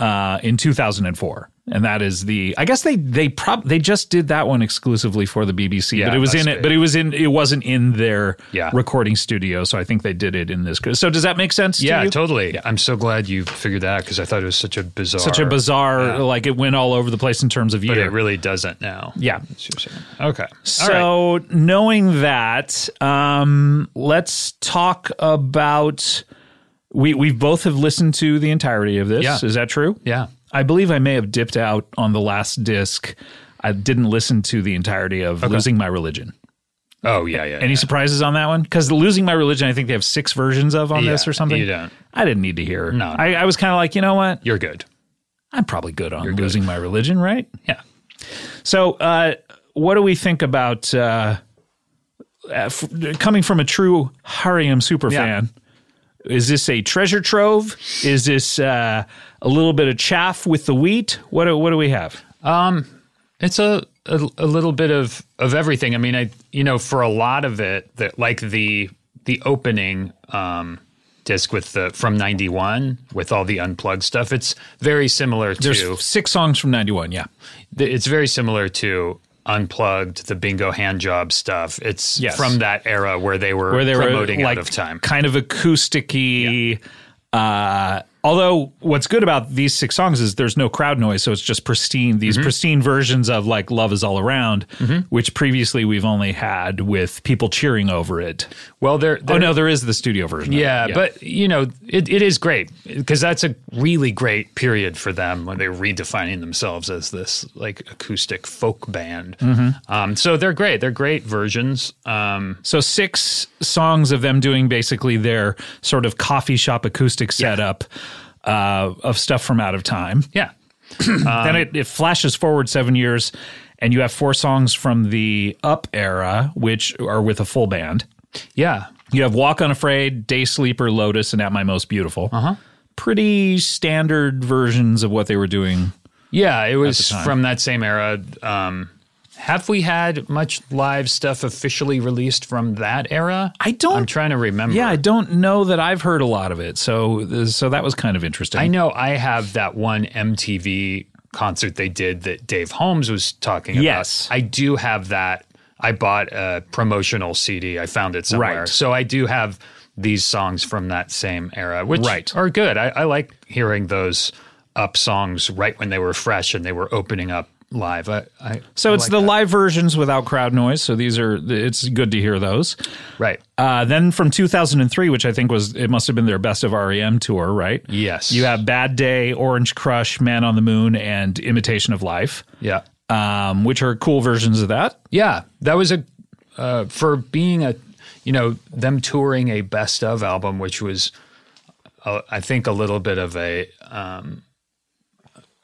[SPEAKER 1] uh, in 2004 and that is the I guess they they prob they just did that one exclusively for the BBC,
[SPEAKER 2] Yeah,
[SPEAKER 1] but it was in
[SPEAKER 2] must
[SPEAKER 1] it,
[SPEAKER 2] be.
[SPEAKER 1] but it was in it wasn't in their
[SPEAKER 2] Yeah.
[SPEAKER 1] recording studio, so I think they did it in this. So does that make sense? to
[SPEAKER 2] Yeah,
[SPEAKER 1] you?
[SPEAKER 2] totally. I'm so glad you figured that because I thought it was such a bizarre,
[SPEAKER 1] Such a bizarre, like it went all over the place in terms of
[SPEAKER 2] But
[SPEAKER 1] year.
[SPEAKER 2] it really doesn't now.
[SPEAKER 1] Yeah.
[SPEAKER 2] That's what you're saying. Okay. All right.
[SPEAKER 1] So knowing that, um, let's talk about. We we both have listened to the entirety of this.
[SPEAKER 2] Yeah.
[SPEAKER 1] Is that true?
[SPEAKER 2] Yeah.
[SPEAKER 1] I believe I may have dipped out on the last disc. I didn't listen to the entirety of Losing My Religion.
[SPEAKER 2] Oh yeah, yeah.
[SPEAKER 1] Any surprises on that one? Because the Losing My Religion, I think they have six versions of on this
[SPEAKER 2] Yeah,
[SPEAKER 1] or something.
[SPEAKER 2] you don't.
[SPEAKER 1] I didn't need to hear.
[SPEAKER 2] No.
[SPEAKER 1] I, I was kind of like, you know what?
[SPEAKER 2] You're good.
[SPEAKER 1] I'm probably good on
[SPEAKER 2] good.
[SPEAKER 1] Losing My Religion, right?
[SPEAKER 2] Yeah.
[SPEAKER 1] So, uh, what do we think about uh, uh, f- coming from a true Harium superfan? Is this a treasure trove? Is this uh, a little bit of chaff with the wheat? What do, what do we have?
[SPEAKER 2] It's a, a a little bit of of everything. I mean, I you know, for a lot of it, that like the the opening um disc with the from 91 with all the unplugged stuff it's very similar
[SPEAKER 1] There's
[SPEAKER 2] to
[SPEAKER 1] six songs from '91. Yeah,
[SPEAKER 2] th- it's very similar to unplugged the bingo hand job stuff it's
[SPEAKER 1] Yes.
[SPEAKER 2] from that era where they were
[SPEAKER 1] where they
[SPEAKER 2] promoting
[SPEAKER 1] were like
[SPEAKER 2] out of time
[SPEAKER 1] kind of acousticy. Uh, although what's good about these six songs is there's no crowd noise, so it's just pristine.
[SPEAKER 2] Mm-hmm.
[SPEAKER 1] These pristine versions of like "Love Is All Around," which previously we've only had with people cheering over it.
[SPEAKER 2] well they're,
[SPEAKER 1] Oh
[SPEAKER 2] they're
[SPEAKER 1] no, there is the studio version. of it.
[SPEAKER 2] Yeah, but you know, it, it is great because that's a really great period for them when they're redefining themselves as this like acoustic folk band.
[SPEAKER 1] Mm-hmm.
[SPEAKER 2] Um, so they're great. They're great versions. Um,
[SPEAKER 1] so six songs of them doing basically their sort of coffee shop acoustic setup. Uh, of stuff from out of time.
[SPEAKER 2] yeah,
[SPEAKER 1] then it, it flashes forward seven years, and you have four songs from the Up era, which are with a full band.
[SPEAKER 2] yeah,
[SPEAKER 1] You have Walk Unafraid, Day Sleeper, Lotus, and At My Most Beautiful. Uh-huh. Pretty standard versions of what they were doing.
[SPEAKER 2] yeah. It was
[SPEAKER 1] time.
[SPEAKER 2] from that same era. Um, have we had much live stuff officially released from that era?
[SPEAKER 1] I don't-
[SPEAKER 2] I'm trying to remember.
[SPEAKER 1] Yeah, I don't know that I've heard a lot of it, so uh, so that was kind of interesting.
[SPEAKER 2] I know I have that one MTV concert they did that Dave Holmes was talking about.
[SPEAKER 1] Yes.
[SPEAKER 2] I do have that. I bought a promotional CD. I found it somewhere.
[SPEAKER 1] Right.
[SPEAKER 2] So I do have these songs from that same era, which
[SPEAKER 1] Right.
[SPEAKER 2] are good. I, I like hearing those up songs right when they were fresh and they were opening up live. I, I
[SPEAKER 1] So
[SPEAKER 2] I
[SPEAKER 1] it's
[SPEAKER 2] like
[SPEAKER 1] the
[SPEAKER 2] that.
[SPEAKER 1] live versions without crowd noise. So these are it's good to hear those.
[SPEAKER 2] right.
[SPEAKER 1] Uh, then from 2003, which I think was it must have been their best of REM tour, right?
[SPEAKER 2] Yes.
[SPEAKER 1] You have Bad Day, Orange Crush, Man on the Moon, and Imitation of Life,
[SPEAKER 2] Yeah.
[SPEAKER 1] um, which are cool versions of that.
[SPEAKER 2] uh, Yeah, that was a uh, for being a you know them touring a best of album, which was uh, I think a little bit of a um,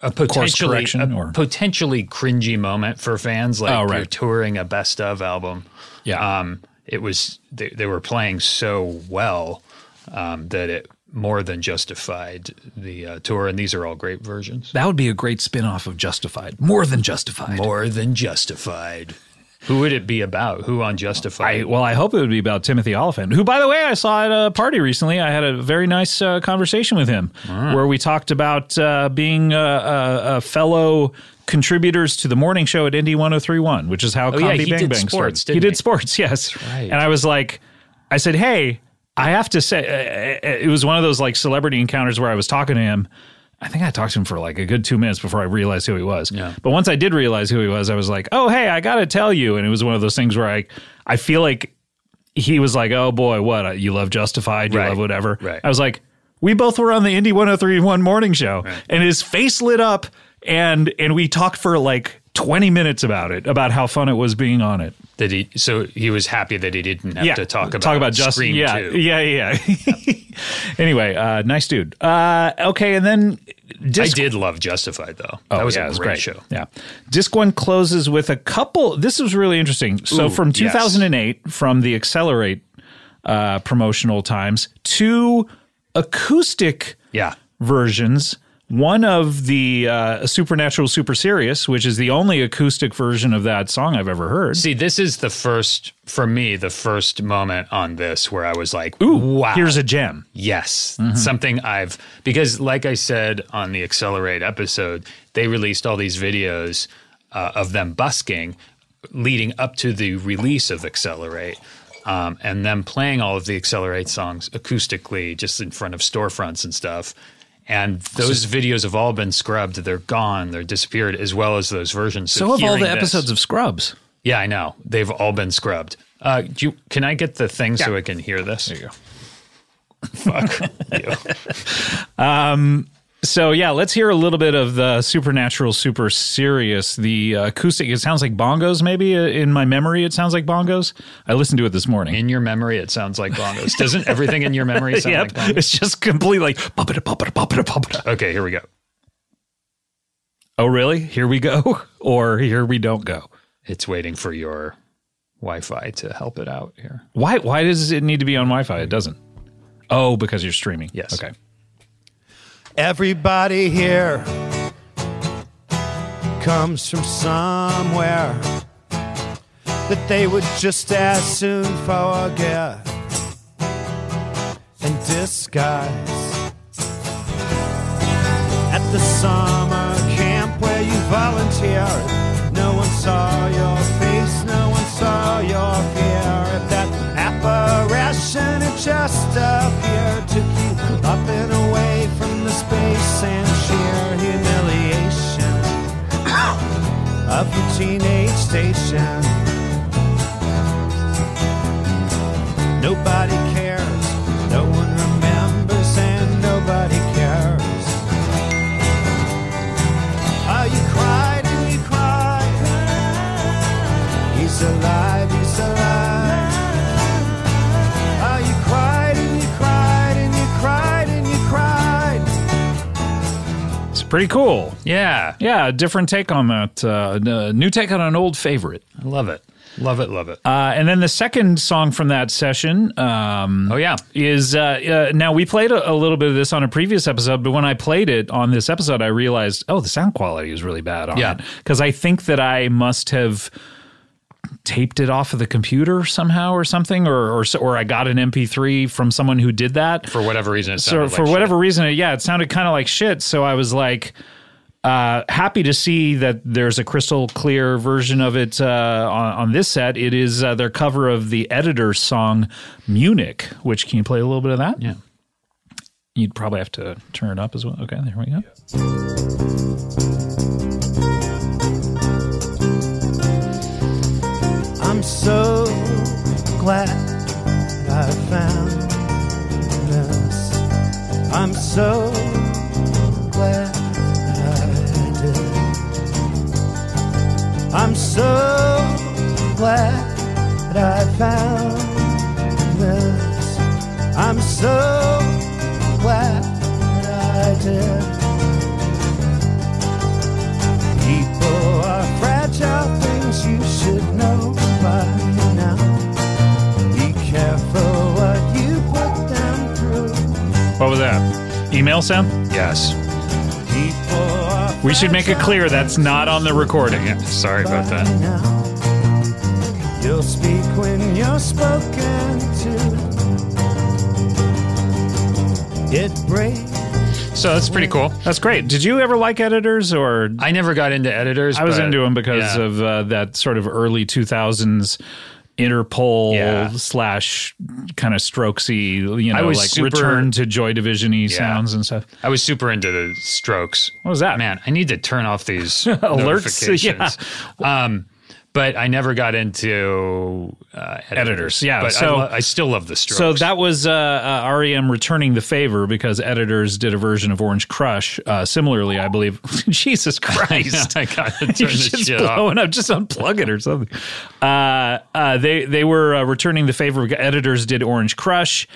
[SPEAKER 2] a potentially
[SPEAKER 1] correction
[SPEAKER 2] a
[SPEAKER 1] or-
[SPEAKER 2] potentially cringy moment for fans. Like
[SPEAKER 1] Oh, right.
[SPEAKER 2] you're touring a best of album.
[SPEAKER 1] Yeah.
[SPEAKER 2] um, it was they, they were playing so well um, that it more than justified the uh, tour, and these are all great versions.
[SPEAKER 1] That would be a great spin off of Justified. More than Justified.
[SPEAKER 2] More than justified. Who would it be about? Who on Justified?
[SPEAKER 1] I, well, I hope it would be about Timothy Oliphant, who, by the way, I saw at a party recently. I had a very nice uh, conversation with him where we talked about uh, being uh, uh, a fellow contributors to the morning show at Indy 1031, which is how
[SPEAKER 2] Oh, yeah,
[SPEAKER 1] Comedy
[SPEAKER 2] he
[SPEAKER 1] Bang
[SPEAKER 2] did
[SPEAKER 1] Bang
[SPEAKER 2] sports,
[SPEAKER 1] started. He
[SPEAKER 2] didn't
[SPEAKER 1] did
[SPEAKER 2] he?
[SPEAKER 1] sports, [laughs] yes.
[SPEAKER 2] right.
[SPEAKER 1] And I was like, I said, hey, I have to say, uh, uh, it was one of those like celebrity encounters where I was talking to him. I think I talked to him for like a good two minutes before I realized who he was.
[SPEAKER 2] Yeah.
[SPEAKER 1] But once I did realize who he was, I was like, oh, hey, I got to tell you. And it was one of those things where I, I feel like he was like, oh boy, what? You love Justified, you
[SPEAKER 2] Right,
[SPEAKER 1] love whatever.
[SPEAKER 2] right.
[SPEAKER 1] I was like, we both were on the Indy 1031 morning show. And his face lit up and and we talked for like 20 minutes about it, about how fun it was being on it.
[SPEAKER 2] That he so he was happy that he didn't have to talk about
[SPEAKER 1] talk about just
[SPEAKER 2] Scream
[SPEAKER 1] yeah,
[SPEAKER 2] 2.
[SPEAKER 1] yeah, yeah, yeah. [laughs] anyway, uh, nice dude. Uh, okay, and then
[SPEAKER 2] I
[SPEAKER 1] disc.
[SPEAKER 2] did love Justified though. that was
[SPEAKER 1] Oh, yeah,
[SPEAKER 2] a
[SPEAKER 1] it
[SPEAKER 2] great, show.
[SPEAKER 1] Yeah, disc one closes with a couple. This is really interesting. So
[SPEAKER 2] Ooh,
[SPEAKER 1] from
[SPEAKER 2] yes.
[SPEAKER 1] 2008, from the Accelerate uh, promotional times, two acoustic
[SPEAKER 2] Yeah.
[SPEAKER 1] versions. one of the uh, Supernatural Super Serious, which is the only acoustic version of that song I've ever heard.
[SPEAKER 2] See, this is the first for me, the first moment on this where I was like,
[SPEAKER 1] Ooh,
[SPEAKER 2] wow,
[SPEAKER 1] Here's a gem.
[SPEAKER 2] Yes,
[SPEAKER 1] Mm-hmm.
[SPEAKER 2] something I've because, like I said on the Accelerate episode, they released all these videos uh, of them busking leading up to the release of Accelerate, um, and them playing all of the Accelerate songs acoustically, just in front of storefronts and stuff. And those videos have all been scrubbed; they're gone, they're disappeared, as well as those versions.
[SPEAKER 1] So have all
[SPEAKER 2] hearing
[SPEAKER 1] the
[SPEAKER 2] this-
[SPEAKER 1] episodes of Scrubs.
[SPEAKER 2] yeah, I know they've all been scrubbed. Uh, do you, can I get the thing so I can hear this? There you go. Fuck you.
[SPEAKER 1] So yeah, let's hear a little bit of the Supernatural Super Serious. The uh, acoustic. It sounds like bongos. Maybe uh, in my memory, it sounds like bongos. I listened to it this morning.
[SPEAKER 2] In your memory, it sounds like bongos. Doesn't everything in your memory [laughs] sound
[SPEAKER 1] Yep,
[SPEAKER 2] like
[SPEAKER 1] [laughs]
[SPEAKER 2] bongos?
[SPEAKER 1] it's just completely like "Bop-a-da, bop-a-da, bop-a-da, bop-a-da."
[SPEAKER 2] Okay, here we go.
[SPEAKER 1] Oh really? Here we go, [laughs] or here we don't go.
[SPEAKER 2] It's waiting for your Wi-Fi to help it out here.
[SPEAKER 1] Why? Why does it need to be on Wi-Fi? It doesn't. Oh, because you're streaming.
[SPEAKER 2] Yes.
[SPEAKER 1] Okay.
[SPEAKER 5] Everybody here comes from somewhere that they would just as soon forget and disguise. At the summer camp where you volunteered, no one saw your face, no one saw your fear. If that apparition had just appeared, took you up and away from the space and sheer humiliation [coughs] of your teenage station. Nobody cares, no one remembers, and nobody cares. Oh, you cried and you cried. He's alive, he's alive. Oh, you cried and you cried and you cried and you cried.
[SPEAKER 1] It's pretty cool.
[SPEAKER 2] Yeah,
[SPEAKER 1] Yeah, a different take on that. Uh, n- new take on an old favorite.
[SPEAKER 2] I love it, Oh, love it, love it.
[SPEAKER 1] Uh, and then the second song from that session um,
[SPEAKER 2] oh yeah,
[SPEAKER 1] is uh, uh, now we played a, a little bit of this on a previous episode, but when I played it on this episode, I realized oh the sound quality is really bad on
[SPEAKER 2] Yeah.
[SPEAKER 1] because I think that I must have taped it off of the computer somehow or something or or, so- or I got an MP3 from someone who did that
[SPEAKER 2] for whatever reason, it
[SPEAKER 1] so
[SPEAKER 2] sounded
[SPEAKER 1] for
[SPEAKER 2] like
[SPEAKER 1] whatever reason, it- yeah, it sounded kind of like shit. So I was like, uh, happy to see that there's a crystal clear version of it uh, on, on this set. It is uh, their cover of the editor's song Munich, which can you play a little bit of that?
[SPEAKER 2] Yeah.
[SPEAKER 1] You'd probably have to turn it up as well. Okay, there we go.
[SPEAKER 5] I'm so glad I found this. I'm so glad I did. I'm so glad that I found this. I'm so glad that I did. People are fragile things you should know by now. Be careful what you put them through.
[SPEAKER 1] What was that? Email sound?
[SPEAKER 2] shit. yes.
[SPEAKER 5] People are
[SPEAKER 1] We should make it clear that's not on the recording.
[SPEAKER 2] Yeah, sorry
[SPEAKER 5] fragile
[SPEAKER 2] about
[SPEAKER 5] by
[SPEAKER 2] that.
[SPEAKER 5] now. You'll speak when you're spoken to. It breaks.
[SPEAKER 2] So that's pretty cool.
[SPEAKER 1] That's great. Did you ever like editors or
[SPEAKER 2] I never got into editors.
[SPEAKER 1] I was
[SPEAKER 2] but-
[SPEAKER 1] into him because
[SPEAKER 2] Yeah.
[SPEAKER 1] of uh, that sort of early 2000s Interpol
[SPEAKER 2] Yeah.
[SPEAKER 1] slash kind of strokesy, you know,
[SPEAKER 2] I was
[SPEAKER 1] like
[SPEAKER 2] super-
[SPEAKER 1] return to Joy Division y sounds and stuff.
[SPEAKER 2] I was super into the Strokes.
[SPEAKER 1] What was that?
[SPEAKER 2] Man, I need to turn off [laughs] these
[SPEAKER 1] Alerts,
[SPEAKER 2] notifications. Um, but I never got into uh, editors.
[SPEAKER 1] yeah,
[SPEAKER 2] but
[SPEAKER 1] so-
[SPEAKER 2] I, lo- I still love the Strokes.
[SPEAKER 1] So that was uh, uh, REM returning the favor because editors did a version of Orange Crush. Uh, similarly, I believe. [laughs] Jesus Christ.
[SPEAKER 2] [laughs] I [laughs] gotta
[SPEAKER 1] [laughs]
[SPEAKER 2] turn
[SPEAKER 1] Your
[SPEAKER 2] this
[SPEAKER 1] shit's
[SPEAKER 2] shit off.
[SPEAKER 1] blowing up. Just unplug it or something. Uh, uh, they they were uh, returning the favor. Editors did Orange Crush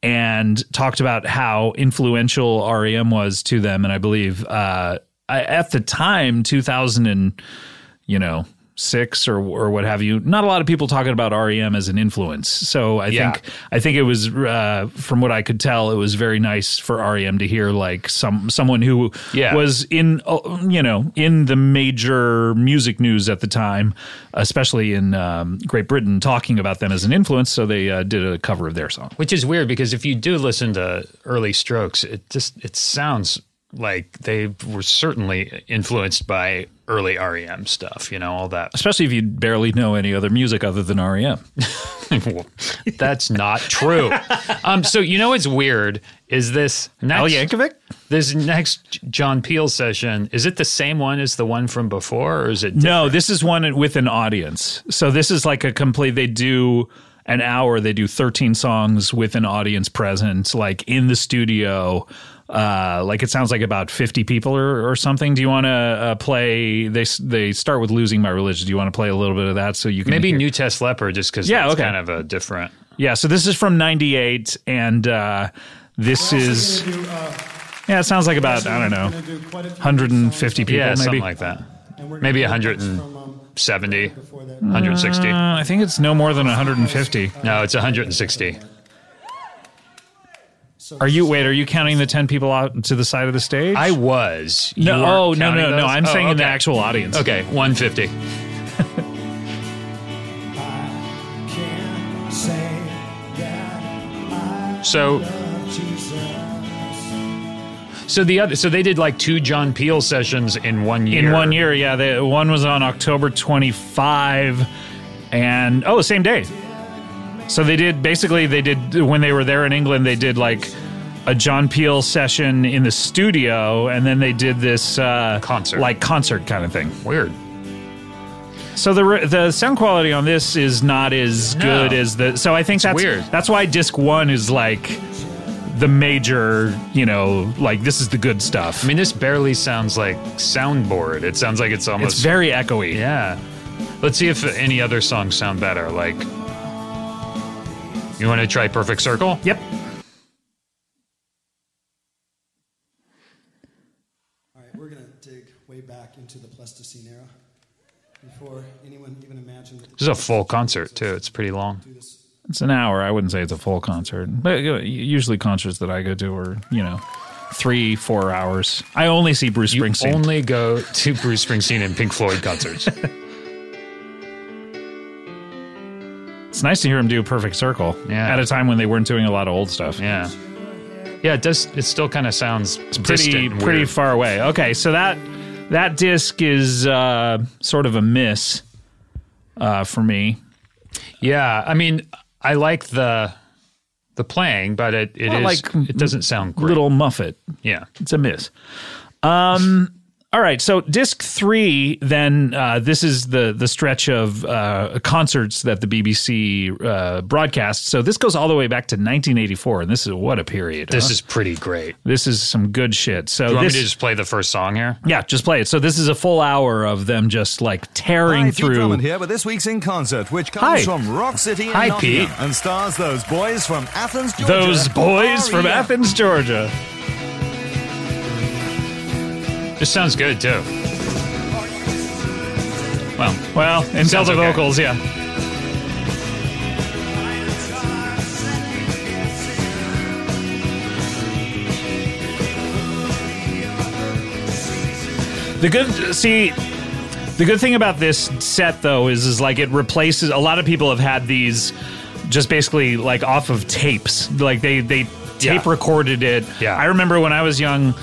[SPEAKER 1] and talked about how influential REM was to them, and I believe uh, I, at the time, two thousand and you know six or or what have you. Not a lot of people talking about REM as an influence. So I
[SPEAKER 2] Yeah.
[SPEAKER 1] think I think it was uh, from what I could tell, it was very nice for REM to hear like some someone who
[SPEAKER 2] Yeah.
[SPEAKER 1] was in uh, you know in the major music news at the time, especially in um, Great Britain, talking about them as an influence. So they uh, did a cover of their song.
[SPEAKER 2] Which is weird because if you do listen to early strokes, it just it sounds like they were certainly influenced by early REM stuff, you know, all that. [laughs]
[SPEAKER 1] Especially if you barely know any other music other than E REM.
[SPEAKER 2] That's not [laughs] true. um so you know what's weird is this
[SPEAKER 1] Al
[SPEAKER 2] next
[SPEAKER 1] Yankovic?
[SPEAKER 2] this next John Peel session, is it the same one as the one from before or is it
[SPEAKER 1] No, this is one with an audience. So this is like a complete. They do an hour. They do thirteen songs with an audience present, like in the studio. Uh, like it sounds like about fifty people or, or something. Do you want to uh, play? They s- they start with losing my religion. Do you want to play a little bit of that so you can
[SPEAKER 2] maybe
[SPEAKER 1] hear-
[SPEAKER 2] New Test Leper just cuz
[SPEAKER 1] Yeah,
[SPEAKER 2] that's
[SPEAKER 1] okay.
[SPEAKER 2] kind of a different
[SPEAKER 1] yeah. So this is from '98, and uh, this is yeah. It sounds like about I don't know, 150 people
[SPEAKER 2] yeah,
[SPEAKER 1] maybe.
[SPEAKER 2] something like that. Maybe 170, 160.
[SPEAKER 1] Uh, I think it's no more than 150.
[SPEAKER 2] no, it's 160.
[SPEAKER 1] Are you wait? Are you counting the ten people out to the side of the stage?
[SPEAKER 2] I was. You
[SPEAKER 1] no.
[SPEAKER 2] weren't
[SPEAKER 1] Oh no
[SPEAKER 2] counting
[SPEAKER 1] no no!
[SPEAKER 2] those?
[SPEAKER 1] I'm
[SPEAKER 2] Oh,
[SPEAKER 1] saying in the
[SPEAKER 2] okay.
[SPEAKER 1] actual audience.
[SPEAKER 2] Okay, 150. So so the other so they did like two John Peel sessions in one year.
[SPEAKER 1] In one year, yeah. The one was on October 25, and oh, same day. So they did basically they did when they were there in England. They did like a John Peel session in the studio, and then they did this uh,
[SPEAKER 2] Concert.
[SPEAKER 1] like concert kind of thing.
[SPEAKER 2] Weird.
[SPEAKER 1] So the re- the sound quality on this is not as
[SPEAKER 2] No.
[SPEAKER 1] good as the. So I think that's
[SPEAKER 2] weird.
[SPEAKER 1] That's why disc one is like the major. You know, like this is the good stuff.
[SPEAKER 2] I mean, this barely sounds like soundboard. It sounds like it's almost
[SPEAKER 1] it's very echoey.
[SPEAKER 2] yeah. Let's see if any other songs sound better. Like, you want to try Perfect Circle?
[SPEAKER 1] Yep.
[SPEAKER 6] All right, we're going to dig way back into the Pleistocene era before anyone even imagined that
[SPEAKER 2] This is a full concert too. It's pretty long.
[SPEAKER 1] It's an hour. I wouldn't say it's a full concert, but you know, usually concerts that I go to are you know three four hours. I only see Bruce
[SPEAKER 2] You
[SPEAKER 1] Springsteen.
[SPEAKER 2] only go to Bruce Springsteen and Pink Floyd concerts.
[SPEAKER 1] it's nice to hear him do Perfect Circle
[SPEAKER 2] Yeah.
[SPEAKER 1] at a time when they weren't doing a lot of old stuff.
[SPEAKER 2] [laughs] Yeah. Yeah, it does. It still kind of sounds
[SPEAKER 1] pretty
[SPEAKER 2] distant and
[SPEAKER 1] pretty
[SPEAKER 2] weird.
[SPEAKER 1] far away. Okay, so that that disc is uh, sort of a miss uh, for me.
[SPEAKER 2] yeah, I mean, I like the the playing, but it it
[SPEAKER 1] Well,
[SPEAKER 2] is-
[SPEAKER 1] like
[SPEAKER 2] it doesn't sound great.
[SPEAKER 1] Little Muffet,
[SPEAKER 2] yeah,
[SPEAKER 1] it's a miss. Um, all right, so disc three. Then uh, this is the the stretch of uh, concerts that the BBC uh, broadcasts. So this goes all the way back to 1984, and this is what a period.
[SPEAKER 2] this
[SPEAKER 1] huh?
[SPEAKER 2] is pretty great.
[SPEAKER 1] this is some good shit. So
[SPEAKER 2] You want
[SPEAKER 1] Uh-huh. this
[SPEAKER 2] me to just play the first song here?
[SPEAKER 1] yeah, just play it. So this is a full hour of them just like tearing
[SPEAKER 7] Hi, Pete
[SPEAKER 1] through.
[SPEAKER 7] Drummond here with this week's in concert, which comes
[SPEAKER 1] Hi.
[SPEAKER 7] from Rock City in
[SPEAKER 1] Hi,
[SPEAKER 7] Nottingham
[SPEAKER 1] Pete.
[SPEAKER 7] and stars those boys from Athens, Georgia.
[SPEAKER 1] Those boys from
[SPEAKER 7] REM.
[SPEAKER 1] Athens, Georgia.
[SPEAKER 2] This sounds good too. Well,
[SPEAKER 1] Well, until
[SPEAKER 2] Sounds
[SPEAKER 1] the
[SPEAKER 2] okay.
[SPEAKER 1] vocals, yeah. The good see the good thing about this set though is is like it replaces a lot of people have had these just basically like off of tapes. Like they they
[SPEAKER 2] Yeah.
[SPEAKER 1] tape recorded it.
[SPEAKER 2] Yeah.
[SPEAKER 1] I remember when I was young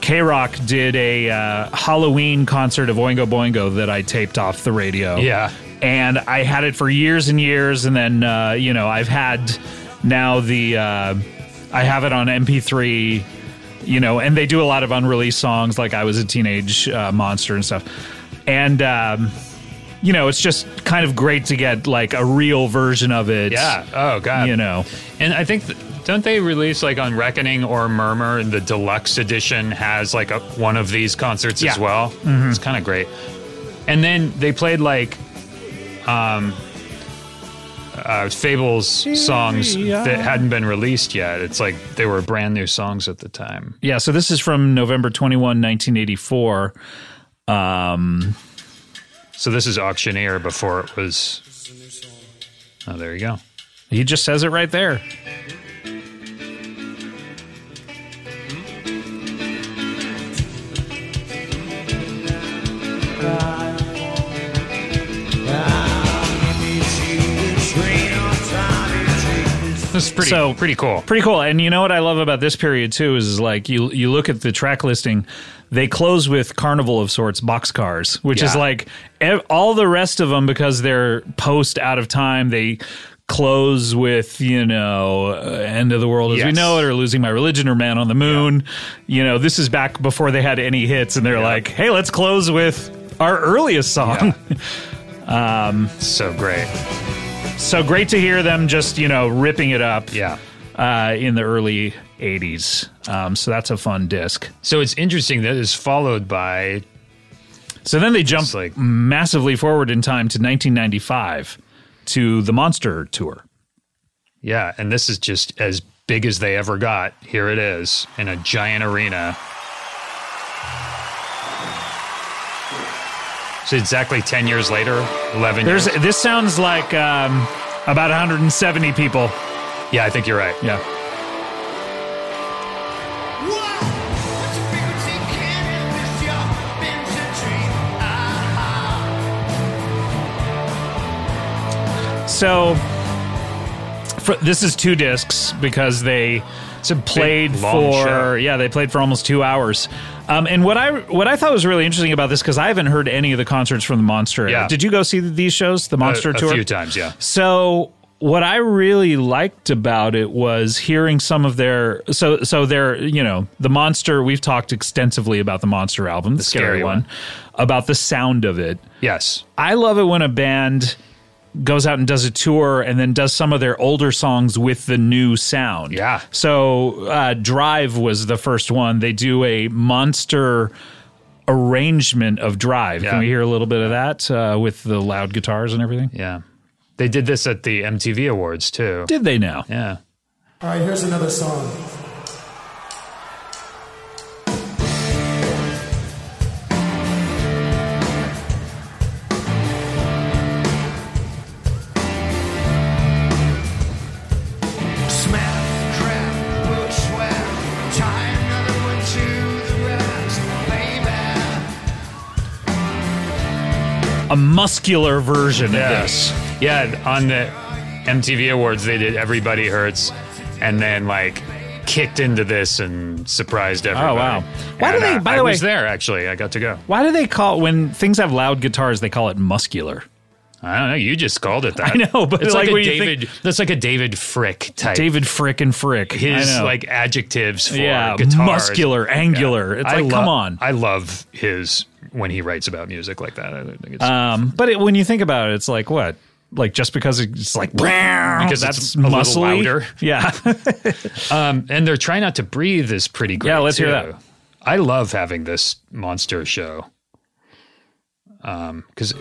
[SPEAKER 1] K Rock did a uh, Halloween concert of Oingo Boingo that I taped off the radio
[SPEAKER 2] yeah,
[SPEAKER 1] and I had it for years and years, and then uh, you know I've had now the uh, I have it on MP3, you know, and they do a lot of unreleased songs like I was a teenage uh, monster and stuff, and um, you know it's just kind of great to get like a real version of it,
[SPEAKER 2] yeah. Oh god,
[SPEAKER 1] you know,
[SPEAKER 2] And I think th- don't they release like on Reckoning or Murmur? The deluxe edition has like a, one of these concerts as
[SPEAKER 1] Yeah. Mm-hmm.
[SPEAKER 2] well. It's kind of great. And then they played like um, uh, Fables songs that hadn't been released yet. It's like they were brand new songs at the time.
[SPEAKER 1] yeah. So this is from November 21, 1984. Um,
[SPEAKER 2] So this is auctioneer before it was.
[SPEAKER 6] This is a new song.
[SPEAKER 2] Oh, there you go.
[SPEAKER 1] He just says it right there.
[SPEAKER 2] This is pretty
[SPEAKER 1] So-
[SPEAKER 2] pretty cool.
[SPEAKER 1] Pretty cool. And you know what I love about this period too is, is like you you look at the track listing, they close with Carnival of sorts, Boxcars, which is
[SPEAKER 2] Yeah.
[SPEAKER 1] like ev- all the rest of them because they're post out of time. They close with you know uh, End of the World as we
[SPEAKER 2] Yes.
[SPEAKER 1] know it, or Losing My Religion, or Man on the Moon. You know, this is back before they had any hits, and they're like, hey, let's close with our earliest song.
[SPEAKER 2] Um, So great.
[SPEAKER 1] [laughs] so great to hear them just you know ripping it up.
[SPEAKER 2] Yeah.
[SPEAKER 1] uh, in the early 80s. Um, so that's a fun disc.
[SPEAKER 2] So it's interesting that it's followed by
[SPEAKER 1] So then they jump
[SPEAKER 2] It's like-
[SPEAKER 1] massively forward in time to 1995 to the Monster Tour.
[SPEAKER 2] yeah, and this is just as big as they ever got. Here it is in a giant arena. So exactly ten years later, eleven
[SPEAKER 1] There's
[SPEAKER 2] years.
[SPEAKER 1] this sounds like um, about 170 people.
[SPEAKER 2] yeah, I think you're right.
[SPEAKER 1] Yeah. So for, this is two discs because they played
[SPEAKER 2] big, long
[SPEAKER 1] for
[SPEAKER 2] show.
[SPEAKER 1] yeah they played for almost two hours. Um, and what I what I thought was really interesting about this because I haven't heard any of the concerts from the Monster. era.
[SPEAKER 2] Yeah.
[SPEAKER 1] Did you go see these shows, the
[SPEAKER 2] A-
[SPEAKER 1] Monster
[SPEAKER 2] a,
[SPEAKER 1] Tour?
[SPEAKER 2] few times. Yeah,
[SPEAKER 1] So what I really liked about it was hearing some of their so so their you know the monster we've talked extensively about the monster album the, scary,
[SPEAKER 2] scary
[SPEAKER 1] one
[SPEAKER 2] one.
[SPEAKER 1] about the sound of it
[SPEAKER 2] yes,
[SPEAKER 1] I love it when a band goes out and does a tour and then does some of their older songs with the new sound.
[SPEAKER 2] Yeah.
[SPEAKER 1] So uh, Drive was the first one. They do a monster arrangement of Drive. Can
[SPEAKER 2] Yeah.
[SPEAKER 1] we hear a little bit of that uh, with the loud guitars and everything?
[SPEAKER 2] yeah. They did this at the MTV Awards too.
[SPEAKER 1] Did they now?
[SPEAKER 2] Yeah.
[SPEAKER 6] All right, here's another song.
[SPEAKER 5] Smack, crap, will swear. Tie another one to the rest, baby.
[SPEAKER 1] A muscular version of
[SPEAKER 2] Yeah.
[SPEAKER 1] this.
[SPEAKER 2] Yeah, on the MTV Awards, they did Everybody Hurts and then like kicked into this and surprised everybody.
[SPEAKER 1] Oh, wow. Why do
[SPEAKER 2] And,
[SPEAKER 1] they-
[SPEAKER 2] uh,
[SPEAKER 1] by
[SPEAKER 2] I
[SPEAKER 1] the way-
[SPEAKER 2] was there actually. I got to go.
[SPEAKER 1] Why do they call when things have loud guitars? They call it muscular.
[SPEAKER 2] I don't know. You just called it that.
[SPEAKER 1] I know, but
[SPEAKER 2] it's
[SPEAKER 1] like
[SPEAKER 2] like,
[SPEAKER 1] when
[SPEAKER 2] a
[SPEAKER 1] you
[SPEAKER 2] David. that's like a David Frick type.
[SPEAKER 1] David Frick and Frick.
[SPEAKER 2] His
[SPEAKER 1] I know.
[SPEAKER 2] like adjectives for
[SPEAKER 1] Yeah,
[SPEAKER 2] guitars.
[SPEAKER 1] muscular, angular. It's like, come on.
[SPEAKER 2] I love his when he writes about music like that. I think it's
[SPEAKER 1] Um, but it, when you think about it, it's like what? Like just because it's like because
[SPEAKER 2] Because
[SPEAKER 1] that's
[SPEAKER 2] it's a little
[SPEAKER 1] muscly.
[SPEAKER 2] louder. [laughs]
[SPEAKER 1] Yeah,
[SPEAKER 2] And their try not to breathe is pretty great.
[SPEAKER 1] Yeah, let's hear
[SPEAKER 2] too.
[SPEAKER 1] that.
[SPEAKER 2] I love having this monster show. Um, because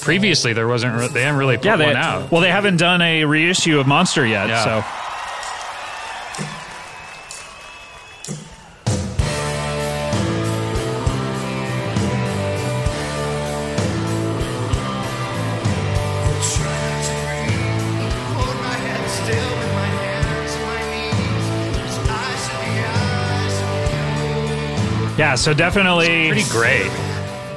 [SPEAKER 2] previously there wasn't re- they haven't really put
[SPEAKER 1] yeah. They,
[SPEAKER 2] one out.
[SPEAKER 1] Well, they haven't done a reissue of Monster yet,
[SPEAKER 2] Yeah.
[SPEAKER 1] so yeah. So definitely,
[SPEAKER 2] Pretty great.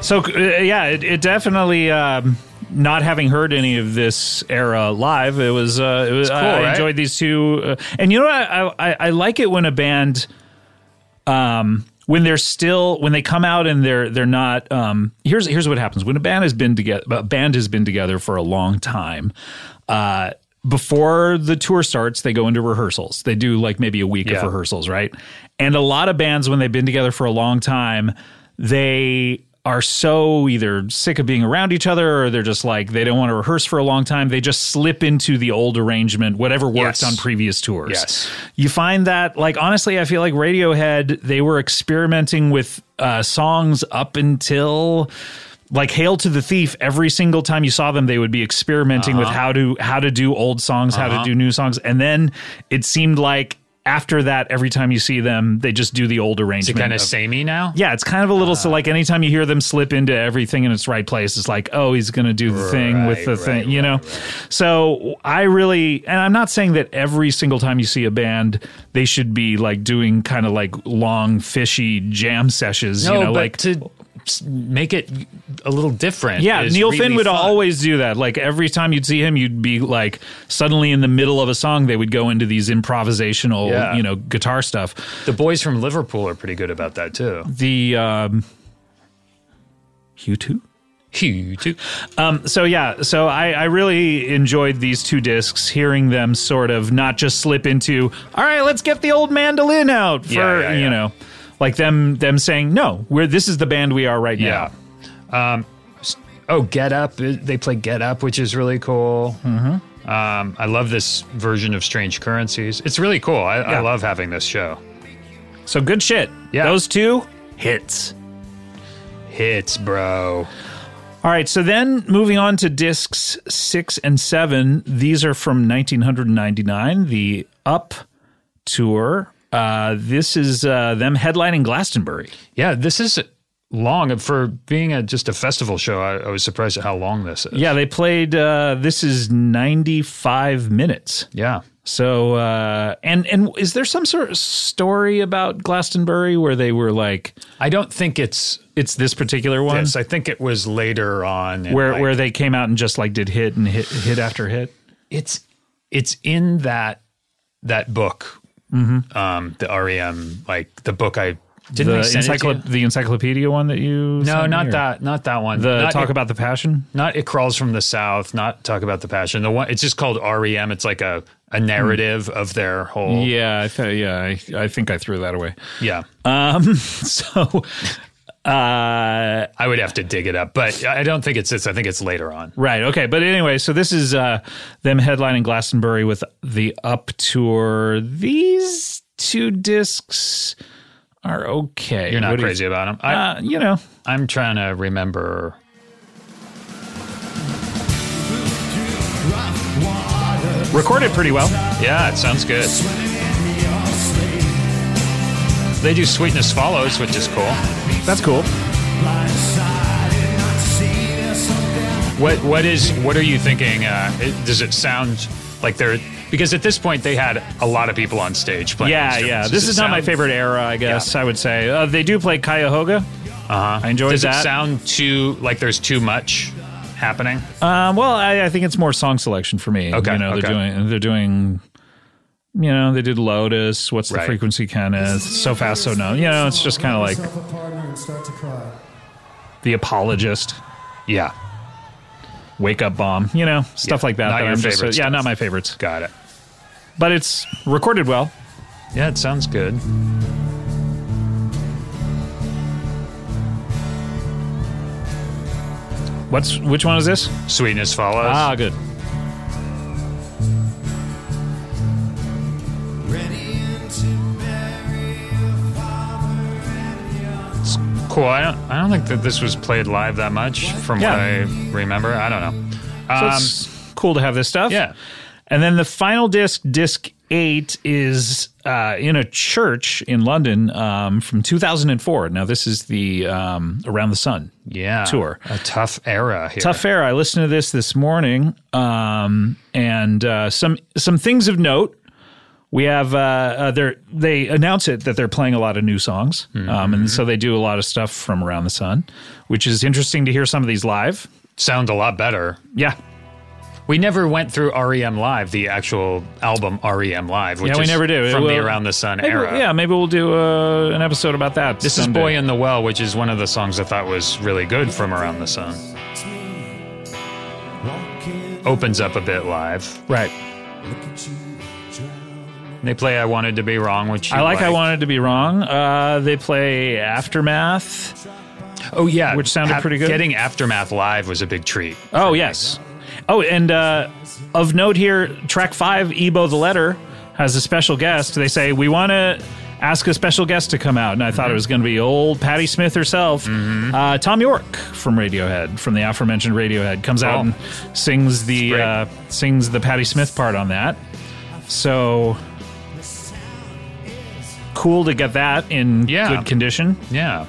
[SPEAKER 1] so uh, yeah, it, it definitely. Um, not having heard any of this era live, it was. Uh, it was
[SPEAKER 2] cool,
[SPEAKER 1] I
[SPEAKER 2] right?
[SPEAKER 1] enjoyed these two, uh, and you know what? I, I I like it when a band, um, when they're still when they come out and they're they're not. Um, here's here's what happens when a band has been together. A band has been together for a long time. Uh, before the tour starts, they go into rehearsals. They do like maybe a week of
[SPEAKER 2] Yeah.
[SPEAKER 1] rehearsals, right? And a lot of bands, when they've been together for a long time, they are so either sick of being around each other or they're just like they don't want to rehearse for a long time. They just slip into the old arrangement, whatever worked
[SPEAKER 2] Yes.
[SPEAKER 1] on previous tours.
[SPEAKER 2] Yes.
[SPEAKER 1] You find that, like, honestly, I feel like Radiohead, they were experimenting with uh, songs up until. Like Hail to the Thief, every single time you saw them, they would be experimenting with how to how to do old songs, how to do new songs, and then it seemed like after that, every time you see them, they just do the old arrangement.
[SPEAKER 2] kind of
[SPEAKER 1] of-
[SPEAKER 2] samey now.
[SPEAKER 1] uh, yeah, it's kind of a little so
[SPEAKER 2] Uh.
[SPEAKER 1] like anytime you hear them slip into everything in its right place, it's like, oh, he's gonna do the thing with the
[SPEAKER 2] Right,
[SPEAKER 1] thing,
[SPEAKER 2] right,
[SPEAKER 1] you know. So I really, and I'm not saying that every single time you see a band, they should be like doing kind of like long, fishy jam sessions,
[SPEAKER 2] No,
[SPEAKER 1] you know,
[SPEAKER 2] but
[SPEAKER 1] like
[SPEAKER 2] to s- make it a little different.
[SPEAKER 1] yeah,
[SPEAKER 2] is
[SPEAKER 1] Neil
[SPEAKER 2] really
[SPEAKER 1] Finn would
[SPEAKER 2] fun.
[SPEAKER 1] always do that. Like every time you'd see him, you'd be like suddenly in the middle of a song, they would go into these improvisational,
[SPEAKER 2] Yeah.
[SPEAKER 1] you know, guitar stuff.
[SPEAKER 2] The boys from Liverpool are pretty good about that too.
[SPEAKER 1] The um, Hugh two.
[SPEAKER 2] You too.
[SPEAKER 1] Um, so yeah, so I, I really enjoyed these two discs, hearing them sort of not just slip into, all right, let's get the old mandolin out for
[SPEAKER 2] Yeah, yeah, yeah.
[SPEAKER 1] you know, like them them saying, no, we're this is the band we are right
[SPEAKER 2] Yeah.
[SPEAKER 1] now.
[SPEAKER 2] Um, s- oh, Get Up. uh, They play Get Up, which is really cool. Mm-hmm. Um, I love this version of Strange Currencies. It's really cool. I,
[SPEAKER 1] Yeah.
[SPEAKER 2] I love having this show.
[SPEAKER 1] So good shit.
[SPEAKER 2] Yeah.
[SPEAKER 1] those two hits.
[SPEAKER 2] Hits, bro.
[SPEAKER 1] All right, so then moving on to discs six and seven. These are from 1999, the Up tour. Uh, this is uh, them headlining Glastonbury.
[SPEAKER 2] Yeah, this is long for being a, just a festival show. I, I was surprised at how long this is.
[SPEAKER 1] Yeah, they played. Uh, this is 95 minutes.
[SPEAKER 2] Yeah.
[SPEAKER 1] So, uh, and and is there some sort of story about Glastonbury where they were like,
[SPEAKER 2] I don't think it's
[SPEAKER 1] it's this particular one
[SPEAKER 2] this. I think it was later on. in,
[SPEAKER 1] where
[SPEAKER 2] like-
[SPEAKER 1] where they came out and just like did hit and hit hit after hit.
[SPEAKER 2] it's it's in that that book, um, the REM, like the book I didn't
[SPEAKER 1] Mm-hmm. The,
[SPEAKER 2] I send it to you?
[SPEAKER 1] encyclo- the encyclopedia one that you
[SPEAKER 2] No,
[SPEAKER 1] sent me,
[SPEAKER 2] not
[SPEAKER 1] or-
[SPEAKER 2] that, not that one.
[SPEAKER 1] the
[SPEAKER 2] not
[SPEAKER 1] talk
[SPEAKER 2] it,
[SPEAKER 1] about the passion.
[SPEAKER 2] not it crawls from the south. Not talk about the passion. The one it's just called REM. It's like a a narrative of their whole
[SPEAKER 1] Hmm. Yeah, I th- yeah, I, I think I threw that away.
[SPEAKER 2] yeah.
[SPEAKER 1] Um, [laughs] so uh
[SPEAKER 2] I would have to dig it up, but I don't think it's this. I think it's later on.
[SPEAKER 1] Right. Okay. But anyway, so this is uh, them headlining Glastonbury with the Up Tour. These two discs are okay.
[SPEAKER 2] You're not
[SPEAKER 1] What do you-
[SPEAKER 2] crazy about them. I,
[SPEAKER 1] uh, you know,
[SPEAKER 2] I'm trying to remember.
[SPEAKER 1] recorded pretty well.
[SPEAKER 2] Yeah, it sounds good. They do Sweetness Follows, which is cool.
[SPEAKER 1] That's cool.
[SPEAKER 2] What what is what are you thinking? Uh, it, does it sound like they're because at this point they had a lot of people on stage playing.
[SPEAKER 1] Yeah,
[SPEAKER 2] instruments.
[SPEAKER 1] yeah.
[SPEAKER 2] Does
[SPEAKER 1] This
[SPEAKER 2] it
[SPEAKER 1] is not my
[SPEAKER 2] sound-
[SPEAKER 1] favorite era, I guess I would say. Uh, they do play Cuyahoga. Uh huh. I enjoyed
[SPEAKER 2] Does
[SPEAKER 1] that.
[SPEAKER 2] it sound too like there's too much happening?
[SPEAKER 1] Um, well, I, I think it's more song selection for me.
[SPEAKER 2] Okay,
[SPEAKER 1] you know,
[SPEAKER 2] okay.
[SPEAKER 1] they're doing they're doing. You know, they did Lotus. What's the
[SPEAKER 2] Right.
[SPEAKER 1] frequency, Kenneth? So fast, so no. You know, it's just kind of like
[SPEAKER 6] Yourself a partner and start to cry.
[SPEAKER 1] the apologist,
[SPEAKER 2] yeah,
[SPEAKER 1] wake up bomb. You know, stuff
[SPEAKER 2] Yeah,
[SPEAKER 1] like that.
[SPEAKER 2] not
[SPEAKER 1] that
[SPEAKER 2] your
[SPEAKER 1] I'm just- uh,
[SPEAKER 2] favorite
[SPEAKER 1] yeah,
[SPEAKER 2] stuff.
[SPEAKER 1] not my favorites,
[SPEAKER 2] got it.
[SPEAKER 1] but it's recorded well.
[SPEAKER 2] Yeah, it sounds good.
[SPEAKER 1] What's which one is this?
[SPEAKER 2] Sweetness Follows.
[SPEAKER 1] Ah, good.
[SPEAKER 2] cool. I don't, I don't think that this was played live that much from
[SPEAKER 1] Yeah.
[SPEAKER 2] what I remember. I don't know.
[SPEAKER 1] So
[SPEAKER 2] Um,
[SPEAKER 1] it's cool to have this stuff.
[SPEAKER 2] yeah.
[SPEAKER 1] And then the final disc, disc eight, is uh, in a church in London um, from 2004. Now, this is the um, Around the Sun
[SPEAKER 2] yeah.
[SPEAKER 1] tour.
[SPEAKER 2] A tough era here.
[SPEAKER 1] Tough air. I listened to this this morning, um, and uh, some some things of note. We have uh, uh, they they announce it that they're playing a lot of new songs, um, and so they do a lot of stuff from around the sun, which is interesting to hear some of these live.
[SPEAKER 2] Sounds a lot better.
[SPEAKER 1] Yeah,
[SPEAKER 2] We never went through REM Live, the actual album REM Live, which
[SPEAKER 1] Yeah, we
[SPEAKER 2] is
[SPEAKER 1] never do. It
[SPEAKER 2] from the
[SPEAKER 1] will-
[SPEAKER 2] Around the Sun
[SPEAKER 1] maybe,
[SPEAKER 2] era.
[SPEAKER 1] yeah. Maybe we'll do uh, an episode about that.
[SPEAKER 2] This
[SPEAKER 1] someday.
[SPEAKER 2] is Boy in the Well, which is one of the songs I thought was really good from Around the Sun. Opens up a bit live.
[SPEAKER 1] right. Oh.
[SPEAKER 2] They play I Wanted to Be Wrong, which you
[SPEAKER 1] I like. I
[SPEAKER 2] liked.
[SPEAKER 1] wanted to be wrong. Uh, they play aftermath.
[SPEAKER 2] Oh yeah,
[SPEAKER 1] Which sounded pretty good.
[SPEAKER 2] Getting Aftermath live was a big treat.
[SPEAKER 1] Oh yes. Oh, and uh, of note here, track five, Ebo the Letter, has a special guest. They say we want to ask a special guest to come out, and I thought
[SPEAKER 2] Mm-hmm.
[SPEAKER 1] it was going to be old Patti Smith herself, uh, Tom York from Radiohead, from the aforementioned Radiohead, comes out
[SPEAKER 2] Oh.
[SPEAKER 1] and sings the
[SPEAKER 2] great.
[SPEAKER 1] uh, sings the Patti Smith part on that. So cool to get that in
[SPEAKER 2] Yeah.
[SPEAKER 1] good condition.
[SPEAKER 2] Yeah.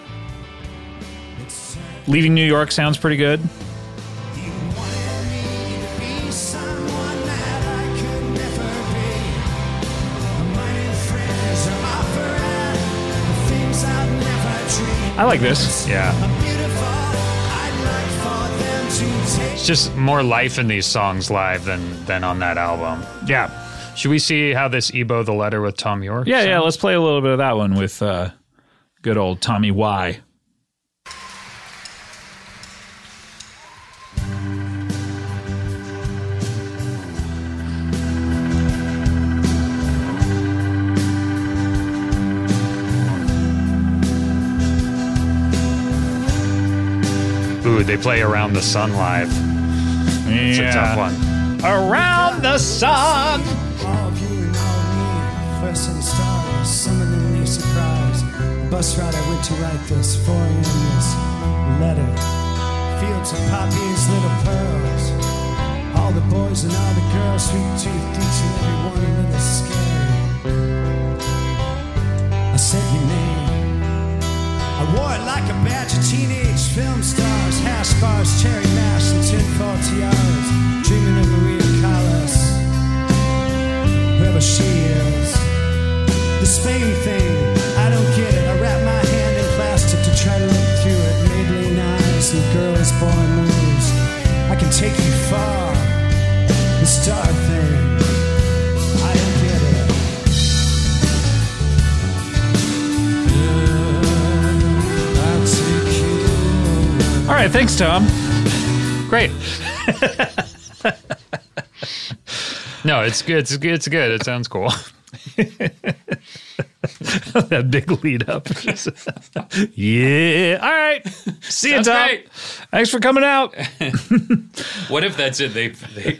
[SPEAKER 1] Leaving New York sounds pretty good. I like this.
[SPEAKER 2] Yeah. It's
[SPEAKER 8] Take
[SPEAKER 2] just more life in these songs live than than on that album.
[SPEAKER 1] Yeah.
[SPEAKER 2] Should we see how this Ebo the letter with Tom York?
[SPEAKER 1] Yeah, yeah. Let's play a little bit of that one with uh, good old Tommy Y.
[SPEAKER 2] Ooh, they play around the sun live. It's a tough one.
[SPEAKER 1] Around the sun.
[SPEAKER 5] All of you and all of me, first in the stars, some of them new surprise. The bus ride I went to write this, 4 a.m. this letter. Fields of poppies, little pearls. All the boys and all the girls, sweet tooth, each and every one a little scary. I said your name. I wore it like a badge of teenage film stars, hash bars, cherry mash, and tinfoil tiaras, dreaming of Maria Callas whoever she is. The Spain thing, I don't get it. I wrap my hand in plastic to try to look through it. Maybelline eyes and girls born moves. I can take you far. The star thing, I don't get it. I'll take you.
[SPEAKER 1] All right. Thanks, Tom.
[SPEAKER 2] Great. [laughs] no, it's good. It's good. It's good. It sounds cool. [laughs]
[SPEAKER 1] that big lead up. yeah. All right. See you,
[SPEAKER 9] Sounds
[SPEAKER 2] uh,
[SPEAKER 1] Tom.
[SPEAKER 9] great.
[SPEAKER 1] Thanks for coming out.
[SPEAKER 9] What if that's it? They, they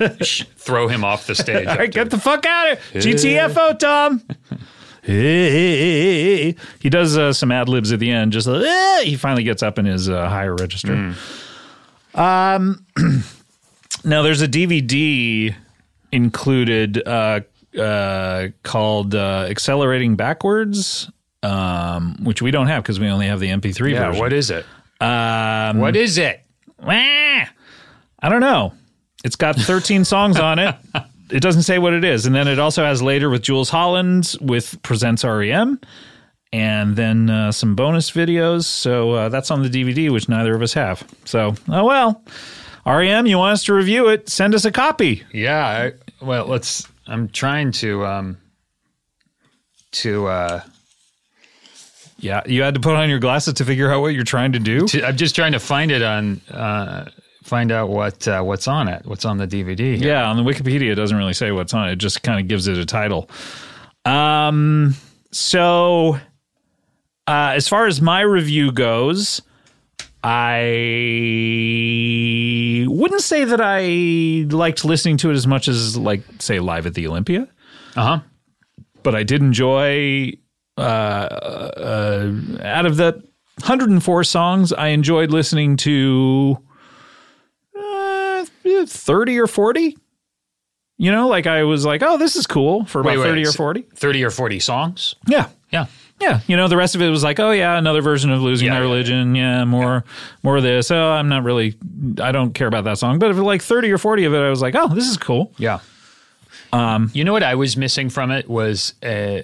[SPEAKER 2] Throw him off the stage.
[SPEAKER 1] All right, get the fuck out of here. GTFO, Tom. Hey. [laughs] He does uh, some ad libs at the end. Just uh, eh, he finally gets up in his uh, higher register. Um, Mm. [clears throat] now there's a DVD included uh, uh, called uh, "Accelerating Backwards," um, which we don't have because we only have the MP3
[SPEAKER 2] yeah.
[SPEAKER 1] version.
[SPEAKER 2] What is it? Um, what is it?
[SPEAKER 1] Wah! I don't know. It's got 13 songs on it. It doesn't say what it is. And then it also has later with Jules Holland with Presents REM and then uh, some bonus videos. So uh, that's on the DVD, which neither of us have. So, oh well. REM, you want us to review it? Send us a copy.
[SPEAKER 2] Yeah. I, well, let's. I'm trying to. um To. uh
[SPEAKER 1] Yeah, you had to put on your glasses to figure out what you're trying to do.
[SPEAKER 2] to, I'm just trying to find it on. uh Find out what uh, what's on it. What's on the DVD? Here.
[SPEAKER 1] Yeah, on the Wikipedia, it doesn't really say what's on it. It just kind of gives it a title. Um, so, uh, as far as my review goes, I wouldn't say that I liked listening to it as much as, like, say, live at the Olympia.
[SPEAKER 2] Uh huh.
[SPEAKER 1] But I did enjoy, uh, uh, out of the 104 songs, I enjoyed listening to uh, 30 or 40. You know, like I was like, oh, this is cool for about
[SPEAKER 2] Wait, wait,
[SPEAKER 1] 30 or
[SPEAKER 2] s-
[SPEAKER 1] 40.
[SPEAKER 2] Thirty or forty songs.
[SPEAKER 1] Yeah.
[SPEAKER 2] Yeah.
[SPEAKER 1] Yeah. You know, the rest of it was like, oh, yeah, another version of Losing
[SPEAKER 2] Yeah,
[SPEAKER 1] My
[SPEAKER 2] yeah,
[SPEAKER 1] Religion. Yeah, more, more of this. Oh, I'm not really, I don't care about that song. But if like 30 or 40 of it, I was like, oh, this is cool.
[SPEAKER 2] Yeah. Um, you know what I was missing from it was uh,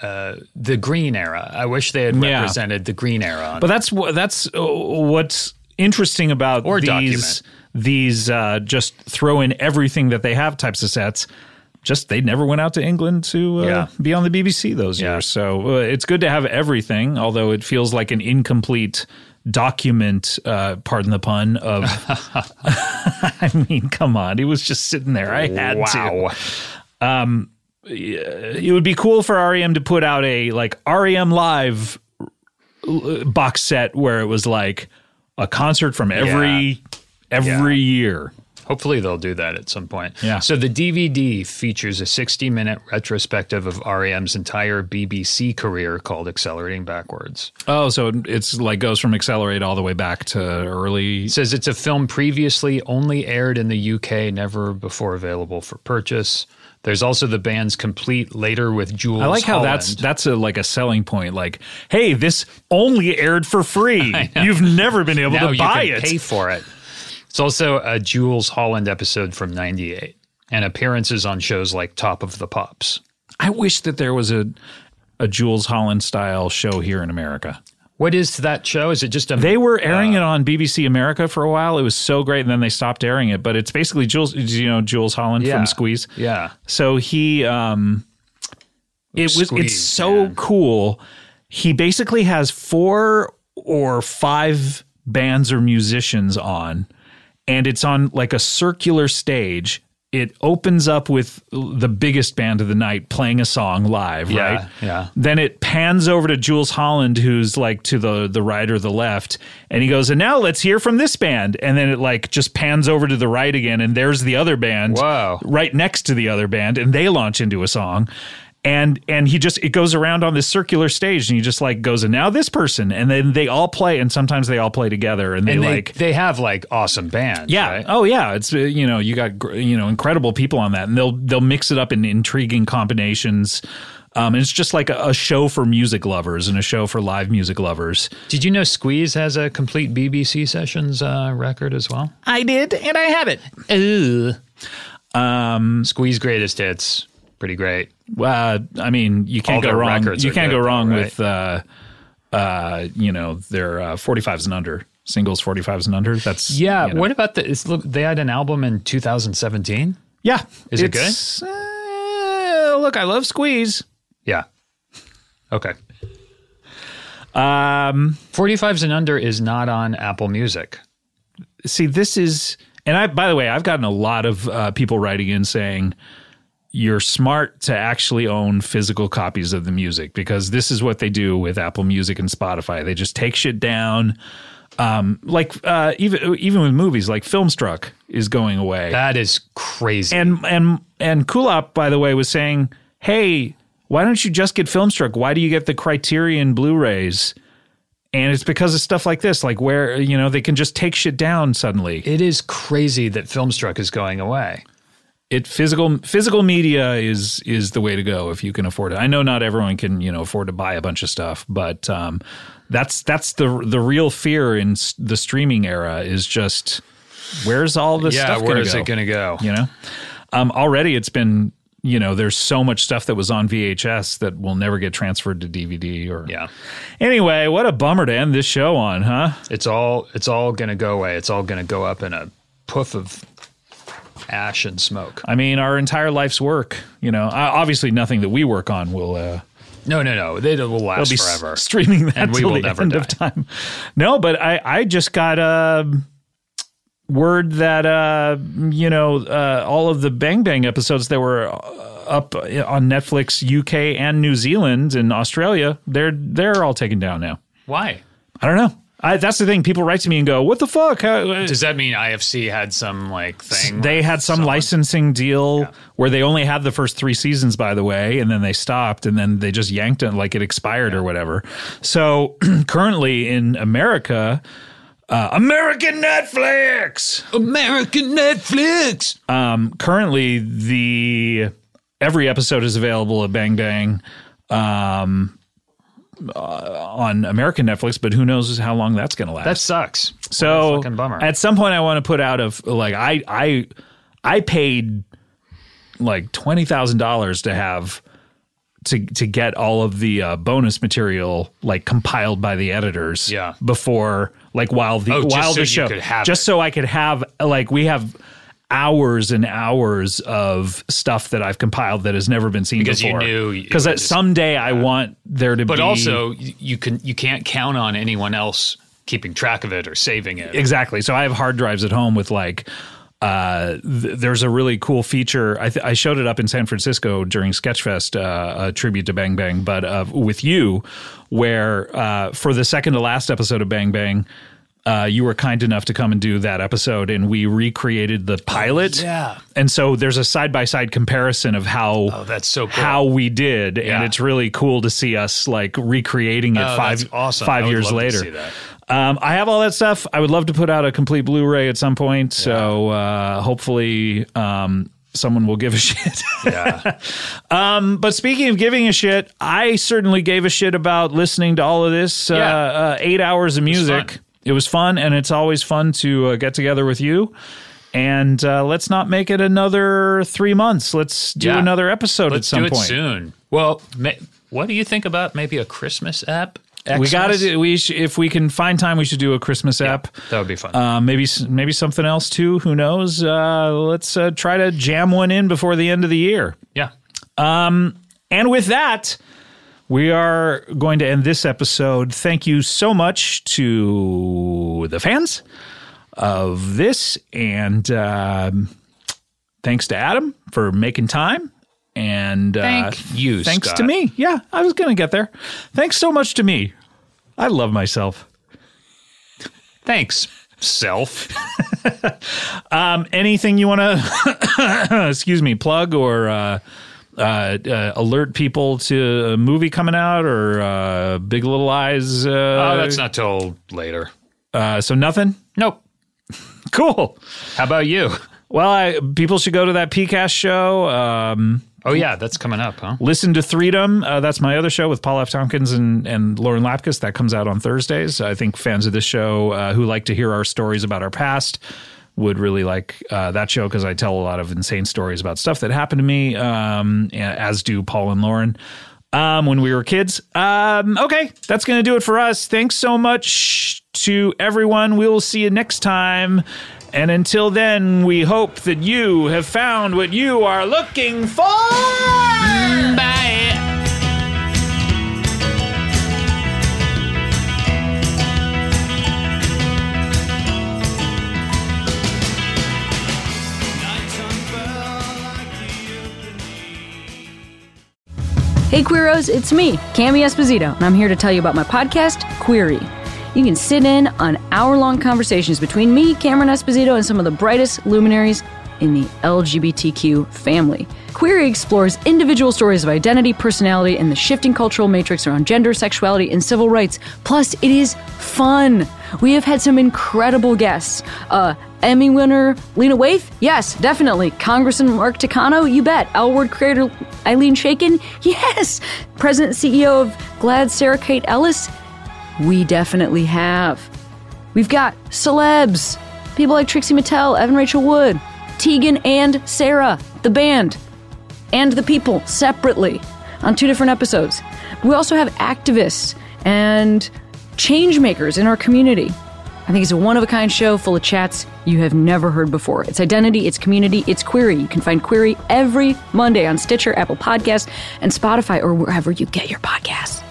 [SPEAKER 2] uh, the green era. I wish they had
[SPEAKER 1] Yeah.
[SPEAKER 2] represented the green era. On
[SPEAKER 1] But that's wh- that's uh, what's interesting about
[SPEAKER 2] Or
[SPEAKER 1] these
[SPEAKER 2] document.
[SPEAKER 1] these uh, just throw in everything that they have types of sets. Just they never went out to England to uh,
[SPEAKER 2] Yeah.
[SPEAKER 1] be on the BBC those
[SPEAKER 2] Yeah.
[SPEAKER 1] years. So uh, it's good to have everything, although it feels like an incomplete document. Uh, pardon the pun. Of [laughs] I mean, come on, it was just sitting there. I had to
[SPEAKER 2] wow.
[SPEAKER 1] it would be cool for REM to put out a like REM live uh, box set where it was like a concert from every every year.
[SPEAKER 2] Hopefully they'll do that at some point.
[SPEAKER 1] Yeah.
[SPEAKER 2] So the DVD features a 60-minute retrospective of REM's entire BBC career called Accelerating Backwards.
[SPEAKER 1] Oh, so it's like goes from Accelerate all the way back to early.
[SPEAKER 2] It says it's a film previously only aired in the UK, never before available for purchase. There's also the band's complete later with Jules.
[SPEAKER 1] I like how that's
[SPEAKER 2] Holland.
[SPEAKER 1] that's a, like a selling point. Like, hey, this only aired for [laughs] free. You've never been able
[SPEAKER 2] now
[SPEAKER 1] to
[SPEAKER 2] you
[SPEAKER 1] buy
[SPEAKER 2] can
[SPEAKER 1] it.
[SPEAKER 2] pay for it. It's also a Jules Holland episode from '98 and appearances on shows like Top of the Pops.
[SPEAKER 1] I wish that there was a a Jules Holland style show here in America.
[SPEAKER 2] What is that show? Is it just a
[SPEAKER 1] They were airing it on BBC America for a while. It was so great, and then they stopped airing it. But it's basically Jules, you know, Jules Holland
[SPEAKER 2] Yeah.
[SPEAKER 1] from Squeeze.
[SPEAKER 2] Yeah.
[SPEAKER 1] So he, um, it was. It's
[SPEAKER 2] Squeeze,
[SPEAKER 1] so
[SPEAKER 2] yeah.
[SPEAKER 1] cool. He basically has four or five bands or musicians on, and it's on like a circular stage. It opens up with the biggest band of the night playing a song live,
[SPEAKER 2] Yeah,
[SPEAKER 1] right?
[SPEAKER 2] yeah.
[SPEAKER 1] Then it pans over to Jules Holland, who's like to the the right or the left, and he goes, "And now let's hear from this band." And then it like just pans over to the right again, and there's the other band,
[SPEAKER 2] Wow.
[SPEAKER 1] right next to the other band, and they launch into a song, and and he just it goes around on this circular stage, and he just like goes, "And now this person," and then they all play, and sometimes they all play together, and they
[SPEAKER 2] And they,
[SPEAKER 1] like
[SPEAKER 2] they have like awesome bands.
[SPEAKER 1] yeah.
[SPEAKER 2] right?
[SPEAKER 1] Oh, yeah. It's uh, you know you got gr- you know incredible people on that, and they'll they'll mix it up in intriguing combinations. Um, and it's just like a, a show for music lovers and a show for live music lovers.
[SPEAKER 2] Did you know Squeeze has a complete BBC Sessions uh, record as well?
[SPEAKER 1] I did, and I have it.
[SPEAKER 4] Ooh.
[SPEAKER 2] Squeeze Greatest Hits, pretty great.
[SPEAKER 1] Uh, I mean, you can't
[SPEAKER 2] All
[SPEAKER 1] go
[SPEAKER 2] their
[SPEAKER 1] wrong.
[SPEAKER 2] records
[SPEAKER 1] You
[SPEAKER 2] are
[SPEAKER 1] can't
[SPEAKER 2] good,
[SPEAKER 1] go wrong
[SPEAKER 2] though, right?
[SPEAKER 1] with uh, uh, you know their uh, 45s and under singles, 45s and under. That's
[SPEAKER 2] Yeah.
[SPEAKER 1] you know.
[SPEAKER 2] What about the? It's, look, they had an album in 2017.
[SPEAKER 1] yeah.
[SPEAKER 2] Is it
[SPEAKER 1] It's, uh, look, I love Squeeze.
[SPEAKER 2] Yeah. Okay. Um, 45s and under is not on Apple Music.
[SPEAKER 1] see this is and i by the way i've gotten a lot of uh, people writing in saying you're smart to actually own physical copies of the music because this is what they do with apple music and spotify they just take shit down um, like uh, even even with movies like filmstruck is going away
[SPEAKER 2] That is crazy.
[SPEAKER 1] and and and Kulop, by the way, was saying, "Hey, why don't you just get Filmstruck? Why do you get the Criterion Blu-rays?" And it's because of stuff like this, like where you know they can just take shit down suddenly.
[SPEAKER 2] it is crazy that Filmstruck is going away.
[SPEAKER 1] It physical physical media is is the way to go if you can afford it. I know not everyone can you know afford to buy a bunch of stuff, but um, that's that's the the real fear in s- the streaming era is just where's all this
[SPEAKER 2] yeah.
[SPEAKER 1] stuff?
[SPEAKER 2] Where
[SPEAKER 1] gonna
[SPEAKER 2] is
[SPEAKER 1] go?
[SPEAKER 2] it going to go?
[SPEAKER 1] you know um, already it's been you know there's so much stuff that was on vhs that will never get transferred to dvd or
[SPEAKER 2] Yeah.
[SPEAKER 1] anyway what a bummer to end this show on huh
[SPEAKER 2] It's all. It's all going to go away. It's all going to go up in a puff of ash and smoke.
[SPEAKER 1] i mean our entire life's work you know I, obviously nothing that we work on will uh
[SPEAKER 2] No, no, no. They will
[SPEAKER 1] will
[SPEAKER 2] last
[SPEAKER 1] be s-
[SPEAKER 2] forever.
[SPEAKER 1] streaming that
[SPEAKER 2] And we
[SPEAKER 1] till
[SPEAKER 2] will
[SPEAKER 1] the
[SPEAKER 2] never
[SPEAKER 1] end of time no but i i just got um word that uh you know uh all of the bang bang episodes that were uh, up on netflix uk and new zealand and australia they're they're all taken down now
[SPEAKER 2] Why?
[SPEAKER 1] I don't know. I, that's the thing. People write to me and go, "What the fuck?" How, uh,
[SPEAKER 2] Does that mean IFC had some like thing?
[SPEAKER 1] they had some licensing deal where they only had the first three seasons, by the way, and then they stopped, and then they just yanked it like it expired or whatever. So [clears throat] currently in America, uh, American Netflix. Um,
[SPEAKER 2] American Netflix.
[SPEAKER 1] currently the every episode is available at Bang Bang um, uh, on American Netflix, but who knows how long that's going to last.
[SPEAKER 2] That sucks.
[SPEAKER 1] so
[SPEAKER 2] a fucking bummer.
[SPEAKER 1] at some point, I want to put out of like I I I paid like twenty thousand dollars to have. To, to get all of the uh, bonus material like compiled by the editors
[SPEAKER 2] Yeah.
[SPEAKER 1] before like while the
[SPEAKER 2] Oh, just
[SPEAKER 1] while
[SPEAKER 2] so
[SPEAKER 1] the
[SPEAKER 2] you
[SPEAKER 1] show
[SPEAKER 2] could have
[SPEAKER 1] just
[SPEAKER 2] it.
[SPEAKER 1] so I could have like we have hours and hours of stuff that I've compiled that has never been seen
[SPEAKER 2] Because you
[SPEAKER 1] before.
[SPEAKER 2] knew you
[SPEAKER 1] because
[SPEAKER 2] would
[SPEAKER 1] that
[SPEAKER 2] just-
[SPEAKER 1] someday I want there to be
[SPEAKER 2] But also, y- you can you can't count on anyone else keeping track of it or saving it.
[SPEAKER 1] exactly. So I have hard drives at home with like. Uh, th- there's a really cool feature. I, th- I showed it up in San Francisco during Sketchfest, uh, a tribute to Bang Bang, but uh, with you, where uh, for the second to last episode of Bang Bang, uh, you were kind enough to come and do that episode, and we recreated the pilot.
[SPEAKER 2] yeah.
[SPEAKER 1] and so there's a side by side comparison of how
[SPEAKER 2] Oh, that's so cool.
[SPEAKER 1] how we did, and
[SPEAKER 2] Yeah.
[SPEAKER 1] it's really cool to see us like recreating it
[SPEAKER 2] Oh,
[SPEAKER 1] five
[SPEAKER 2] that's awesome.
[SPEAKER 1] five
[SPEAKER 2] I would
[SPEAKER 1] years
[SPEAKER 2] love to
[SPEAKER 1] later.
[SPEAKER 2] see that.
[SPEAKER 1] Um, I have all that stuff. I would love to put out a complete Blu-ray at some point. So uh, hopefully, um, someone will give a [laughs] shit.
[SPEAKER 2] Yeah.
[SPEAKER 1] [laughs] um, but speaking of giving a shit, I certainly gave a shit about listening to all of this uh,
[SPEAKER 2] Yeah.
[SPEAKER 1] uh, eight hours of
[SPEAKER 2] was
[SPEAKER 1] music.
[SPEAKER 2] fun.
[SPEAKER 1] It was fun, and it's always fun to uh, get together with you. And uh, let's not make it another three months. Let's do
[SPEAKER 2] Yeah.
[SPEAKER 1] another episode
[SPEAKER 2] Let's
[SPEAKER 1] at some
[SPEAKER 2] do it
[SPEAKER 1] point.
[SPEAKER 2] soon. Well, ma- what do you think about maybe a Christmas app?
[SPEAKER 1] We got
[SPEAKER 2] Xmas?
[SPEAKER 1] to. We sh- if we can find time, we should do a Christmas app.
[SPEAKER 2] That would be fun.
[SPEAKER 1] Uh, maybe s- maybe something else too. Who knows? Uh, let's uh, try to jam one in before the end of the year.
[SPEAKER 2] yeah.
[SPEAKER 1] And with that, we are going to end this episode. Thank you so much to the fans of this, and um, thanks to Adam for making time. And uh,
[SPEAKER 2] Thank you,
[SPEAKER 1] thanks to
[SPEAKER 2] Scott.
[SPEAKER 1] me. Yeah, I was going to get there. Thanks so much to me. I love myself.
[SPEAKER 2] Thanks, self.
[SPEAKER 1] anything you want to [coughs] excuse me plug or uh, uh, uh, alert people to a movie coming out or uh, Big Little Eyes? Uh,
[SPEAKER 2] Oh, that's not till later.
[SPEAKER 1] uh, so nothing.
[SPEAKER 2] Nope.
[SPEAKER 1] Cool.
[SPEAKER 2] How about you?
[SPEAKER 1] Well, I, people should go to that PCAST show. Um,
[SPEAKER 2] Oh yeah, that's coming up, huh?
[SPEAKER 1] listen to Freedom. Uh, that's my other show with Paul F. Tompkins and, and Lauren Lapkus. That comes out on Thursdays. I think fans of this show uh, who like to hear our stories about our past would really like uh, that show because I tell a lot of insane stories about stuff that happened to me, um, a- as do Paul and Lauren. Um, when we were kids. Um, okay, that's going to do it for us. Thanks so much to everyone. We will see you next time. And until then, we hope that you have found what you are looking for.
[SPEAKER 4] Bye.
[SPEAKER 10] Hey Queeros, it's me, Cami Esposito, and I'm here to tell you about my podcast, Query. You can sit in on hour long conversations between me, Cameron Esposito, and some of the brightest luminaries in the LGBTQ family. Query explores individual stories of identity, personality, and the shifting cultural matrix around gender, sexuality, and civil rights. Plus, it is fun. We have had some incredible guests. Uh, Emmy winner Lena Waithe? Yes, definitely. Congressman Mark Takano? You bet. L Word creator Eileen Shaken? Yes. President and CEO of Glad Sarah Kate Ellis? We definitely have. We've got celebs, people like Trixie Mattel, Evan Rachel Wood, Tegan and Sarah, the band, and the people separately on two different episodes. We also have activists and change makers in our community. I think it's a one of a kind show full of chats you have never heard before. It's identity, it's community, it's query. You can find query every Monday on Stitcher, Apple Podcasts, and Spotify, or wherever you get your podcasts.